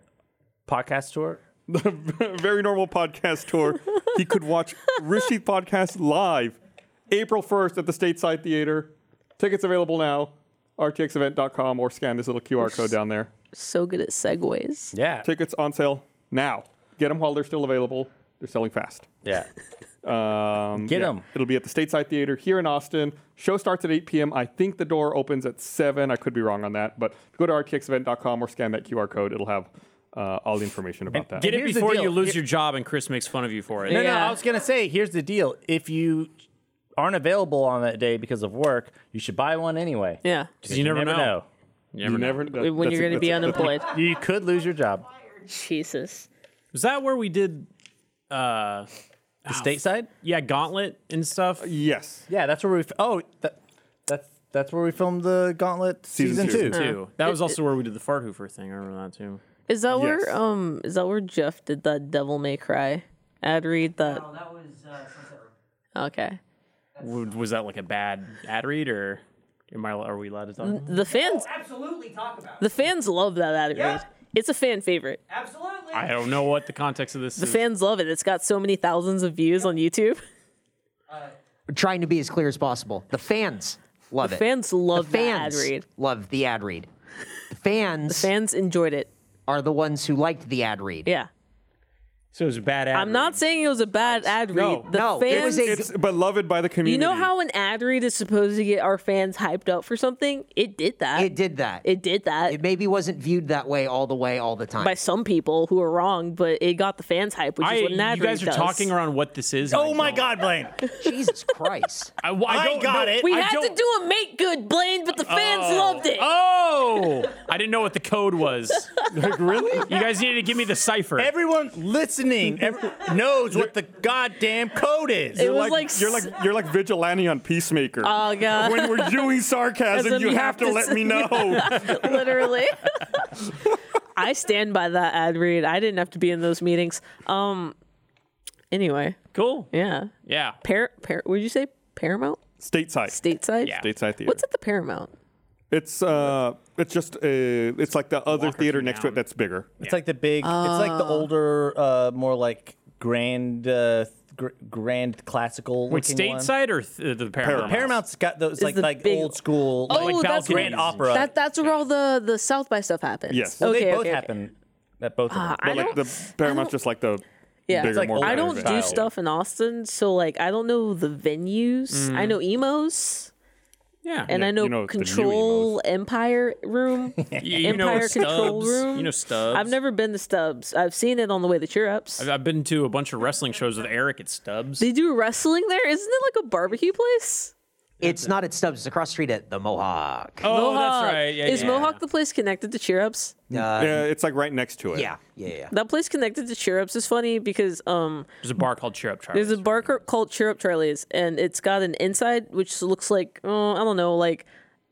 Speaker 3: podcast tour?
Speaker 2: Very normal podcast tour. he could watch Rishi podcast live, April first at the Stateside Theater. Tickets available now. RTXEvent.com or scan this little QR code down there.
Speaker 4: So good at segues.
Speaker 3: Yeah,
Speaker 2: Tickets on sale now. Get them while they're still available. They're selling fast.
Speaker 3: yeah.
Speaker 2: Um,
Speaker 3: Get 'em.
Speaker 2: It'll be at the Stateside Theater here in Austin. Show starts at 8 p.m. I think the door opens at 7. I could be wrong on that, but go to rtxevent.com or scan that QR code. It'll have uh, all the information about that.
Speaker 5: Get it
Speaker 3: Here's the
Speaker 5: before
Speaker 3: deal.
Speaker 5: you lose your job and Chris makes fun of you for it.
Speaker 3: No, no.
Speaker 4: Yeah.
Speaker 3: I was gonna say, here's the deal: if you aren't available on that day because of work, you should buy one anyway.
Speaker 4: Yeah.
Speaker 3: 'Cause
Speaker 5: You never know. You never
Speaker 2: You
Speaker 5: know.
Speaker 2: never that-
Speaker 4: When
Speaker 2: that's
Speaker 4: you're
Speaker 2: a-
Speaker 4: gonna be
Speaker 2: that's a-
Speaker 4: unemployed.
Speaker 3: know. You could lose your job.
Speaker 4: Jesus.
Speaker 5: Was that where we did? Uh,
Speaker 3: The stateside?
Speaker 5: yeah, Gauntlet and stuff.
Speaker 2: Yes.
Speaker 3: Yeah, that's where we. F- oh, that, that's that's where we filmed the Gauntlet
Speaker 2: Season two.
Speaker 3: season, two.
Speaker 5: Too. That was also where we did the fart hoofer thing. I remember that too.
Speaker 4: Is that
Speaker 2: Yes.
Speaker 4: where um is that where Jeff did that Devil May Cry ad read that?
Speaker 6: that was uh, Sunset Road.
Speaker 4: Okay.
Speaker 5: W- Was that like a bad ad read or am I? Are we allowed to talk?
Speaker 4: The fans
Speaker 6: Absolutely talk about
Speaker 4: the fans love that ad read. It's a fan favorite.
Speaker 6: Absolutely.
Speaker 5: I don't know what the context of this
Speaker 4: The
Speaker 5: is.
Speaker 4: fans love it. It's got so many thousands of views on YouTube.
Speaker 6: Trying to be as clear as possible. The fans love it.
Speaker 4: Fans
Speaker 6: the
Speaker 4: love
Speaker 6: fans
Speaker 4: that ad read.
Speaker 6: love the ad read. The fans
Speaker 4: Fans enjoyed it.
Speaker 6: are the ones who liked the ad read.
Speaker 4: Yeah.
Speaker 5: so it was a bad ad.
Speaker 4: I'm not saying it was a bad ad read.
Speaker 2: No,
Speaker 4: the
Speaker 6: no,
Speaker 4: fans
Speaker 6: it was a-
Speaker 2: It's beloved by the community.
Speaker 4: You know how an ad read is supposed to get our fans hyped up for something? It did that.
Speaker 6: It did that.
Speaker 4: It did that
Speaker 6: It maybe wasn't viewed that way all the way all the time.
Speaker 4: by some people who are wrong, but it got the fans hype, which
Speaker 5: I,
Speaker 4: is what an ad
Speaker 5: you guys
Speaker 4: read
Speaker 5: are
Speaker 4: does.
Speaker 5: talking around what this is. and
Speaker 3: Oh
Speaker 5: I
Speaker 3: my
Speaker 5: don't.
Speaker 3: God, Blaine!
Speaker 6: Jesus Christ.
Speaker 5: I, w- I
Speaker 3: I
Speaker 5: don't
Speaker 3: got
Speaker 5: know-
Speaker 3: it.
Speaker 4: we
Speaker 5: I
Speaker 4: had to
Speaker 5: don't-
Speaker 4: do a make good, Blaine, but the fans loved it.
Speaker 5: Oh, I didn't know what the code was.
Speaker 2: Like, really?
Speaker 5: You guys needed to give me the cipher.
Speaker 3: Everyone listening every, knows what the goddamn code is.
Speaker 4: It was like,
Speaker 2: you're like you're like vigilante on Peacemaker.
Speaker 4: oh god,
Speaker 2: when we're doing sarcasm,
Speaker 4: As
Speaker 2: you have to let
Speaker 4: say-
Speaker 2: me know.
Speaker 4: literally. I stand by that ad read. I didn't have to be in those meetings. Um. Anyway,
Speaker 5: Cool.
Speaker 4: yeah.
Speaker 5: Yeah.
Speaker 4: Par, par. Would you say Paramount?
Speaker 2: Stateside.
Speaker 4: Stateside.
Speaker 5: Yeah.
Speaker 2: Stateside theater.
Speaker 4: What's at the Paramount?
Speaker 2: It's uh, it's just uh, it's like the other
Speaker 5: Walker
Speaker 2: theater
Speaker 5: came
Speaker 2: next to
Speaker 5: down.
Speaker 2: it that's bigger.
Speaker 3: It's like the big. it's like the older, uh, more like grand, uh, gr- grand classical.
Speaker 5: Wait,
Speaker 3: looking one.
Speaker 5: stateside or th- the Paramount?
Speaker 3: Paramount's got those like
Speaker 4: the
Speaker 3: like
Speaker 4: big-
Speaker 3: old school
Speaker 4: Oh,
Speaker 3: like
Speaker 4: that's
Speaker 5: Grand
Speaker 3: where- opera.
Speaker 4: That that's where all the the South by stuff happens.
Speaker 2: Yes.
Speaker 3: Well, they
Speaker 4: Okay. Uh,
Speaker 3: both
Speaker 4: okay, okay.
Speaker 3: happen at both of them.
Speaker 4: I
Speaker 2: But like
Speaker 4: don't-
Speaker 2: the Paramount's just like the
Speaker 4: Yeah,
Speaker 2: bigger,
Speaker 4: it's like,
Speaker 2: more
Speaker 4: I don't
Speaker 2: private.
Speaker 4: do stuff in Austin, so like I don't know the venues. I know emos,
Speaker 5: Yeah.
Speaker 4: and
Speaker 2: Mm. Yeah,
Speaker 4: I know,
Speaker 2: you know the new
Speaker 4: Control Empire Room,
Speaker 5: you, you know
Speaker 4: Empire Control
Speaker 5: Stubbs.
Speaker 4: Room.
Speaker 5: You know Stubbs.
Speaker 4: I've never been to Stubbs. I've seen it on the way to Cheer Ups.
Speaker 5: I've been to a bunch of wrestling shows with Eric at Stubbs.
Speaker 4: They do wrestling there. Isn't it like a barbecue place?
Speaker 6: It's not at Stubbs. It's across the street at the Mohawk.
Speaker 5: oh,
Speaker 4: Mohawk.
Speaker 5: that's right. Yeah,
Speaker 4: Is
Speaker 5: yeah.
Speaker 4: Mohawk the place connected to Cheer Ups?
Speaker 2: Yeah, it's like right next to it.
Speaker 6: Yeah, yeah, yeah.
Speaker 4: That place connected to Cheer Ups is funny because um
Speaker 5: There's a bar called Cheer Up Charlie.
Speaker 4: there's a bar cur- called Cheer Up Charlie's and it's got an inside which looks like oh, I don't know like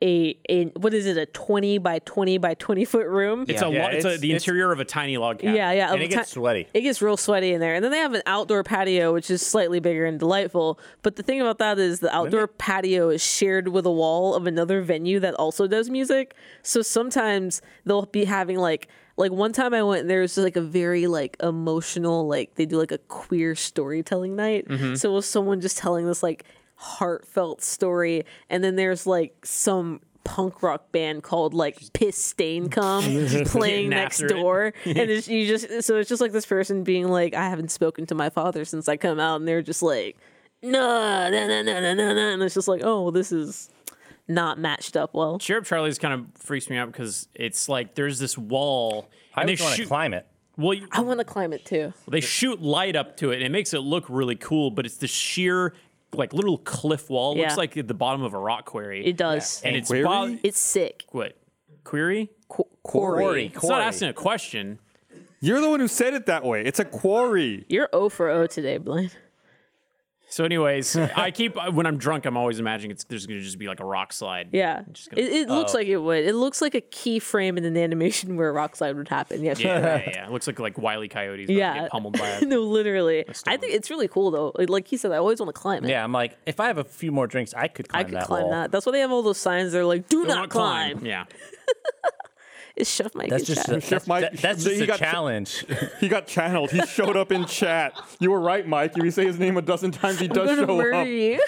Speaker 4: a, a what is it a 20 by 20 by 20 foot room
Speaker 5: It's a
Speaker 3: Yeah,
Speaker 5: lo- it's,
Speaker 3: it's-
Speaker 5: a, the
Speaker 3: it's-
Speaker 5: interior of a tiny log cabin.
Speaker 4: Yeah, yeah.
Speaker 3: And
Speaker 4: of
Speaker 3: it
Speaker 4: the
Speaker 3: gets
Speaker 4: ti-
Speaker 3: sweaty.
Speaker 4: It gets real sweaty in there. And then they have an outdoor patio, which is slightly bigger and delightful. But the thing about that is the outdoor patio is shared with a wall of another venue that also does music. So sometimes they'll be having like like one time I went and there was just like a very like emotional like they do like a queer storytelling night. So it was someone just telling this like heartfelt story and then there's like some punk rock band called like Piss Stain Come playing
Speaker 5: Getting
Speaker 4: next
Speaker 5: after it.
Speaker 4: door and it's, you just so it's just like this person being like I haven't spoken to my father since I come out and they're just like no no no no no no no and it's just like oh well, this is not matched up well
Speaker 5: Cheer Up Charlie's kind of freaks me out because it's like there's this wall
Speaker 3: I
Speaker 5: and they
Speaker 3: just want to
Speaker 5: shoot.
Speaker 3: climb it.
Speaker 5: well, you-
Speaker 4: I want to climb it too
Speaker 5: they shoot light up to it and it makes it look really cool, but it's the sheer like little cliff wall.
Speaker 4: Yeah.
Speaker 5: Looks like at the bottom of a rock quarry.
Speaker 4: it does
Speaker 5: and it's
Speaker 2: Quarry?
Speaker 5: bo-
Speaker 4: it's sick
Speaker 5: what query.
Speaker 4: Qu-
Speaker 3: Quarry.
Speaker 5: It's not asking a question.
Speaker 2: You're the one who said it that way. It's a quarry.
Speaker 4: you're O for O today Blaine
Speaker 5: So, anyways, I keep uh, when I'm drunk, I'm always imagining it's there's gonna just be like a rock slide.
Speaker 4: yeah
Speaker 5: just gonna- Oh.
Speaker 4: it, it looks like it would it looks like a keyframe in an animation where a rock slide would happen yes
Speaker 5: Yeah, yeah, yeah. It looks like like Wiley Coyote's about to
Speaker 4: yeah
Speaker 5: get pummeled by a
Speaker 4: no literally I think it's really cool though Like- like he said I always want to climb it
Speaker 3: Yeah, I'm like, if I have a few more drinks, I could
Speaker 4: I
Speaker 3: climb
Speaker 4: could
Speaker 3: that
Speaker 4: climb
Speaker 3: wall.
Speaker 4: that. That's why they have all those signs. They're like, "Do
Speaker 5: Don't
Speaker 4: not climb."
Speaker 5: Yeah.
Speaker 4: It's Chef Mike.
Speaker 3: That's
Speaker 4: in
Speaker 3: just
Speaker 4: chat.
Speaker 3: a, that's,
Speaker 2: Mike-
Speaker 3: that- that's
Speaker 2: he
Speaker 3: just a
Speaker 2: got-
Speaker 3: challenge.
Speaker 2: He got channeled. He showed up in chat. You were right, Mike. If you say his name a dozen times, he does
Speaker 4: I'm gonna
Speaker 2: show
Speaker 4: murder
Speaker 2: up.
Speaker 4: you.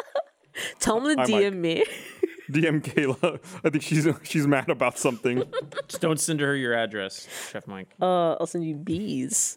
Speaker 4: Tell him to
Speaker 2: Hi, Mike.
Speaker 4: DM me.
Speaker 2: DM Kayla. I think she's she's mad about something.
Speaker 5: Just don't send her your address, Chef Mike.
Speaker 4: Uh, I'll send you bees.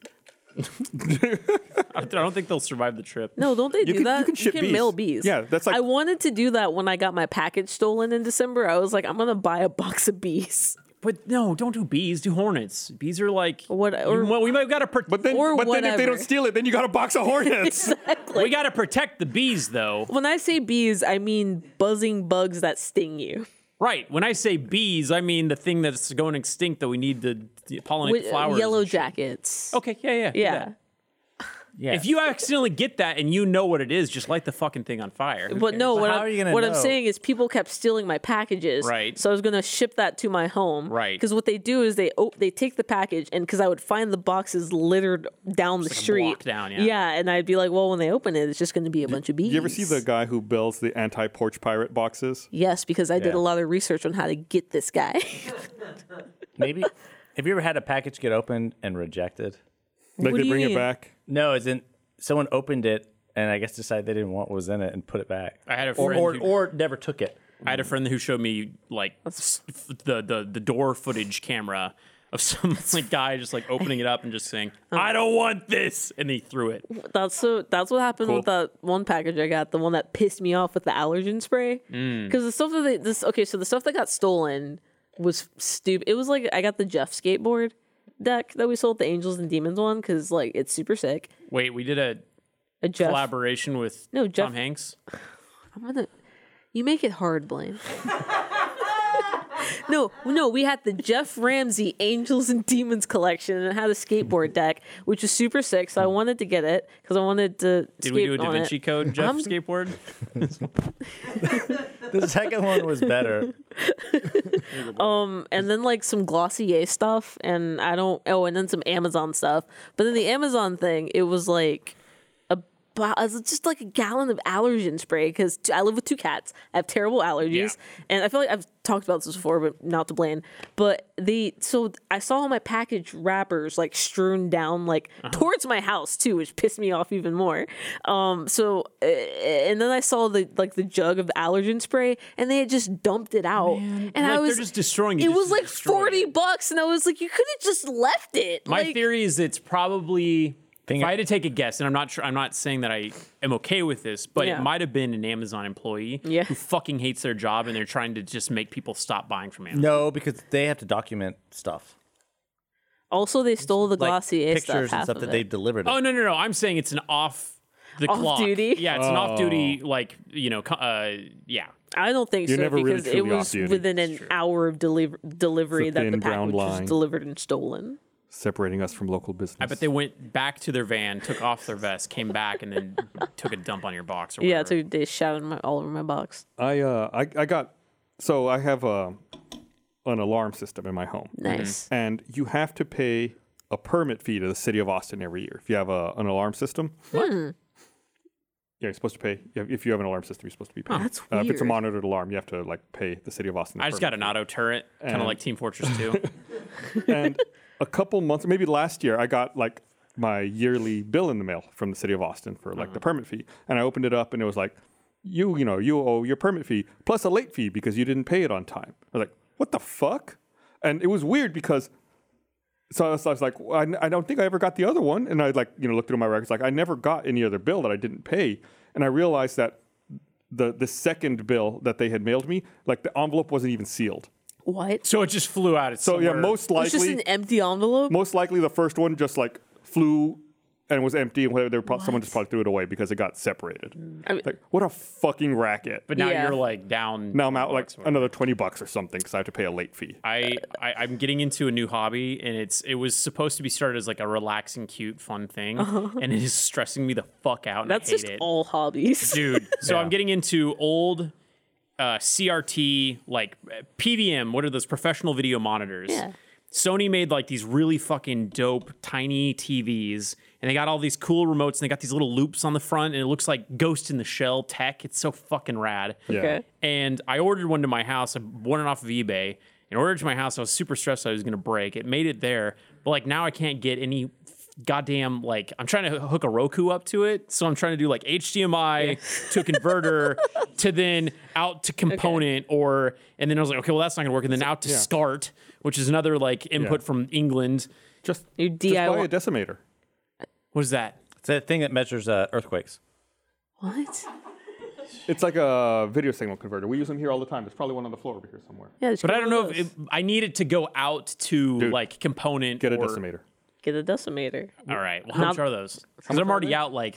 Speaker 5: I don't think they'll survive the trip.
Speaker 4: No, don't they do
Speaker 2: can- you
Speaker 4: that?
Speaker 2: can ship bees.
Speaker 4: mail bees.
Speaker 2: Yeah, that's like-
Speaker 4: I wanted to do that when I got my package stolen in December. I was like, I'm gonna buy a box of bees.
Speaker 5: But no, don't do bees. Do hornets. Bees are like
Speaker 4: What-
Speaker 5: you-
Speaker 4: or-
Speaker 5: well, we might got to
Speaker 2: But then,
Speaker 4: Or
Speaker 2: but then if they don't
Speaker 4: whatever.
Speaker 2: steal it, then you got a box of hornets.
Speaker 5: we got to protect the bees though.
Speaker 4: When I say bees, I mean buzzing bugs that sting you.
Speaker 5: Right. When I say bees, I mean the thing that's going extinct that we need to pollinate
Speaker 4: With uh,
Speaker 5: the flowers.
Speaker 4: yellow
Speaker 5: and shit.
Speaker 4: jackets.
Speaker 2: Oh,
Speaker 5: Okay. Yeah. Yeah. do
Speaker 4: Yeah.
Speaker 5: that.
Speaker 3: yeah.
Speaker 5: If you accidentally get that and you know what it is, just light the fucking thing on fire.
Speaker 4: But no,
Speaker 3: But
Speaker 4: what,
Speaker 3: how
Speaker 4: I'm,
Speaker 3: are you gonna
Speaker 4: what I'm
Speaker 3: know?
Speaker 4: saying is people kept stealing my packages.
Speaker 5: Right.
Speaker 4: So I was gonna ship that to my home.
Speaker 5: Right.
Speaker 4: Because what they do is they oh, they take the package and because I would find the boxes littered down the
Speaker 5: like a
Speaker 4: street.
Speaker 5: block down, yeah.
Speaker 4: and I'd be like, well, when they open it, it's just gonna be a bunch of bees.
Speaker 2: you ever see the guy who builds the anti-porch pirate boxes?
Speaker 4: Yes, because I did
Speaker 3: Yeah.
Speaker 4: a lot of research on how to get this guy.
Speaker 3: Maybe. Have you ever had a package get opened and rejected?
Speaker 2: Like
Speaker 4: What do
Speaker 2: they
Speaker 4: you
Speaker 2: bring it
Speaker 4: mean?
Speaker 2: back.
Speaker 3: No, as in someone opened it and I guess decided they didn't want what was in it and put it back.
Speaker 5: I had a
Speaker 3: or
Speaker 5: friend
Speaker 3: or,
Speaker 5: who-
Speaker 3: or never took it.
Speaker 5: I had a friend who showed me like s- f- the the the door footage camera of some like guy just like opening it up and just saying,
Speaker 4: Um.
Speaker 5: "I don't want this," and he threw it.
Speaker 4: that's so that's what happened with that one package I got, the one that pissed me off with the allergen spray.
Speaker 5: Mm.
Speaker 4: Because the stuff that they this okay, so the stuff that got stolen was stupid. It was like I got the Jeff skateboard deck that we sold the Angels and Demons one because like it's super sick.
Speaker 5: Wait, we did a
Speaker 4: A Jeff,
Speaker 5: collaboration with
Speaker 4: No, Jeff-
Speaker 5: Tom Hanks.
Speaker 4: I'm gonna. You make it hard, Blaine. no, no, we had the Jeff Ramsey Angels and Demons collection, and it had a skateboard deck, which was super sick. So I wanted to get it because I wanted to.
Speaker 5: Did we do a Da Vinci Code Jeff
Speaker 4: I'm-
Speaker 5: skateboard?
Speaker 3: The second one was better.
Speaker 4: and then like some Glossier stuff, and I don't. Oh, and then some Amazon stuff. But then the Amazon thing, it was like a bo- it was just like a gallon of allergen spray because I live with two cats. I have terrible allergies, and I feel like I've talked about this before, but not to Blaine. But the so I saw all my package wrappers like strewn down like towards my house too, which pissed me off even more. Um, so uh, and then I saw the like the jug of allergen spray, and they had just dumped it out, and
Speaker 5: Like,
Speaker 4: I
Speaker 5: they're
Speaker 4: was
Speaker 5: just destroying it
Speaker 4: It
Speaker 5: just
Speaker 4: was
Speaker 5: to
Speaker 4: like
Speaker 5: destroy
Speaker 4: forty
Speaker 5: it.
Speaker 4: bucks, and I was like, you could have just left it.
Speaker 5: My
Speaker 4: like,
Speaker 5: theory is it's probably If I had to take a guess, and I'm not sure, I'm not saying that I am okay with this, but
Speaker 4: Yeah.
Speaker 5: it might have been an Amazon employee
Speaker 4: Yeah.
Speaker 5: who fucking hates their job and they're trying to just make people stop buying from Amazon.
Speaker 3: No, because they have to document stuff.
Speaker 4: Also, they stole the Glossier
Speaker 3: pictures
Speaker 4: stuff.
Speaker 3: and
Speaker 4: half
Speaker 3: stuff
Speaker 4: of
Speaker 3: that
Speaker 4: it.
Speaker 3: they've delivered.
Speaker 5: Oh no, no, no! I'm saying it's an off the
Speaker 4: Off
Speaker 5: clock.
Speaker 4: duty?
Speaker 5: Yeah, it's an off duty. Like you know, co- uh, yeah.
Speaker 4: I don't think
Speaker 2: You're
Speaker 4: so
Speaker 2: never really
Speaker 4: because it
Speaker 2: truly off
Speaker 4: was
Speaker 2: duty.
Speaker 4: within an hour of deliver- delivery
Speaker 2: It's a
Speaker 4: that the
Speaker 2: thin brown
Speaker 4: package was
Speaker 2: line.
Speaker 4: delivered and stolen.
Speaker 2: separating us from local business.
Speaker 5: I bet they went back to their van, took off their vest, came back, and then took a dump on your box. Or
Speaker 4: Yeah,
Speaker 5: whatever.
Speaker 4: so they shouted my, all over my box.
Speaker 2: I uh, I, I got so I have a an alarm system in my home,
Speaker 5: Mm-hmm.
Speaker 4: Nice.
Speaker 2: and you have to pay a permit fee to the city of Austin every year if you have a, an alarm system.
Speaker 4: Hmm.
Speaker 2: What? Yeah, you're supposed to pay you have- if you have an alarm system. You're supposed to be paying.
Speaker 4: Oh, That's
Speaker 2: Uh, if it's a
Speaker 4: weird.
Speaker 2: monitored alarm, you have to like pay the city of Austin. the
Speaker 5: I just
Speaker 2: permit
Speaker 5: got an auto turret, kind
Speaker 2: And-
Speaker 5: of like Team Fortress 2.
Speaker 2: and a couple months, maybe last year, I got like my yearly bill in the mail from the city of Austin for like
Speaker 4: Uh-huh.
Speaker 2: the permit fee, and I opened it up, and it was like, you, you know, you owe your permit fee plus a late fee because you didn't pay it on time. I was like, what the fuck? And it was weird because. So I was, I was like, well, I, n- I don't think I ever got the other one, and I like you know looked through my records, like I never got any other bill that I didn't pay, and I realized that the the second bill that they had mailed me, like the envelope wasn't even sealed.
Speaker 4: What?
Speaker 5: so it just flew out. It's
Speaker 2: So yeah, most likely
Speaker 4: It's just an empty envelope.
Speaker 2: most likely the first one just like flew and was empty and whatever they were pro- someone just probably threw it away because it got separated
Speaker 4: I mean-
Speaker 2: like what a fucking racket
Speaker 5: But now
Speaker 4: Yeah.
Speaker 5: you're like down.
Speaker 2: now i'm out like
Speaker 5: Bucks or whatever.
Speaker 2: another 20 bucks or something because i have to pay a late fee
Speaker 5: I, I I'm getting into a new hobby, and it's it was supposed to be started as like a relaxing, cute, fun thing, and it is stressing me the fuck out. And
Speaker 4: Uh-huh. That's
Speaker 5: I hate
Speaker 4: just
Speaker 5: it.
Speaker 4: all hobbies.
Speaker 5: dude. So I'm getting into old uh, CRT, like uh, PVM. What are those professional video monitors?
Speaker 4: Yeah.
Speaker 5: Sony made like these really fucking dope tiny TVs, and they got all these cool remotes, and they got these little loops on the front, and it looks like Ghost in the Shell tech. It's so fucking rad.
Speaker 4: Okay.
Speaker 5: And I ordered one to my house. I won it off of eBay. And ordered it to my house. I was super stressed. I was gonna break. It made it there, but like now I can't get any goddamn like I'm trying to hook a Roku up to it. So I'm trying to do like HDMI to a converter to then out to component or and then I was like, okay, well that's not gonna work. And then out to SCART, which is another like input
Speaker 2: Yeah.
Speaker 5: from England.
Speaker 2: just,
Speaker 4: You
Speaker 2: just buy a
Speaker 4: DIY.
Speaker 2: decimator
Speaker 5: What is that?
Speaker 3: It's that thing that measures uh, earthquakes.
Speaker 4: What?
Speaker 2: it's like a video signal converter we use them here all the time there's probably one on the floor over here somewhere
Speaker 4: Yeah, just
Speaker 5: But
Speaker 4: get
Speaker 5: I
Speaker 4: one
Speaker 5: don't
Speaker 4: of
Speaker 5: know if
Speaker 4: those.
Speaker 5: it, I need it to go out to
Speaker 2: Dude,
Speaker 5: like component.
Speaker 2: get a
Speaker 5: or-
Speaker 2: decimator
Speaker 4: get a decimator.
Speaker 5: All right. Well, how much
Speaker 4: Now-
Speaker 5: are those? Because I'm already out like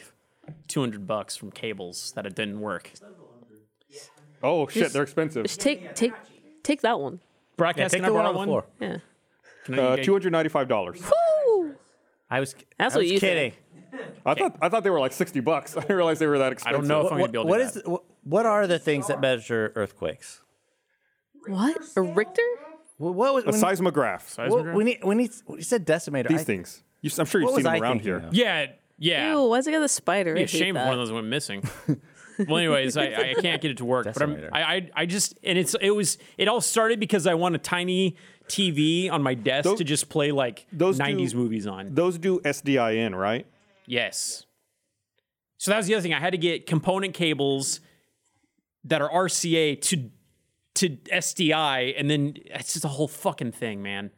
Speaker 5: 200 bucks from cables that it didn't work.
Speaker 2: oh shit they're expensive
Speaker 4: Just take take take that one.
Speaker 3: Yeah,
Speaker 5: Broadcast,
Speaker 3: take
Speaker 5: can I
Speaker 3: the one
Speaker 5: borrow
Speaker 3: on the
Speaker 5: one?
Speaker 3: floor.
Speaker 4: Yeah.
Speaker 5: Can I
Speaker 2: uh,
Speaker 5: get-
Speaker 2: $295
Speaker 4: Woo!
Speaker 3: I was.
Speaker 4: That's
Speaker 3: I
Speaker 4: what
Speaker 3: was
Speaker 4: you said.
Speaker 3: kidding.
Speaker 2: i thought i thought they were like 60 bucks i didn't realize they were that
Speaker 5: I
Speaker 2: expensive
Speaker 5: don't know if I'm going to
Speaker 3: What,
Speaker 5: be
Speaker 3: what
Speaker 5: able to do
Speaker 3: is?
Speaker 5: that.
Speaker 3: What, what are the things that measure earthquakes?
Speaker 4: What? A Richter?
Speaker 3: What, what was
Speaker 2: a seismograph
Speaker 3: When, what, we need. We need. You said decimator.
Speaker 2: these
Speaker 3: I-
Speaker 2: things you, s- i'm sure you've
Speaker 3: What
Speaker 2: seen them
Speaker 3: was I
Speaker 2: around
Speaker 3: thinking
Speaker 2: here
Speaker 3: of?
Speaker 5: Yeah. Yeah.
Speaker 4: Ew, why's it got a spider?
Speaker 5: It'd
Speaker 4: I
Speaker 5: be
Speaker 4: hate
Speaker 5: a shame if
Speaker 4: that.
Speaker 5: one of those went missing. well, anyways, I, I can't get it to work, but I'm,
Speaker 3: Decimator.
Speaker 5: I, I I just and it's it was it all started because I want a tiny TV on my desk
Speaker 2: Those-
Speaker 5: to just play like
Speaker 2: those do-
Speaker 5: 90s movies on.
Speaker 2: those do sdin right
Speaker 5: Yes. So that was the other thing. I had to get component cables that are RCA to to SDI, and then it's just a whole fucking thing, man.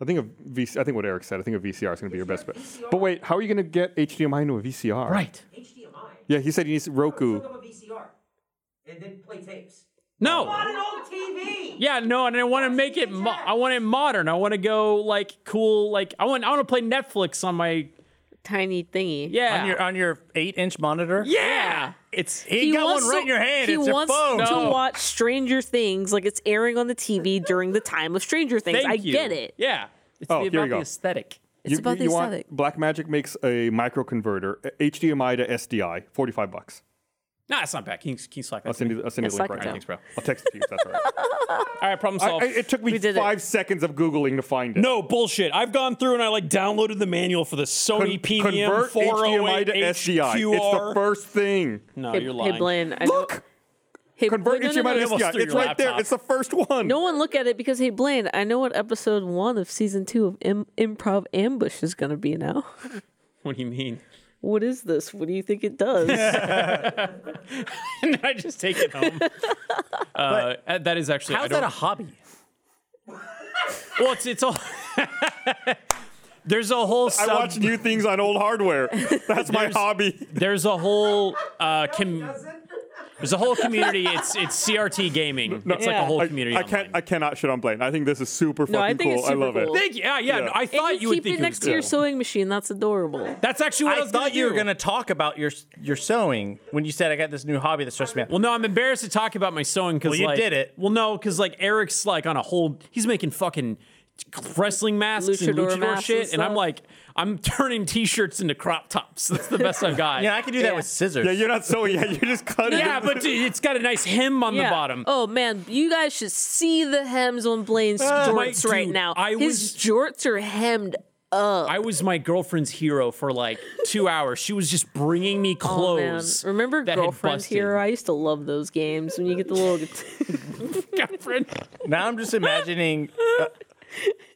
Speaker 2: I think a VC, I think what Eric said. I think a VCR is going to be your best bet. But wait, how are you going to get HDMI into a VCR?
Speaker 5: Right.
Speaker 7: HDMI.
Speaker 2: Yeah, he said he needs Roku.
Speaker 7: Hook up a VCR E and then play tapes.
Speaker 5: No.
Speaker 7: An old TV.
Speaker 5: Yeah, no, and I want to make it. Mo- I want it modern. I want to go like cool. Like I want. I want to play Netflix on my.
Speaker 4: Tiny thingy.
Speaker 5: Yeah.
Speaker 3: On
Speaker 2: uh,
Speaker 3: your on your eight inch monitor.
Speaker 5: yeah. It's.
Speaker 3: He, got one right in your hand.
Speaker 4: He
Speaker 3: it's
Speaker 4: wants
Speaker 3: your phone.
Speaker 4: to
Speaker 5: No.
Speaker 4: watch Stranger Things like it's airing on the TV during the time of Stranger Things.
Speaker 5: Thank
Speaker 4: I
Speaker 5: you.
Speaker 4: get it.
Speaker 5: Yeah. It's
Speaker 2: Oh,
Speaker 5: the-
Speaker 2: here we
Speaker 5: about
Speaker 2: go.
Speaker 5: the aesthetic.
Speaker 4: It's about the
Speaker 2: you
Speaker 4: aesthetic.
Speaker 2: Want, Blackmagic makes a microconverter, a- HDMI to SDI, forty-five bucks.
Speaker 5: Nah, it's not bad. Can you, can you slack that?
Speaker 2: I'll
Speaker 5: to
Speaker 2: send
Speaker 5: me?
Speaker 2: you. I'll send you
Speaker 4: Yeah,
Speaker 2: the link right
Speaker 4: suck it
Speaker 2: now.
Speaker 4: up. Thanks,
Speaker 5: bro.
Speaker 2: I'll text it to you. if That's all right.
Speaker 5: All right, problem
Speaker 2: I,
Speaker 5: solved.
Speaker 2: I- it took me
Speaker 4: We did it.
Speaker 2: five seconds of googling to find it.
Speaker 5: No bullshit. I've gone through and I like downloaded the manual for the Sony oh
Speaker 2: Con-
Speaker 5: PVM
Speaker 2: convert HDMI
Speaker 5: 408
Speaker 2: to SDI. It's the
Speaker 5: HQR.
Speaker 2: first thing.
Speaker 5: No,
Speaker 4: Hey,
Speaker 5: you're
Speaker 4: hey
Speaker 5: lying.
Speaker 4: Blaine, I know-
Speaker 2: Look,
Speaker 4: Hey,
Speaker 2: convert
Speaker 4: wait, no, no,
Speaker 2: HDMI
Speaker 4: no,
Speaker 2: to
Speaker 4: no.
Speaker 5: almost
Speaker 2: SDI.
Speaker 5: threw
Speaker 2: It's
Speaker 5: your
Speaker 2: right there.
Speaker 5: laptop.
Speaker 2: It's the first one.
Speaker 4: No one look at it because hey, Blaine, I know what episode one of season two of Im- Improv Ambush is gonna be now.
Speaker 5: What do you mean?
Speaker 4: What is this? What do you think it does?
Speaker 5: I just take it home. uh, that is actually. I
Speaker 3: How's
Speaker 5: don't-
Speaker 3: that a hobby?
Speaker 5: Well, it's it's all. There's a whole
Speaker 2: I
Speaker 5: sub.
Speaker 2: watch new things on old hardware. That's my hobby.
Speaker 5: there's a whole uh, com- there's a whole community. It's it's CRT gaming. it's like
Speaker 4: Yeah.
Speaker 5: a whole
Speaker 2: I,
Speaker 5: community.
Speaker 2: I can't.
Speaker 5: online.
Speaker 2: I cannot shit on Blaine. I think this is super fucking
Speaker 4: No, I think
Speaker 2: cool.
Speaker 4: it's
Speaker 2: I
Speaker 4: super
Speaker 2: love
Speaker 4: cool.
Speaker 2: it.
Speaker 5: Thank you. Yeah, yeah.
Speaker 2: Yeah.
Speaker 5: I thought
Speaker 4: and you,
Speaker 5: you would
Speaker 4: keep
Speaker 5: think
Speaker 4: it next
Speaker 5: was
Speaker 4: to your
Speaker 5: cool.
Speaker 4: sewing mane. That's adorable.
Speaker 5: That's actually what I,
Speaker 3: I
Speaker 5: was gonna
Speaker 3: thought you were
Speaker 5: do.
Speaker 3: going to talk about your your sewing when you said I got this new hobby that stressed me out.
Speaker 5: Well, no, I'm embarrassed to talk about my sewing because
Speaker 3: Well, you
Speaker 5: like,
Speaker 3: did it.
Speaker 5: Well, no, because like Eric's like on a whole. He's making fucking wrestling masks and
Speaker 4: Luchador
Speaker 5: luchador
Speaker 4: masks
Speaker 5: shit,
Speaker 4: and
Speaker 5: and I'm
Speaker 4: stuff.
Speaker 5: like, I'm turning t-shirts into crop tops. That's the best I've got.
Speaker 3: yeah, I could do that
Speaker 4: Yeah.
Speaker 3: with scissors.
Speaker 2: Yeah, you're not sewing yet. You're just cutting.
Speaker 5: yeah, but it's got a nice hem on the bottom.
Speaker 4: Oh man, you guys should see the hems on Blaine's
Speaker 5: Uh, my
Speaker 4: jorts right
Speaker 5: dude,
Speaker 4: now.
Speaker 5: I
Speaker 4: His
Speaker 5: was-
Speaker 4: jorts are hemmed up.
Speaker 5: I was my girlfriend's hero for like two hours. She was just bringing me
Speaker 4: Oh, man.
Speaker 5: clothes.
Speaker 4: Remember
Speaker 5: that had
Speaker 4: Girlfriend
Speaker 5: busted.
Speaker 4: Hero? I used to love those games when you get the little.
Speaker 5: Girlfriend.
Speaker 3: Now I'm just imagining uh,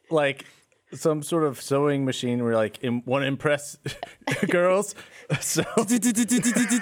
Speaker 3: like some sort of sewing machine where like in, want to impress girls. So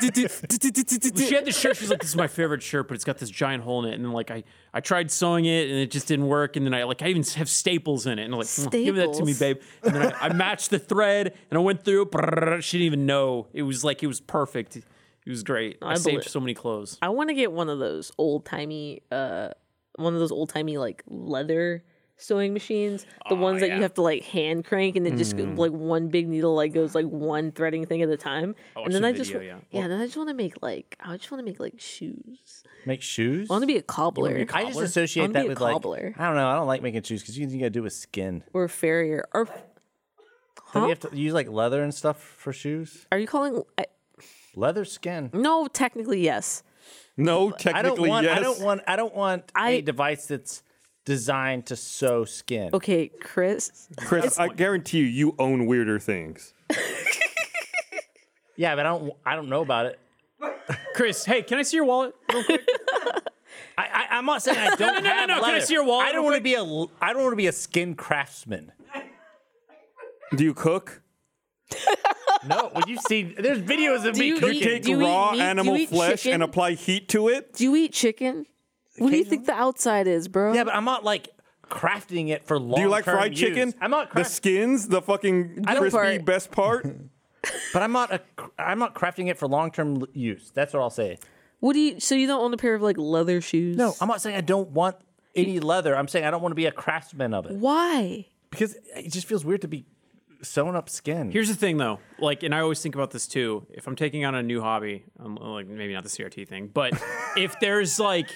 Speaker 5: she had this shirt. She's like, "This is my favorite shirt, but it's got this giant hole in it." And then like I, I tried sewing it, and it just didn't work. And then I like I even have staples in it, and I'm like, "Mm, "Give that to me,
Speaker 4: Staples?
Speaker 5: babe." And then I, I matched the thread, and I went through. brrr, she didn't even know it was like it was perfect. It was great. I, saved
Speaker 4: believe-
Speaker 5: so many clothes.
Speaker 4: I want to get one of those old timey, uh, one of those old timey like leather sewing machines. The ones that you have to like hand crank and then just
Speaker 5: Mm.
Speaker 4: go- like one big needle like goes like one threading thing at a time. and then
Speaker 5: the
Speaker 4: I just
Speaker 5: video,
Speaker 4: wa- yeah, then I just want to make like I just want to make like shoes.
Speaker 3: make shoes.
Speaker 4: I want to be a cobbler
Speaker 3: I just
Speaker 4: I
Speaker 3: associate
Speaker 4: wanna be
Speaker 3: that
Speaker 4: a
Speaker 3: with like
Speaker 4: cobbler.
Speaker 3: I don't know. I don't like making shoes because you, you got to do it with skin.
Speaker 4: or a farrier. Are
Speaker 3: Don't you have to use like leather and stuff for shoes?
Speaker 4: are you calling? I,
Speaker 3: Leather skin.
Speaker 4: no, technically yes.
Speaker 2: no,
Speaker 3: I don't
Speaker 2: technically
Speaker 3: want.
Speaker 2: yes.
Speaker 3: I don't want. I don't want a
Speaker 4: I-
Speaker 3: device that's designed to sew skin.
Speaker 4: Okay, Chris.
Speaker 2: Chris, I guarantee you, you own weirder things.
Speaker 3: Yeah, but I don't. I don't know about it.
Speaker 5: Chris, hey, can I see your wallet?
Speaker 3: I, I, I'm not saying I don't
Speaker 5: no, no,
Speaker 3: have
Speaker 5: no. Can I
Speaker 3: leather.
Speaker 5: see your wallet
Speaker 3: I
Speaker 5: real
Speaker 3: don't want to be a. l- I don't want to be a skin craftsman.
Speaker 2: Do you cook?
Speaker 3: No, well, you've seen. There's videos of
Speaker 4: Do you
Speaker 3: me cooking.
Speaker 4: eat-
Speaker 2: Take
Speaker 4: do you eat
Speaker 2: raw
Speaker 4: meat? Do you
Speaker 2: animal
Speaker 4: eat
Speaker 2: flesh
Speaker 4: chicken?
Speaker 2: and apply heat to it.
Speaker 4: Do you eat chicken? What do you think the outside is, bro?
Speaker 3: Yeah, but I'm not like crafting it for long.
Speaker 2: Do you like fried chicken?
Speaker 3: I'm not.
Speaker 2: the
Speaker 3: Craft-
Speaker 2: skins, the fucking
Speaker 4: don't
Speaker 2: crispy
Speaker 4: part.
Speaker 2: best part.
Speaker 3: but I'm not. A, I'm not crafting it for long term use. That's what I'll say.
Speaker 4: What do you? So you don't own a pair of like leather shoes?
Speaker 3: No, I'm not saying I don't want any leather. I'm saying I don't want to be a craftsman of it
Speaker 4: Why?
Speaker 3: because it just feels weird to be sewn up skin.
Speaker 5: Here's the thing, though. Like, and I always think about this too. If I'm taking on a new hobby, um, like maybe not the CRT thing, but if there's like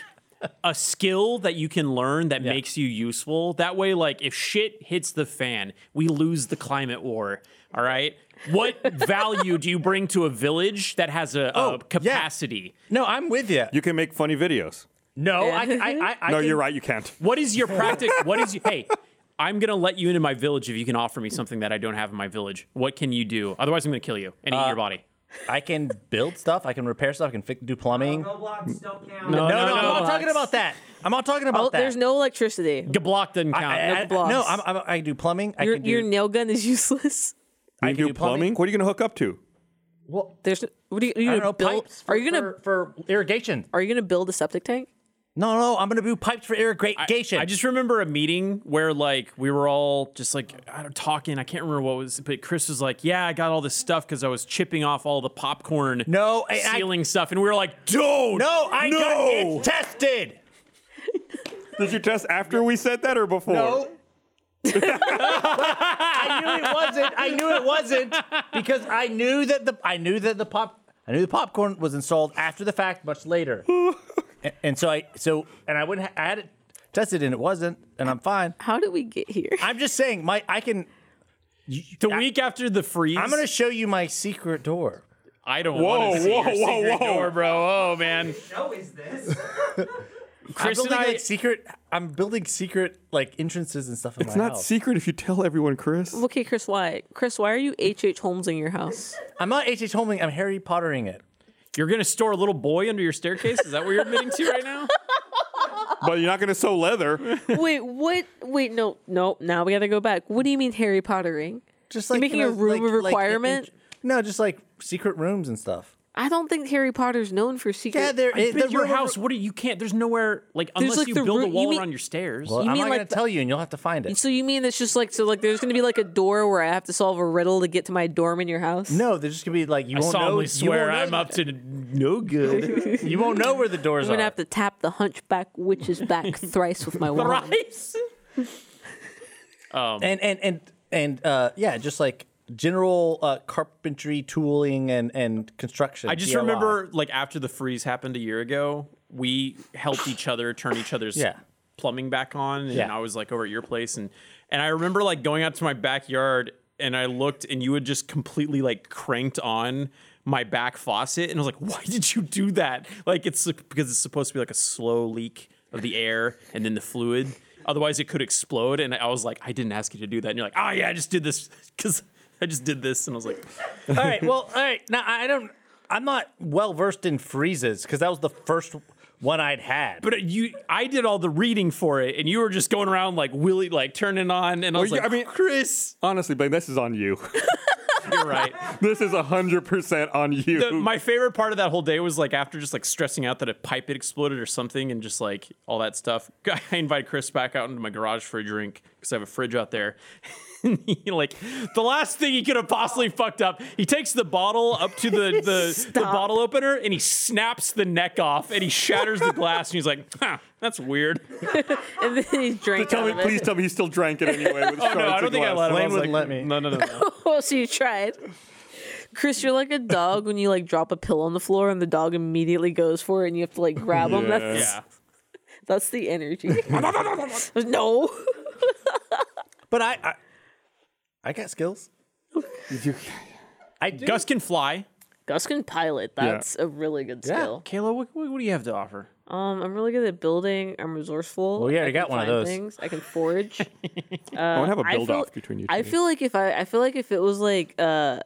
Speaker 5: a skill that you can learn that makes you useful, that way, like if shit hits the fan, we lose the climate war. All right. What value do you bring to a village that has a, a
Speaker 3: Oh, yeah.
Speaker 5: capacity?
Speaker 3: no, I'm with you.
Speaker 2: You can make funny videos.
Speaker 3: no, I, I, I, I
Speaker 2: no,
Speaker 3: can-
Speaker 2: you're right. You can't.
Speaker 5: What is your practice? what is hey? I'm gonna let you into my village if you can offer me something that I don't have in my village. What can you do? Otherwise, I'm gonna kill you and eat
Speaker 3: Uh,
Speaker 5: your body.
Speaker 3: I can build stuff. I can repair stuff. I can fix, do plumbing. No,
Speaker 7: Roblox don't count.
Speaker 5: No,
Speaker 3: no,
Speaker 5: no,
Speaker 3: I'm
Speaker 5: no.
Speaker 3: not talking about that. I'm not talking about
Speaker 4: Oh,
Speaker 3: that.
Speaker 4: there's no electricity.
Speaker 5: Gablock doesn't count.
Speaker 3: I, I, I,
Speaker 4: blocks.
Speaker 3: no, I'm, I'm, I can do plumbing. I
Speaker 4: Your,
Speaker 3: can do.
Speaker 4: your nail gun is useless.
Speaker 2: You
Speaker 3: I
Speaker 2: can do
Speaker 3: can do
Speaker 2: plumbing.
Speaker 3: plumbing.
Speaker 2: What are you gonna hook up to?
Speaker 3: well,
Speaker 4: There's no- what are you, are you
Speaker 3: I
Speaker 4: gonna
Speaker 3: don't know.
Speaker 4: build?
Speaker 3: Pipes. For,
Speaker 4: are you gonna
Speaker 3: for, for irrigation?
Speaker 4: are you gonna build a septic tank?
Speaker 3: No, no. I'm gonna do pipes for
Speaker 5: I-
Speaker 3: irrigation.
Speaker 5: I, just remember a meeting where like we were all just like I don't, talking. I can't remember what was, but Chris was like, "Yeah, I got all this stuff because I was chipping off all the popcorn,
Speaker 3: No, and I-
Speaker 5: ceiling stuff," and we were like, "Dude,
Speaker 3: no. I got
Speaker 2: No!
Speaker 3: it tested.
Speaker 2: Did you test after we said that or before?
Speaker 3: I knew it wasn't. I knew it wasn't because I knew that the I knew that the pop I knew the popcorn was installed after the fact, much later. and, and so I so and I wouldn't ha- I had it tested and it wasn't, and I'm fine.
Speaker 4: How did we get here?
Speaker 3: I'm just saying, my I can.
Speaker 5: the week after the freeze,
Speaker 3: I'm gonna show you my secret door.
Speaker 5: I don't
Speaker 2: Whoa,
Speaker 5: want to see
Speaker 2: whoa,
Speaker 5: your
Speaker 2: whoa,
Speaker 5: secret
Speaker 2: whoa.
Speaker 5: door, bro. Oh man,
Speaker 7: No, is this?
Speaker 5: Chris
Speaker 3: I'm
Speaker 5: and
Speaker 3: building
Speaker 5: I.
Speaker 3: like secret. I'm building secret like entrances and stuff in
Speaker 2: It's
Speaker 3: my
Speaker 2: not
Speaker 3: house.
Speaker 2: secret if you tell everyone, Chris.
Speaker 4: Okay, Chris, why? Chris, why are you H H Holmes in your house?
Speaker 3: I'm not H.H. Holming. I'm Harry Pottering it.
Speaker 5: You're gonna store a little boy under your staircase? Is that what you're admitting to right now?
Speaker 2: But you're not gonna sew leather.
Speaker 4: wait, what? Wait, no, no. Now we gotta go back. What do you mean Harry Pottering?
Speaker 3: Just
Speaker 4: You're
Speaker 3: like you
Speaker 4: making
Speaker 3: know,
Speaker 4: a room
Speaker 3: like-
Speaker 4: of
Speaker 3: like in-
Speaker 4: requirement?
Speaker 3: no, just like secret rooms and stuff.
Speaker 4: I don't think Harry Potter's known for secret.
Speaker 3: Yeah, there.
Speaker 5: I've
Speaker 3: it-
Speaker 5: been
Speaker 3: the
Speaker 5: to your
Speaker 3: river-
Speaker 5: house. What do you you can't? There's nowhere like unless
Speaker 4: like,
Speaker 5: you
Speaker 4: the
Speaker 5: build
Speaker 4: roo-
Speaker 5: a
Speaker 4: you
Speaker 5: wall
Speaker 4: mean-
Speaker 5: around your stairs.
Speaker 3: Well,
Speaker 4: You
Speaker 3: I'm
Speaker 4: mean
Speaker 3: not
Speaker 4: like
Speaker 3: gonna
Speaker 4: the-
Speaker 3: tell you, and you'll have to find it.
Speaker 4: so you mean it's just like so like there's gonna be like a door where I have to solve a riddle to get to my dorm in your house?
Speaker 3: No, they're just gonna be like you
Speaker 5: I
Speaker 3: won't know.
Speaker 5: solemnly
Speaker 3: you
Speaker 5: swear
Speaker 3: won't
Speaker 5: I'm
Speaker 3: know-
Speaker 5: up to no good.
Speaker 3: You won't know where the doors
Speaker 4: I'm gonna
Speaker 3: are.
Speaker 4: have to tap the hunchback witch's back thrice with my wand.
Speaker 5: Thrice.
Speaker 3: and and and and uh, yeah, just like general uh, carpentry tooling and and construction.
Speaker 5: I just
Speaker 3: DIY.
Speaker 5: remember like after the freeze happened a year ago, we helped each other turn each other's
Speaker 3: Yeah.
Speaker 5: plumbing back on, and
Speaker 3: Yeah.
Speaker 5: I was like over at your place, and and I remember like going out to my backyard, and I looked, and you had just completely like cranked on my back faucet, and I was like, why did you do that? Like it's because it's supposed to be like a slow leak of the air and then the fluid. Otherwise, it could explode. And I was like, I didn't ask you to do that. And you're like, oh, yeah, I just did this because I just did this. And I was like,
Speaker 3: all right, well, all right. Now I don't. I'm not well versed in freezes because that was the first one I'd had.
Speaker 5: But you, I did all the reading for it, and you were just going around like Willie, like turning on, and I was
Speaker 2: yeah,
Speaker 5: like,
Speaker 2: I mean-
Speaker 5: Chris,
Speaker 2: Honestly, Blaine, this is on you.
Speaker 5: you're right.
Speaker 2: this is hundred percent on you.
Speaker 5: The- my favorite part of that whole day was like after just like stressing out that a pipe had exploded or something, and just like all that stuff. I invited Chris back out into my garage for a drink because I have a fridge out there. And he, like the last thing he could have possibly fucked up, he takes the bottle up to the the, the bottle opener and he snaps the neck off and he shatters the glass and he's like, huh, that's weird.
Speaker 4: And then he drank
Speaker 2: tell
Speaker 4: out
Speaker 2: me,
Speaker 4: of it.
Speaker 2: please tell me you still drank it anyway. With
Speaker 5: Oh no, I don't think I let him. I
Speaker 3: Blaine
Speaker 5: was
Speaker 3: wouldn't
Speaker 5: like,
Speaker 3: let me.
Speaker 5: No, no, no. no.
Speaker 4: Oh, so you tried. Chris, you're like a dog when you like drop a pillow on the floor and the dog immediately goes for it and you have to like grab him. That's
Speaker 5: yeah.
Speaker 4: that's the energy. no.
Speaker 3: But I, I, I got skills. I do.
Speaker 5: Gus can fly.
Speaker 4: Gus can pilot. That's a really good skill.
Speaker 5: Kayla, what, what, what do you have to offer?
Speaker 4: Um, I'm really good at building. I'm resourceful.
Speaker 3: Well, we already
Speaker 4: I can
Speaker 3: got one of
Speaker 4: find
Speaker 3: those.
Speaker 4: Things. I can forge.
Speaker 2: I want to have a
Speaker 4: I
Speaker 2: build
Speaker 4: feel-
Speaker 2: off between you.
Speaker 4: I
Speaker 2: two.
Speaker 4: feel like if I, I feel like if it was like uh,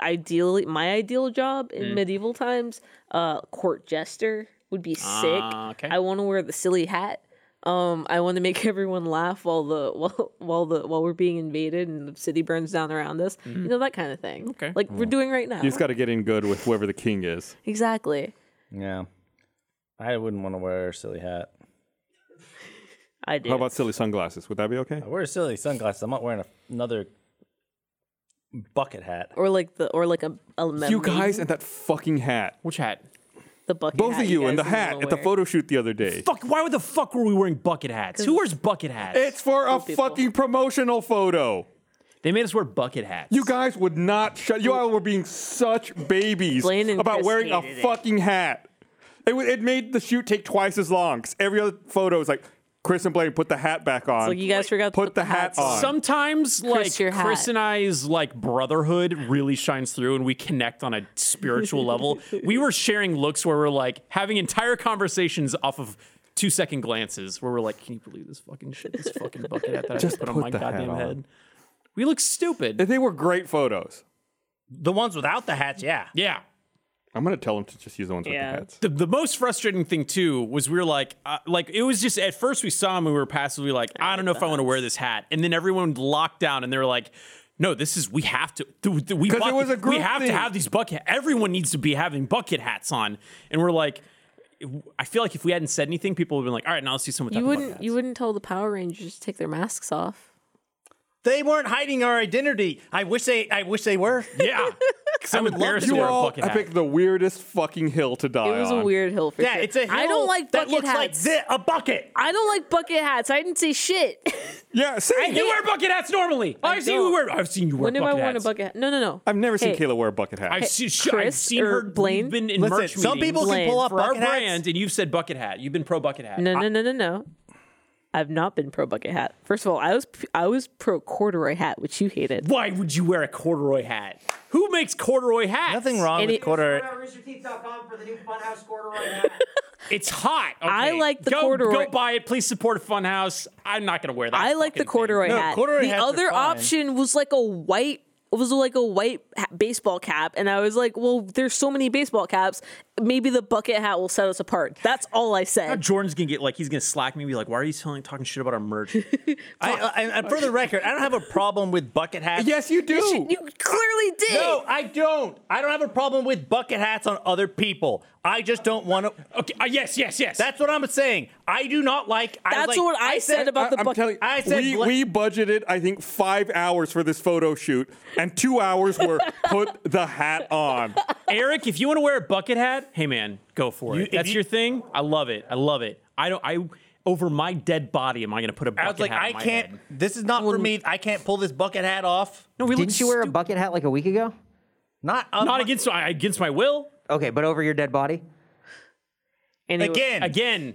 Speaker 4: ideally my ideal job in medieval times, uh, court jester would be sick.
Speaker 5: Ah, okay.
Speaker 4: I want to wear the silly hat. Um, I want to make everyone laugh while the while while the while we're being invaded and the city burns down around us. You know that kind of thing.
Speaker 5: Okay.
Speaker 4: like we're doing right now.
Speaker 2: you just got to get in good with whoever the king is.
Speaker 4: exactly.
Speaker 3: Yeah, I wouldn't want to wear a silly hat.
Speaker 4: I do.
Speaker 2: How about silly sunglasses? Would that be okay?
Speaker 3: I wear silly sunglasses. I'm not wearing a, another bucket hat.
Speaker 4: or like the or like a, a
Speaker 2: You
Speaker 4: mem-
Speaker 2: guys and that fucking hat.
Speaker 5: Which hat?
Speaker 4: the bucket
Speaker 2: Both
Speaker 4: hat
Speaker 2: of you and the
Speaker 4: guys didn't
Speaker 2: hat
Speaker 4: wanna
Speaker 2: at the
Speaker 4: wear.
Speaker 2: photo shoot the other day.
Speaker 5: Fuck, why would the fuck were we wearing bucket hats? Who wears bucket hats?
Speaker 2: It's for a
Speaker 4: people.
Speaker 2: fucking promotional photo.
Speaker 5: they made us wear bucket hats.
Speaker 2: You guys would not shut. You all were being such babies
Speaker 4: Blaine and
Speaker 2: about
Speaker 4: Chris
Speaker 2: wearing a
Speaker 4: hated it.
Speaker 2: fucking hat. It, wa- it made the shoot take twice as long. 'cause every other photo is like, Chris and Blaine put the hat back on.
Speaker 4: Like you guys forgot to
Speaker 2: put the hat
Speaker 4: hats
Speaker 2: on.
Speaker 5: Sometimes, like
Speaker 4: your hat.
Speaker 5: Chris and I's like brotherhood really shines through, and we connect on a spiritual level. We were sharing looks where we're like having entire conversations off of two second glances, where we're like, "Can you believe this fucking shit? This fucking bucket hat that I just put, on
Speaker 2: put
Speaker 5: my
Speaker 2: the hat
Speaker 5: goddamn
Speaker 2: on.
Speaker 5: head." We look stupid.
Speaker 2: And they were great photos.
Speaker 3: The ones without the hats, yeah.
Speaker 5: yeah,
Speaker 2: I'm gonna tell them to just use the ones with
Speaker 4: Yeah.
Speaker 2: the hats.
Speaker 5: the, the most frustrating thing too was we were like uh, like it was just at first we saw him and we were passively like I don't know if I want to wear this hat and then everyone locked down and they were like no this is we have to th- th- we
Speaker 2: 'Cause it
Speaker 5: bought
Speaker 2: was
Speaker 5: the-
Speaker 2: a group
Speaker 5: we have
Speaker 2: thing.
Speaker 5: to have these bucket everyone needs to be having bucket hats on and we're like I feel like if we hadn't said anything people would have been like all right now let's see someone
Speaker 4: You
Speaker 5: talking about
Speaker 4: wouldn't you wouldn't tell the Power Rangers to take their masks off.
Speaker 3: They weren't hiding our identity. I wish they. I wish they were.
Speaker 5: that. yeah because I'm
Speaker 3: would love
Speaker 5: embarrassed
Speaker 3: to
Speaker 5: to
Speaker 2: You
Speaker 5: wear a
Speaker 2: all,
Speaker 5: bucket
Speaker 2: I
Speaker 5: hat
Speaker 2: picked the weirdest fucking hill to die
Speaker 4: It was a
Speaker 2: on.
Speaker 4: weird hill for
Speaker 3: Yeah,
Speaker 4: sure.
Speaker 3: it's a. Hill
Speaker 4: I don't like
Speaker 3: that
Speaker 4: bucket
Speaker 3: looks
Speaker 4: hats.
Speaker 3: like thi- a bucket.
Speaker 4: I don't like bucket hats. I didn't say shit.
Speaker 2: Yeah, see,
Speaker 5: you wear bucket hats normally I've seen you
Speaker 4: don't.
Speaker 5: wear I've seen you wear
Speaker 4: when have I
Speaker 5: bucket
Speaker 4: worn a
Speaker 5: hats.
Speaker 4: bucket hat? No, no, no.
Speaker 2: I've never seen
Speaker 4: Hey,
Speaker 2: Kayla wear a bucket hat.
Speaker 5: I've seen, I've
Speaker 4: Chris
Speaker 5: seen
Speaker 4: or
Speaker 5: her
Speaker 4: Blaine?
Speaker 5: We've been in
Speaker 3: Listen,
Speaker 5: merch
Speaker 3: some
Speaker 5: meetings.
Speaker 3: people can pull up
Speaker 5: for our
Speaker 3: bucket hats.
Speaker 5: brand, and you've said bucket hat. You've been pro bucket hat.
Speaker 4: No, no, no, no, no. I've not been pro bucket hat. First of all, I was I was pro corduroy hat, which you hated.
Speaker 5: Why would you wear a corduroy hat? Who makes corduroy hats?
Speaker 3: Nothing wrong
Speaker 4: And
Speaker 3: with
Speaker 4: it-
Speaker 3: quarter.
Speaker 7: Check out roosterteeth.com for the new Funhouse quarter right now.
Speaker 5: It's hot.
Speaker 4: I
Speaker 5: okay.
Speaker 4: like the
Speaker 5: go,
Speaker 4: corduroy-
Speaker 5: Go buy it. Please support Funhouse. I'm not gonna wear that.
Speaker 4: I like the
Speaker 5: fucking thing.
Speaker 4: corduroy
Speaker 3: No,
Speaker 4: hat.
Speaker 3: corduroy
Speaker 4: the
Speaker 3: hats are
Speaker 4: other
Speaker 3: fine.
Speaker 4: option was like a white it was like a white ha- baseball cap, and I was like, "Well, there's so many baseball caps. Maybe the bucket hat will set us apart." That's all I said.
Speaker 5: Jordan's gonna get like he's gonna slack me and be like, why are you telling, talking shit about our merch?
Speaker 3: I, I, and for the record, I don't have a problem with bucket hats.
Speaker 2: Yes, you do.
Speaker 4: You clearly did.
Speaker 3: No, I don't. I don't have a problem with bucket hats on other people. I just don't want to.
Speaker 5: okay, uh, yes, yes, yes.
Speaker 3: That's what I'm saying. I do not like. I was
Speaker 4: That's
Speaker 3: like-
Speaker 4: what I said about the
Speaker 2: I'm
Speaker 4: bucket.
Speaker 2: telling you,
Speaker 3: I said
Speaker 2: we,
Speaker 3: bla-
Speaker 2: we budgeted, I think, five hours for this photo shoot, and two hours were put the hat on.
Speaker 5: Eric, if you want to wear a bucket hat, hey man, go for
Speaker 3: You-
Speaker 5: it.
Speaker 3: if
Speaker 5: That's
Speaker 3: you-
Speaker 5: your thing. I love it. I love it. I don't. I over my dead body am I gonna put a bucket
Speaker 3: I was like,
Speaker 5: hat? on
Speaker 3: I
Speaker 5: my
Speaker 3: can't.
Speaker 5: head?
Speaker 3: This is not for me. I can't pull this bucket hat off.
Speaker 5: No, we
Speaker 6: Didn't you wear a bucket hat like a week ago?
Speaker 3: Not on
Speaker 5: not
Speaker 3: my-
Speaker 5: against my, against my will.
Speaker 6: Okay, but over your dead body?
Speaker 4: Anyway,
Speaker 3: again.
Speaker 5: Again,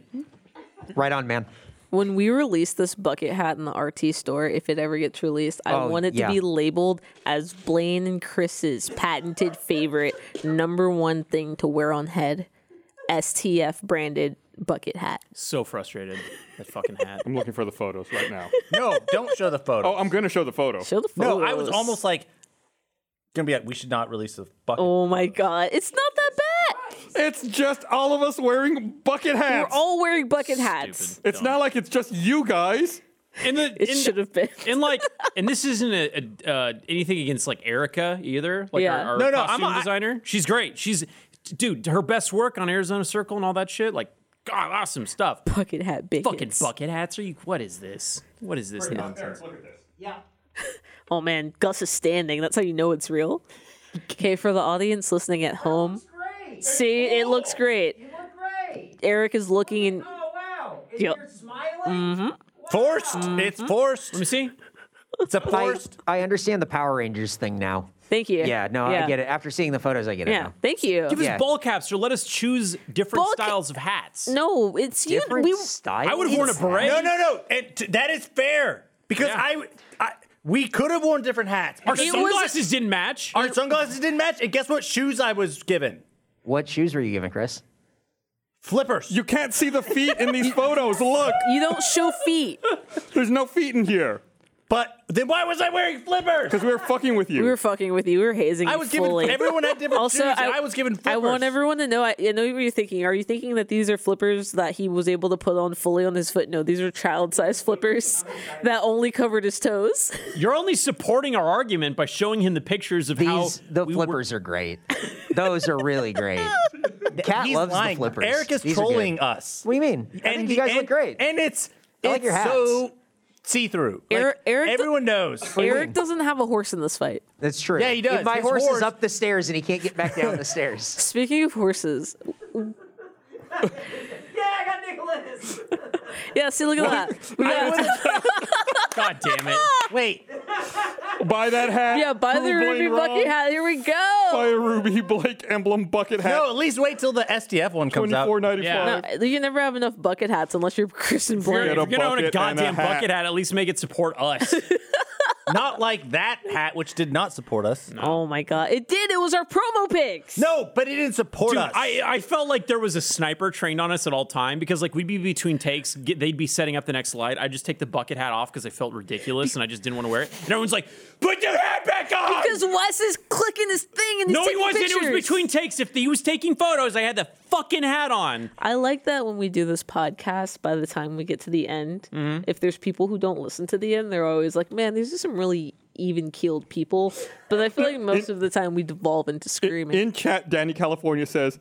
Speaker 6: Right on, man.
Speaker 4: when we release this bucket hat in the RT store, if it ever gets released, I
Speaker 6: Oh,
Speaker 4: want it
Speaker 6: yeah.
Speaker 4: to be labeled as Blaine and Chris's patented favorite number one thing to wear on head, STF branded bucket hat.
Speaker 5: so frustrated. That fucking hat.
Speaker 2: I'm looking for the photos right now.
Speaker 3: No, don't show the photo.
Speaker 2: Oh, I'm going to show the photo.
Speaker 4: Show the photos.
Speaker 3: no, I was almost like gonna be like, we should not release the bucket.
Speaker 4: Oh my god, it's not that bad.
Speaker 2: It's just all of us wearing bucket hats.
Speaker 4: We're all wearing bucket hats.
Speaker 5: Stupid.
Speaker 2: it's not like it's just you guys.
Speaker 5: And the,
Speaker 4: It
Speaker 5: and-
Speaker 4: should have been.
Speaker 5: And like, and this isn't a, a uh, anything against like Erica either. Like
Speaker 4: Yeah.
Speaker 5: our, our
Speaker 3: No, no,
Speaker 5: costume
Speaker 3: I'm a-
Speaker 5: designer, she's great. She's dude, her best work on Arizona Circle and all that shit. Like, god, awesome stuff.
Speaker 4: bucket hat big.
Speaker 5: Fucking bucket hats. Are you? What is this? What is this nonsense?
Speaker 4: Oh man, Gus is standing. That's how you know it's real. Okay, for the audience listening at home,
Speaker 7: Great.
Speaker 4: see it looks great.
Speaker 7: You look great.
Speaker 4: Eric is looking and
Speaker 7: Oh wow. And
Speaker 4: Yep.
Speaker 7: You're smiling.
Speaker 3: Forced.
Speaker 4: Mm-hmm.
Speaker 3: It's forced.
Speaker 5: Let me see.
Speaker 3: It's a
Speaker 6: I,
Speaker 3: forced.
Speaker 6: I understand the Power Rangers thing now.
Speaker 4: thank you.
Speaker 6: Yeah, no, I get it. After seeing the photos, I get it.
Speaker 4: Yeah,
Speaker 6: now.
Speaker 4: thank you.
Speaker 5: Give
Speaker 6: Yeah.
Speaker 5: us ball caps or let us choose different
Speaker 4: Ball ca-
Speaker 5: styles of hats.
Speaker 4: No, it's you.
Speaker 6: Different
Speaker 4: We,
Speaker 6: style.
Speaker 5: I would have worn a beret.
Speaker 3: No, no, no. It, t- that is fair because
Speaker 5: Yeah.
Speaker 3: I, I, we could have worn different hats.
Speaker 5: Our
Speaker 3: Our, sun-
Speaker 4: was-
Speaker 5: sunglasses didn't match.
Speaker 3: our sunglasses didn't match, and guess what shoes I was given?
Speaker 6: What shoes were you given, Chris?
Speaker 3: Flippers.
Speaker 2: You can't see the feet in these photos. Look,
Speaker 4: you don't show feet.
Speaker 2: there's no feet in here
Speaker 3: but then why was I wearing flippers?
Speaker 2: because we were fucking with you.
Speaker 4: We were fucking with you. We were hazing.
Speaker 3: I
Speaker 4: you
Speaker 3: was given.
Speaker 4: fully.
Speaker 3: Everyone had different
Speaker 4: Also,
Speaker 3: shoes.
Speaker 4: I-
Speaker 3: and I was given flippers.
Speaker 4: I want everyone to know. I, I know what you're thinking. Are you thinking that these are flippers that he was able to put on fully on his foot? No, these are child-sized flippers that only covered his toes.
Speaker 5: You're only supporting our argument by showing him the pictures of how
Speaker 6: These the
Speaker 5: we were-
Speaker 6: flippers are great. Those are really great. Cat
Speaker 3: He's
Speaker 6: loves
Speaker 3: lying.
Speaker 6: the flippers.
Speaker 3: Eric is
Speaker 6: These are good.
Speaker 3: trolling us.
Speaker 6: What do you mean? I think you guys
Speaker 3: and,
Speaker 6: look great.
Speaker 3: And it's
Speaker 6: I
Speaker 3: it's
Speaker 6: like your hats.
Speaker 3: so see through.
Speaker 4: Eric- Eric-
Speaker 3: everyone knows.
Speaker 4: Eric doesn't have a horse in this fight.
Speaker 6: That's true.
Speaker 3: Yeah, he does.
Speaker 6: my
Speaker 3: His
Speaker 6: horse,
Speaker 3: horse-
Speaker 6: is up the stairs and he can't get back down the stairs.
Speaker 4: Speaking of horses,
Speaker 7: Yeah, I got Nicholas.
Speaker 4: yeah. See, look at that.
Speaker 3: I would've-
Speaker 5: God damn it.
Speaker 3: wait,
Speaker 2: Buy that hat.
Speaker 4: Yeah, by the
Speaker 2: prove Blaine
Speaker 4: Ruby Bucket
Speaker 2: wrong.
Speaker 4: hat. Here we
Speaker 2: Buy
Speaker 4: go.
Speaker 2: a Ruby Blake emblem bucket hat.
Speaker 3: no. At least wait till the SDF one comes out.
Speaker 2: 24.95.
Speaker 5: Yeah.
Speaker 4: No, you never have enough bucket hats unless you're Kristen
Speaker 5: If
Speaker 2: Get
Speaker 4: Blaine.
Speaker 2: a
Speaker 5: you're gonna own a
Speaker 2: bucket and a
Speaker 5: goddamn
Speaker 2: hat.
Speaker 5: bucket hat, at least make it support us.
Speaker 3: Not like that hat, which did not support us. No,
Speaker 4: Oh my god, it did. It was our promo pics.
Speaker 3: but it didn't support
Speaker 5: Dude,
Speaker 3: us.
Speaker 5: I, I felt like there was a sniper trained on us at all time because like we'd be between takes, get, they'd be setting up the next slide. I'd just take the bucket hat off because I felt ridiculous and I just didn't want to wear it. And everyone's like, "Put your hat back on!"
Speaker 4: Because Wes is clicking his thing and he's
Speaker 5: no, he
Speaker 4: taking
Speaker 5: wasn't. It
Speaker 4: pictures.
Speaker 5: was between takes. If he was taking photos, I had the fucking hat on.
Speaker 4: I like that when we do this podcast, by the time we get to the end,
Speaker 2: Mm-hmm.
Speaker 4: if there's people who don't listen to the end, they're always like, man, these are some really even keeled people. But I feel like most of the time we devolve into screaming.
Speaker 2: In chat, Danny California says,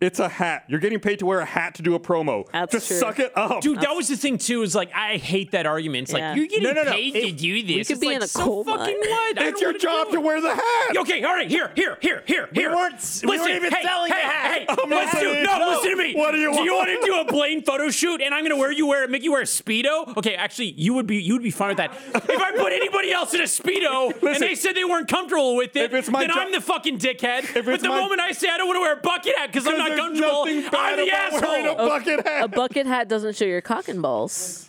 Speaker 2: "It's a hat. You're getting paid to wear a hat to do a promo.
Speaker 4: That's
Speaker 2: Just
Speaker 4: true.
Speaker 2: suck it up."
Speaker 5: Dude, that was the thing too. Is like I hate that argument. It's
Speaker 4: Yeah.
Speaker 5: like you're getting
Speaker 3: No, no, no.
Speaker 5: paid to
Speaker 3: It-
Speaker 5: do this.
Speaker 4: could
Speaker 5: it's
Speaker 4: be
Speaker 5: like,
Speaker 4: in a
Speaker 5: so
Speaker 4: coal
Speaker 5: fucking
Speaker 4: mine.
Speaker 5: what? I
Speaker 2: it's
Speaker 5: don't
Speaker 2: your
Speaker 5: wanna
Speaker 2: job
Speaker 5: do
Speaker 2: to
Speaker 5: it.
Speaker 2: wear the hat.
Speaker 5: Okay, all right, here, here, here, here, here.
Speaker 3: weren't s- we weren't even
Speaker 5: hey,
Speaker 3: selling
Speaker 5: hey,
Speaker 3: the hat.
Speaker 5: Hey,
Speaker 2: I'm
Speaker 5: let's
Speaker 2: listening.
Speaker 5: do, no,
Speaker 2: No.
Speaker 5: listen to me.
Speaker 2: Oh What do you
Speaker 5: Do you
Speaker 2: want?
Speaker 5: want to do a Blaine photo shoot? And I'm gonna wear you wear make you wear a speedo? Okay, actually, you would be you would be fine with that. if I put anybody else in a speedo and
Speaker 2: Listen.
Speaker 5: they said they weren't comfortable with it,
Speaker 2: If it's my
Speaker 5: then
Speaker 2: jo-
Speaker 5: I'm the fucking dickhead. but
Speaker 2: it's
Speaker 5: the
Speaker 2: my-
Speaker 5: moment I say I don't want to wear a bucket hat because I'm not
Speaker 2: there's
Speaker 5: comfortable,
Speaker 2: nothing bad
Speaker 5: I'm the
Speaker 2: about wearing
Speaker 5: asshole.
Speaker 2: a bucket hat.
Speaker 4: A bucket hat doesn't show your cock and balls.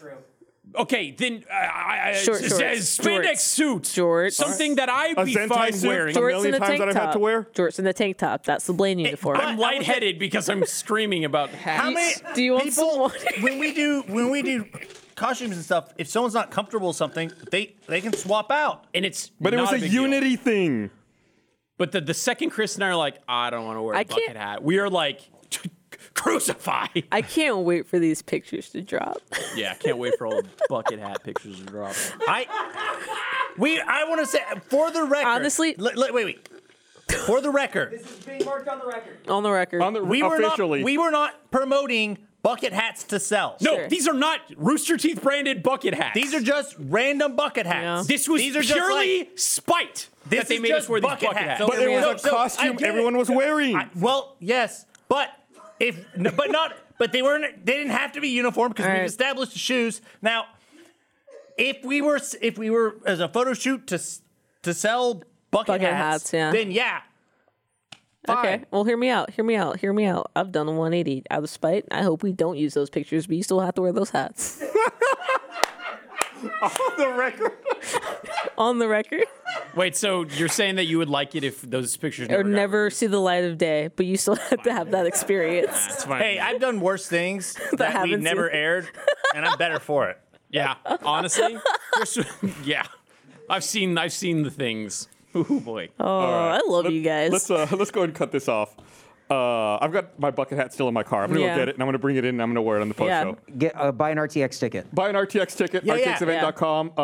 Speaker 5: Okay, then uh, I, I,
Speaker 4: Short
Speaker 5: it
Speaker 4: shorts,
Speaker 5: says spandex
Speaker 4: jorts,
Speaker 5: suit,
Speaker 4: jorts.
Speaker 5: something that I'd
Speaker 2: A
Speaker 5: be
Speaker 2: Zentai
Speaker 5: fine
Speaker 2: suit?
Speaker 5: wearing.
Speaker 2: A
Speaker 4: Jorts
Speaker 2: million
Speaker 4: and a
Speaker 2: times
Speaker 4: tank
Speaker 2: that I've had
Speaker 4: top.
Speaker 2: to wear?
Speaker 4: Jorts and a tank top. That's the Blaine uniform.
Speaker 5: I'm lightheaded because I'm screaming about hats.
Speaker 3: How many
Speaker 4: Do you want
Speaker 3: people
Speaker 4: someone-
Speaker 3: when we do when we do costumes and stuff, if someone's not comfortable with something, they they can swap out.
Speaker 5: and it's
Speaker 2: But it
Speaker 5: not
Speaker 2: was a,
Speaker 5: big deal.
Speaker 2: unity thing.
Speaker 5: But the, the second Chris and I are like, I don't want to wear a
Speaker 4: I
Speaker 5: bucket
Speaker 4: can't-
Speaker 5: hat. We are like, crucify.
Speaker 4: I can't wait for these pictures to drop.
Speaker 5: yeah, I can't wait for all the bucket hat pictures to drop.
Speaker 3: I we I want to say for the record.
Speaker 4: Honestly-
Speaker 3: Li- li- wait, wait. For the record,
Speaker 7: This is being marked on the record.
Speaker 4: On the record.
Speaker 2: On the
Speaker 3: we were not
Speaker 2: officially,
Speaker 3: we were not promoting bucket hats to sell.
Speaker 5: No,
Speaker 4: Sure.
Speaker 5: these are not Rooster Teeth branded bucket hats.
Speaker 3: These are just random bucket hats.
Speaker 4: Yeah.
Speaker 5: this was
Speaker 3: These are just
Speaker 5: purely
Speaker 3: like-
Speaker 5: spite
Speaker 3: This
Speaker 5: that they
Speaker 3: is
Speaker 5: made
Speaker 3: just
Speaker 5: us wear these
Speaker 3: bucket
Speaker 5: bucket
Speaker 3: hats.
Speaker 5: hats.
Speaker 3: So
Speaker 2: but it was
Speaker 3: No,
Speaker 2: a
Speaker 3: so, I
Speaker 2: costume
Speaker 3: get
Speaker 2: everyone
Speaker 3: it.
Speaker 2: was wearing.
Speaker 3: I- well, yes, but if no, but not but they weren't they didn't have to be uniform because
Speaker 4: All
Speaker 3: we've
Speaker 4: right.
Speaker 3: established the shoes. Now, if we were s- if we were as a photo shoot to s- to sell bucket,
Speaker 4: Bucket hats, yeah.
Speaker 3: then yeah.
Speaker 4: Okay. Well, hear me out. Hear me out. Hear me out. I've done a 180 out of spite. I hope we don't use those pictures, but you still have to wear those hats.
Speaker 2: the record.
Speaker 4: On the record.
Speaker 5: Wait, so you're saying that you would like it if those pictures never
Speaker 4: Or
Speaker 5: got
Speaker 4: never
Speaker 5: released?
Speaker 4: see the light of day, but you still have to have that experience.
Speaker 5: That's fine.
Speaker 3: Hey, I've done worse things
Speaker 4: That
Speaker 3: that we
Speaker 4: happens
Speaker 3: never
Speaker 4: to-
Speaker 3: aired, and I'm better for it.
Speaker 5: yeah, honestly, Chris- yeah, I've seen I've seen the things. Oh boy.
Speaker 4: Oh, I love you guys.
Speaker 2: Let's uh, let's go ahead and cut this off. Uh, I've got my bucket hat still in my car. I'm gonna
Speaker 4: Yeah.
Speaker 2: go get it and I'm gonna bring it in and I'm gonna wear it on the post
Speaker 4: Yeah.
Speaker 2: show.
Speaker 6: Get uh, buy an RTX ticket.
Speaker 2: Buy an RTX ticket,
Speaker 3: Yeah, yeah,
Speaker 2: rtxevent.com. Uh,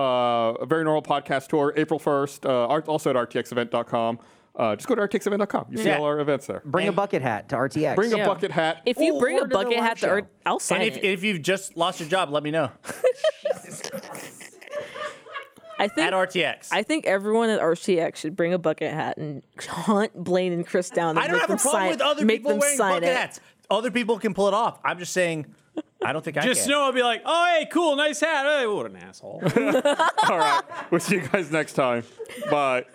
Speaker 2: a very normal podcast tour, April 1st, uh, art- also at rtxevent.com. Uh, just go to rtxevent.com. You see
Speaker 3: Yeah.
Speaker 2: all our events there.
Speaker 6: Bring a bucket hat to RTX.
Speaker 2: Bring a
Speaker 4: Yeah.
Speaker 2: bucket hat.
Speaker 4: if you
Speaker 6: Or-
Speaker 4: bring a
Speaker 6: or to the
Speaker 4: bucket
Speaker 6: live
Speaker 4: hat to
Speaker 6: show.
Speaker 4: Earth, I'll sign
Speaker 3: And if,
Speaker 4: it.
Speaker 3: if you've just lost your job, let me know
Speaker 4: I think
Speaker 3: at RTX.
Speaker 4: I think everyone at RCX should bring a bucket hat and haunt Blaine and Chris down. And
Speaker 3: I don't
Speaker 4: make
Speaker 3: have a
Speaker 4: them
Speaker 3: problem
Speaker 4: sign,
Speaker 3: with other
Speaker 4: make
Speaker 3: people
Speaker 4: them
Speaker 3: wearing
Speaker 4: sign
Speaker 3: bucket
Speaker 4: it.
Speaker 3: hats. Other people can pull it off. I'm just saying, I don't think I
Speaker 5: Just
Speaker 3: can.
Speaker 5: know I'll be like, oh hey, cool, nice hat. Hey, what an asshole.
Speaker 2: All right. We'll see you guys next time. Bye.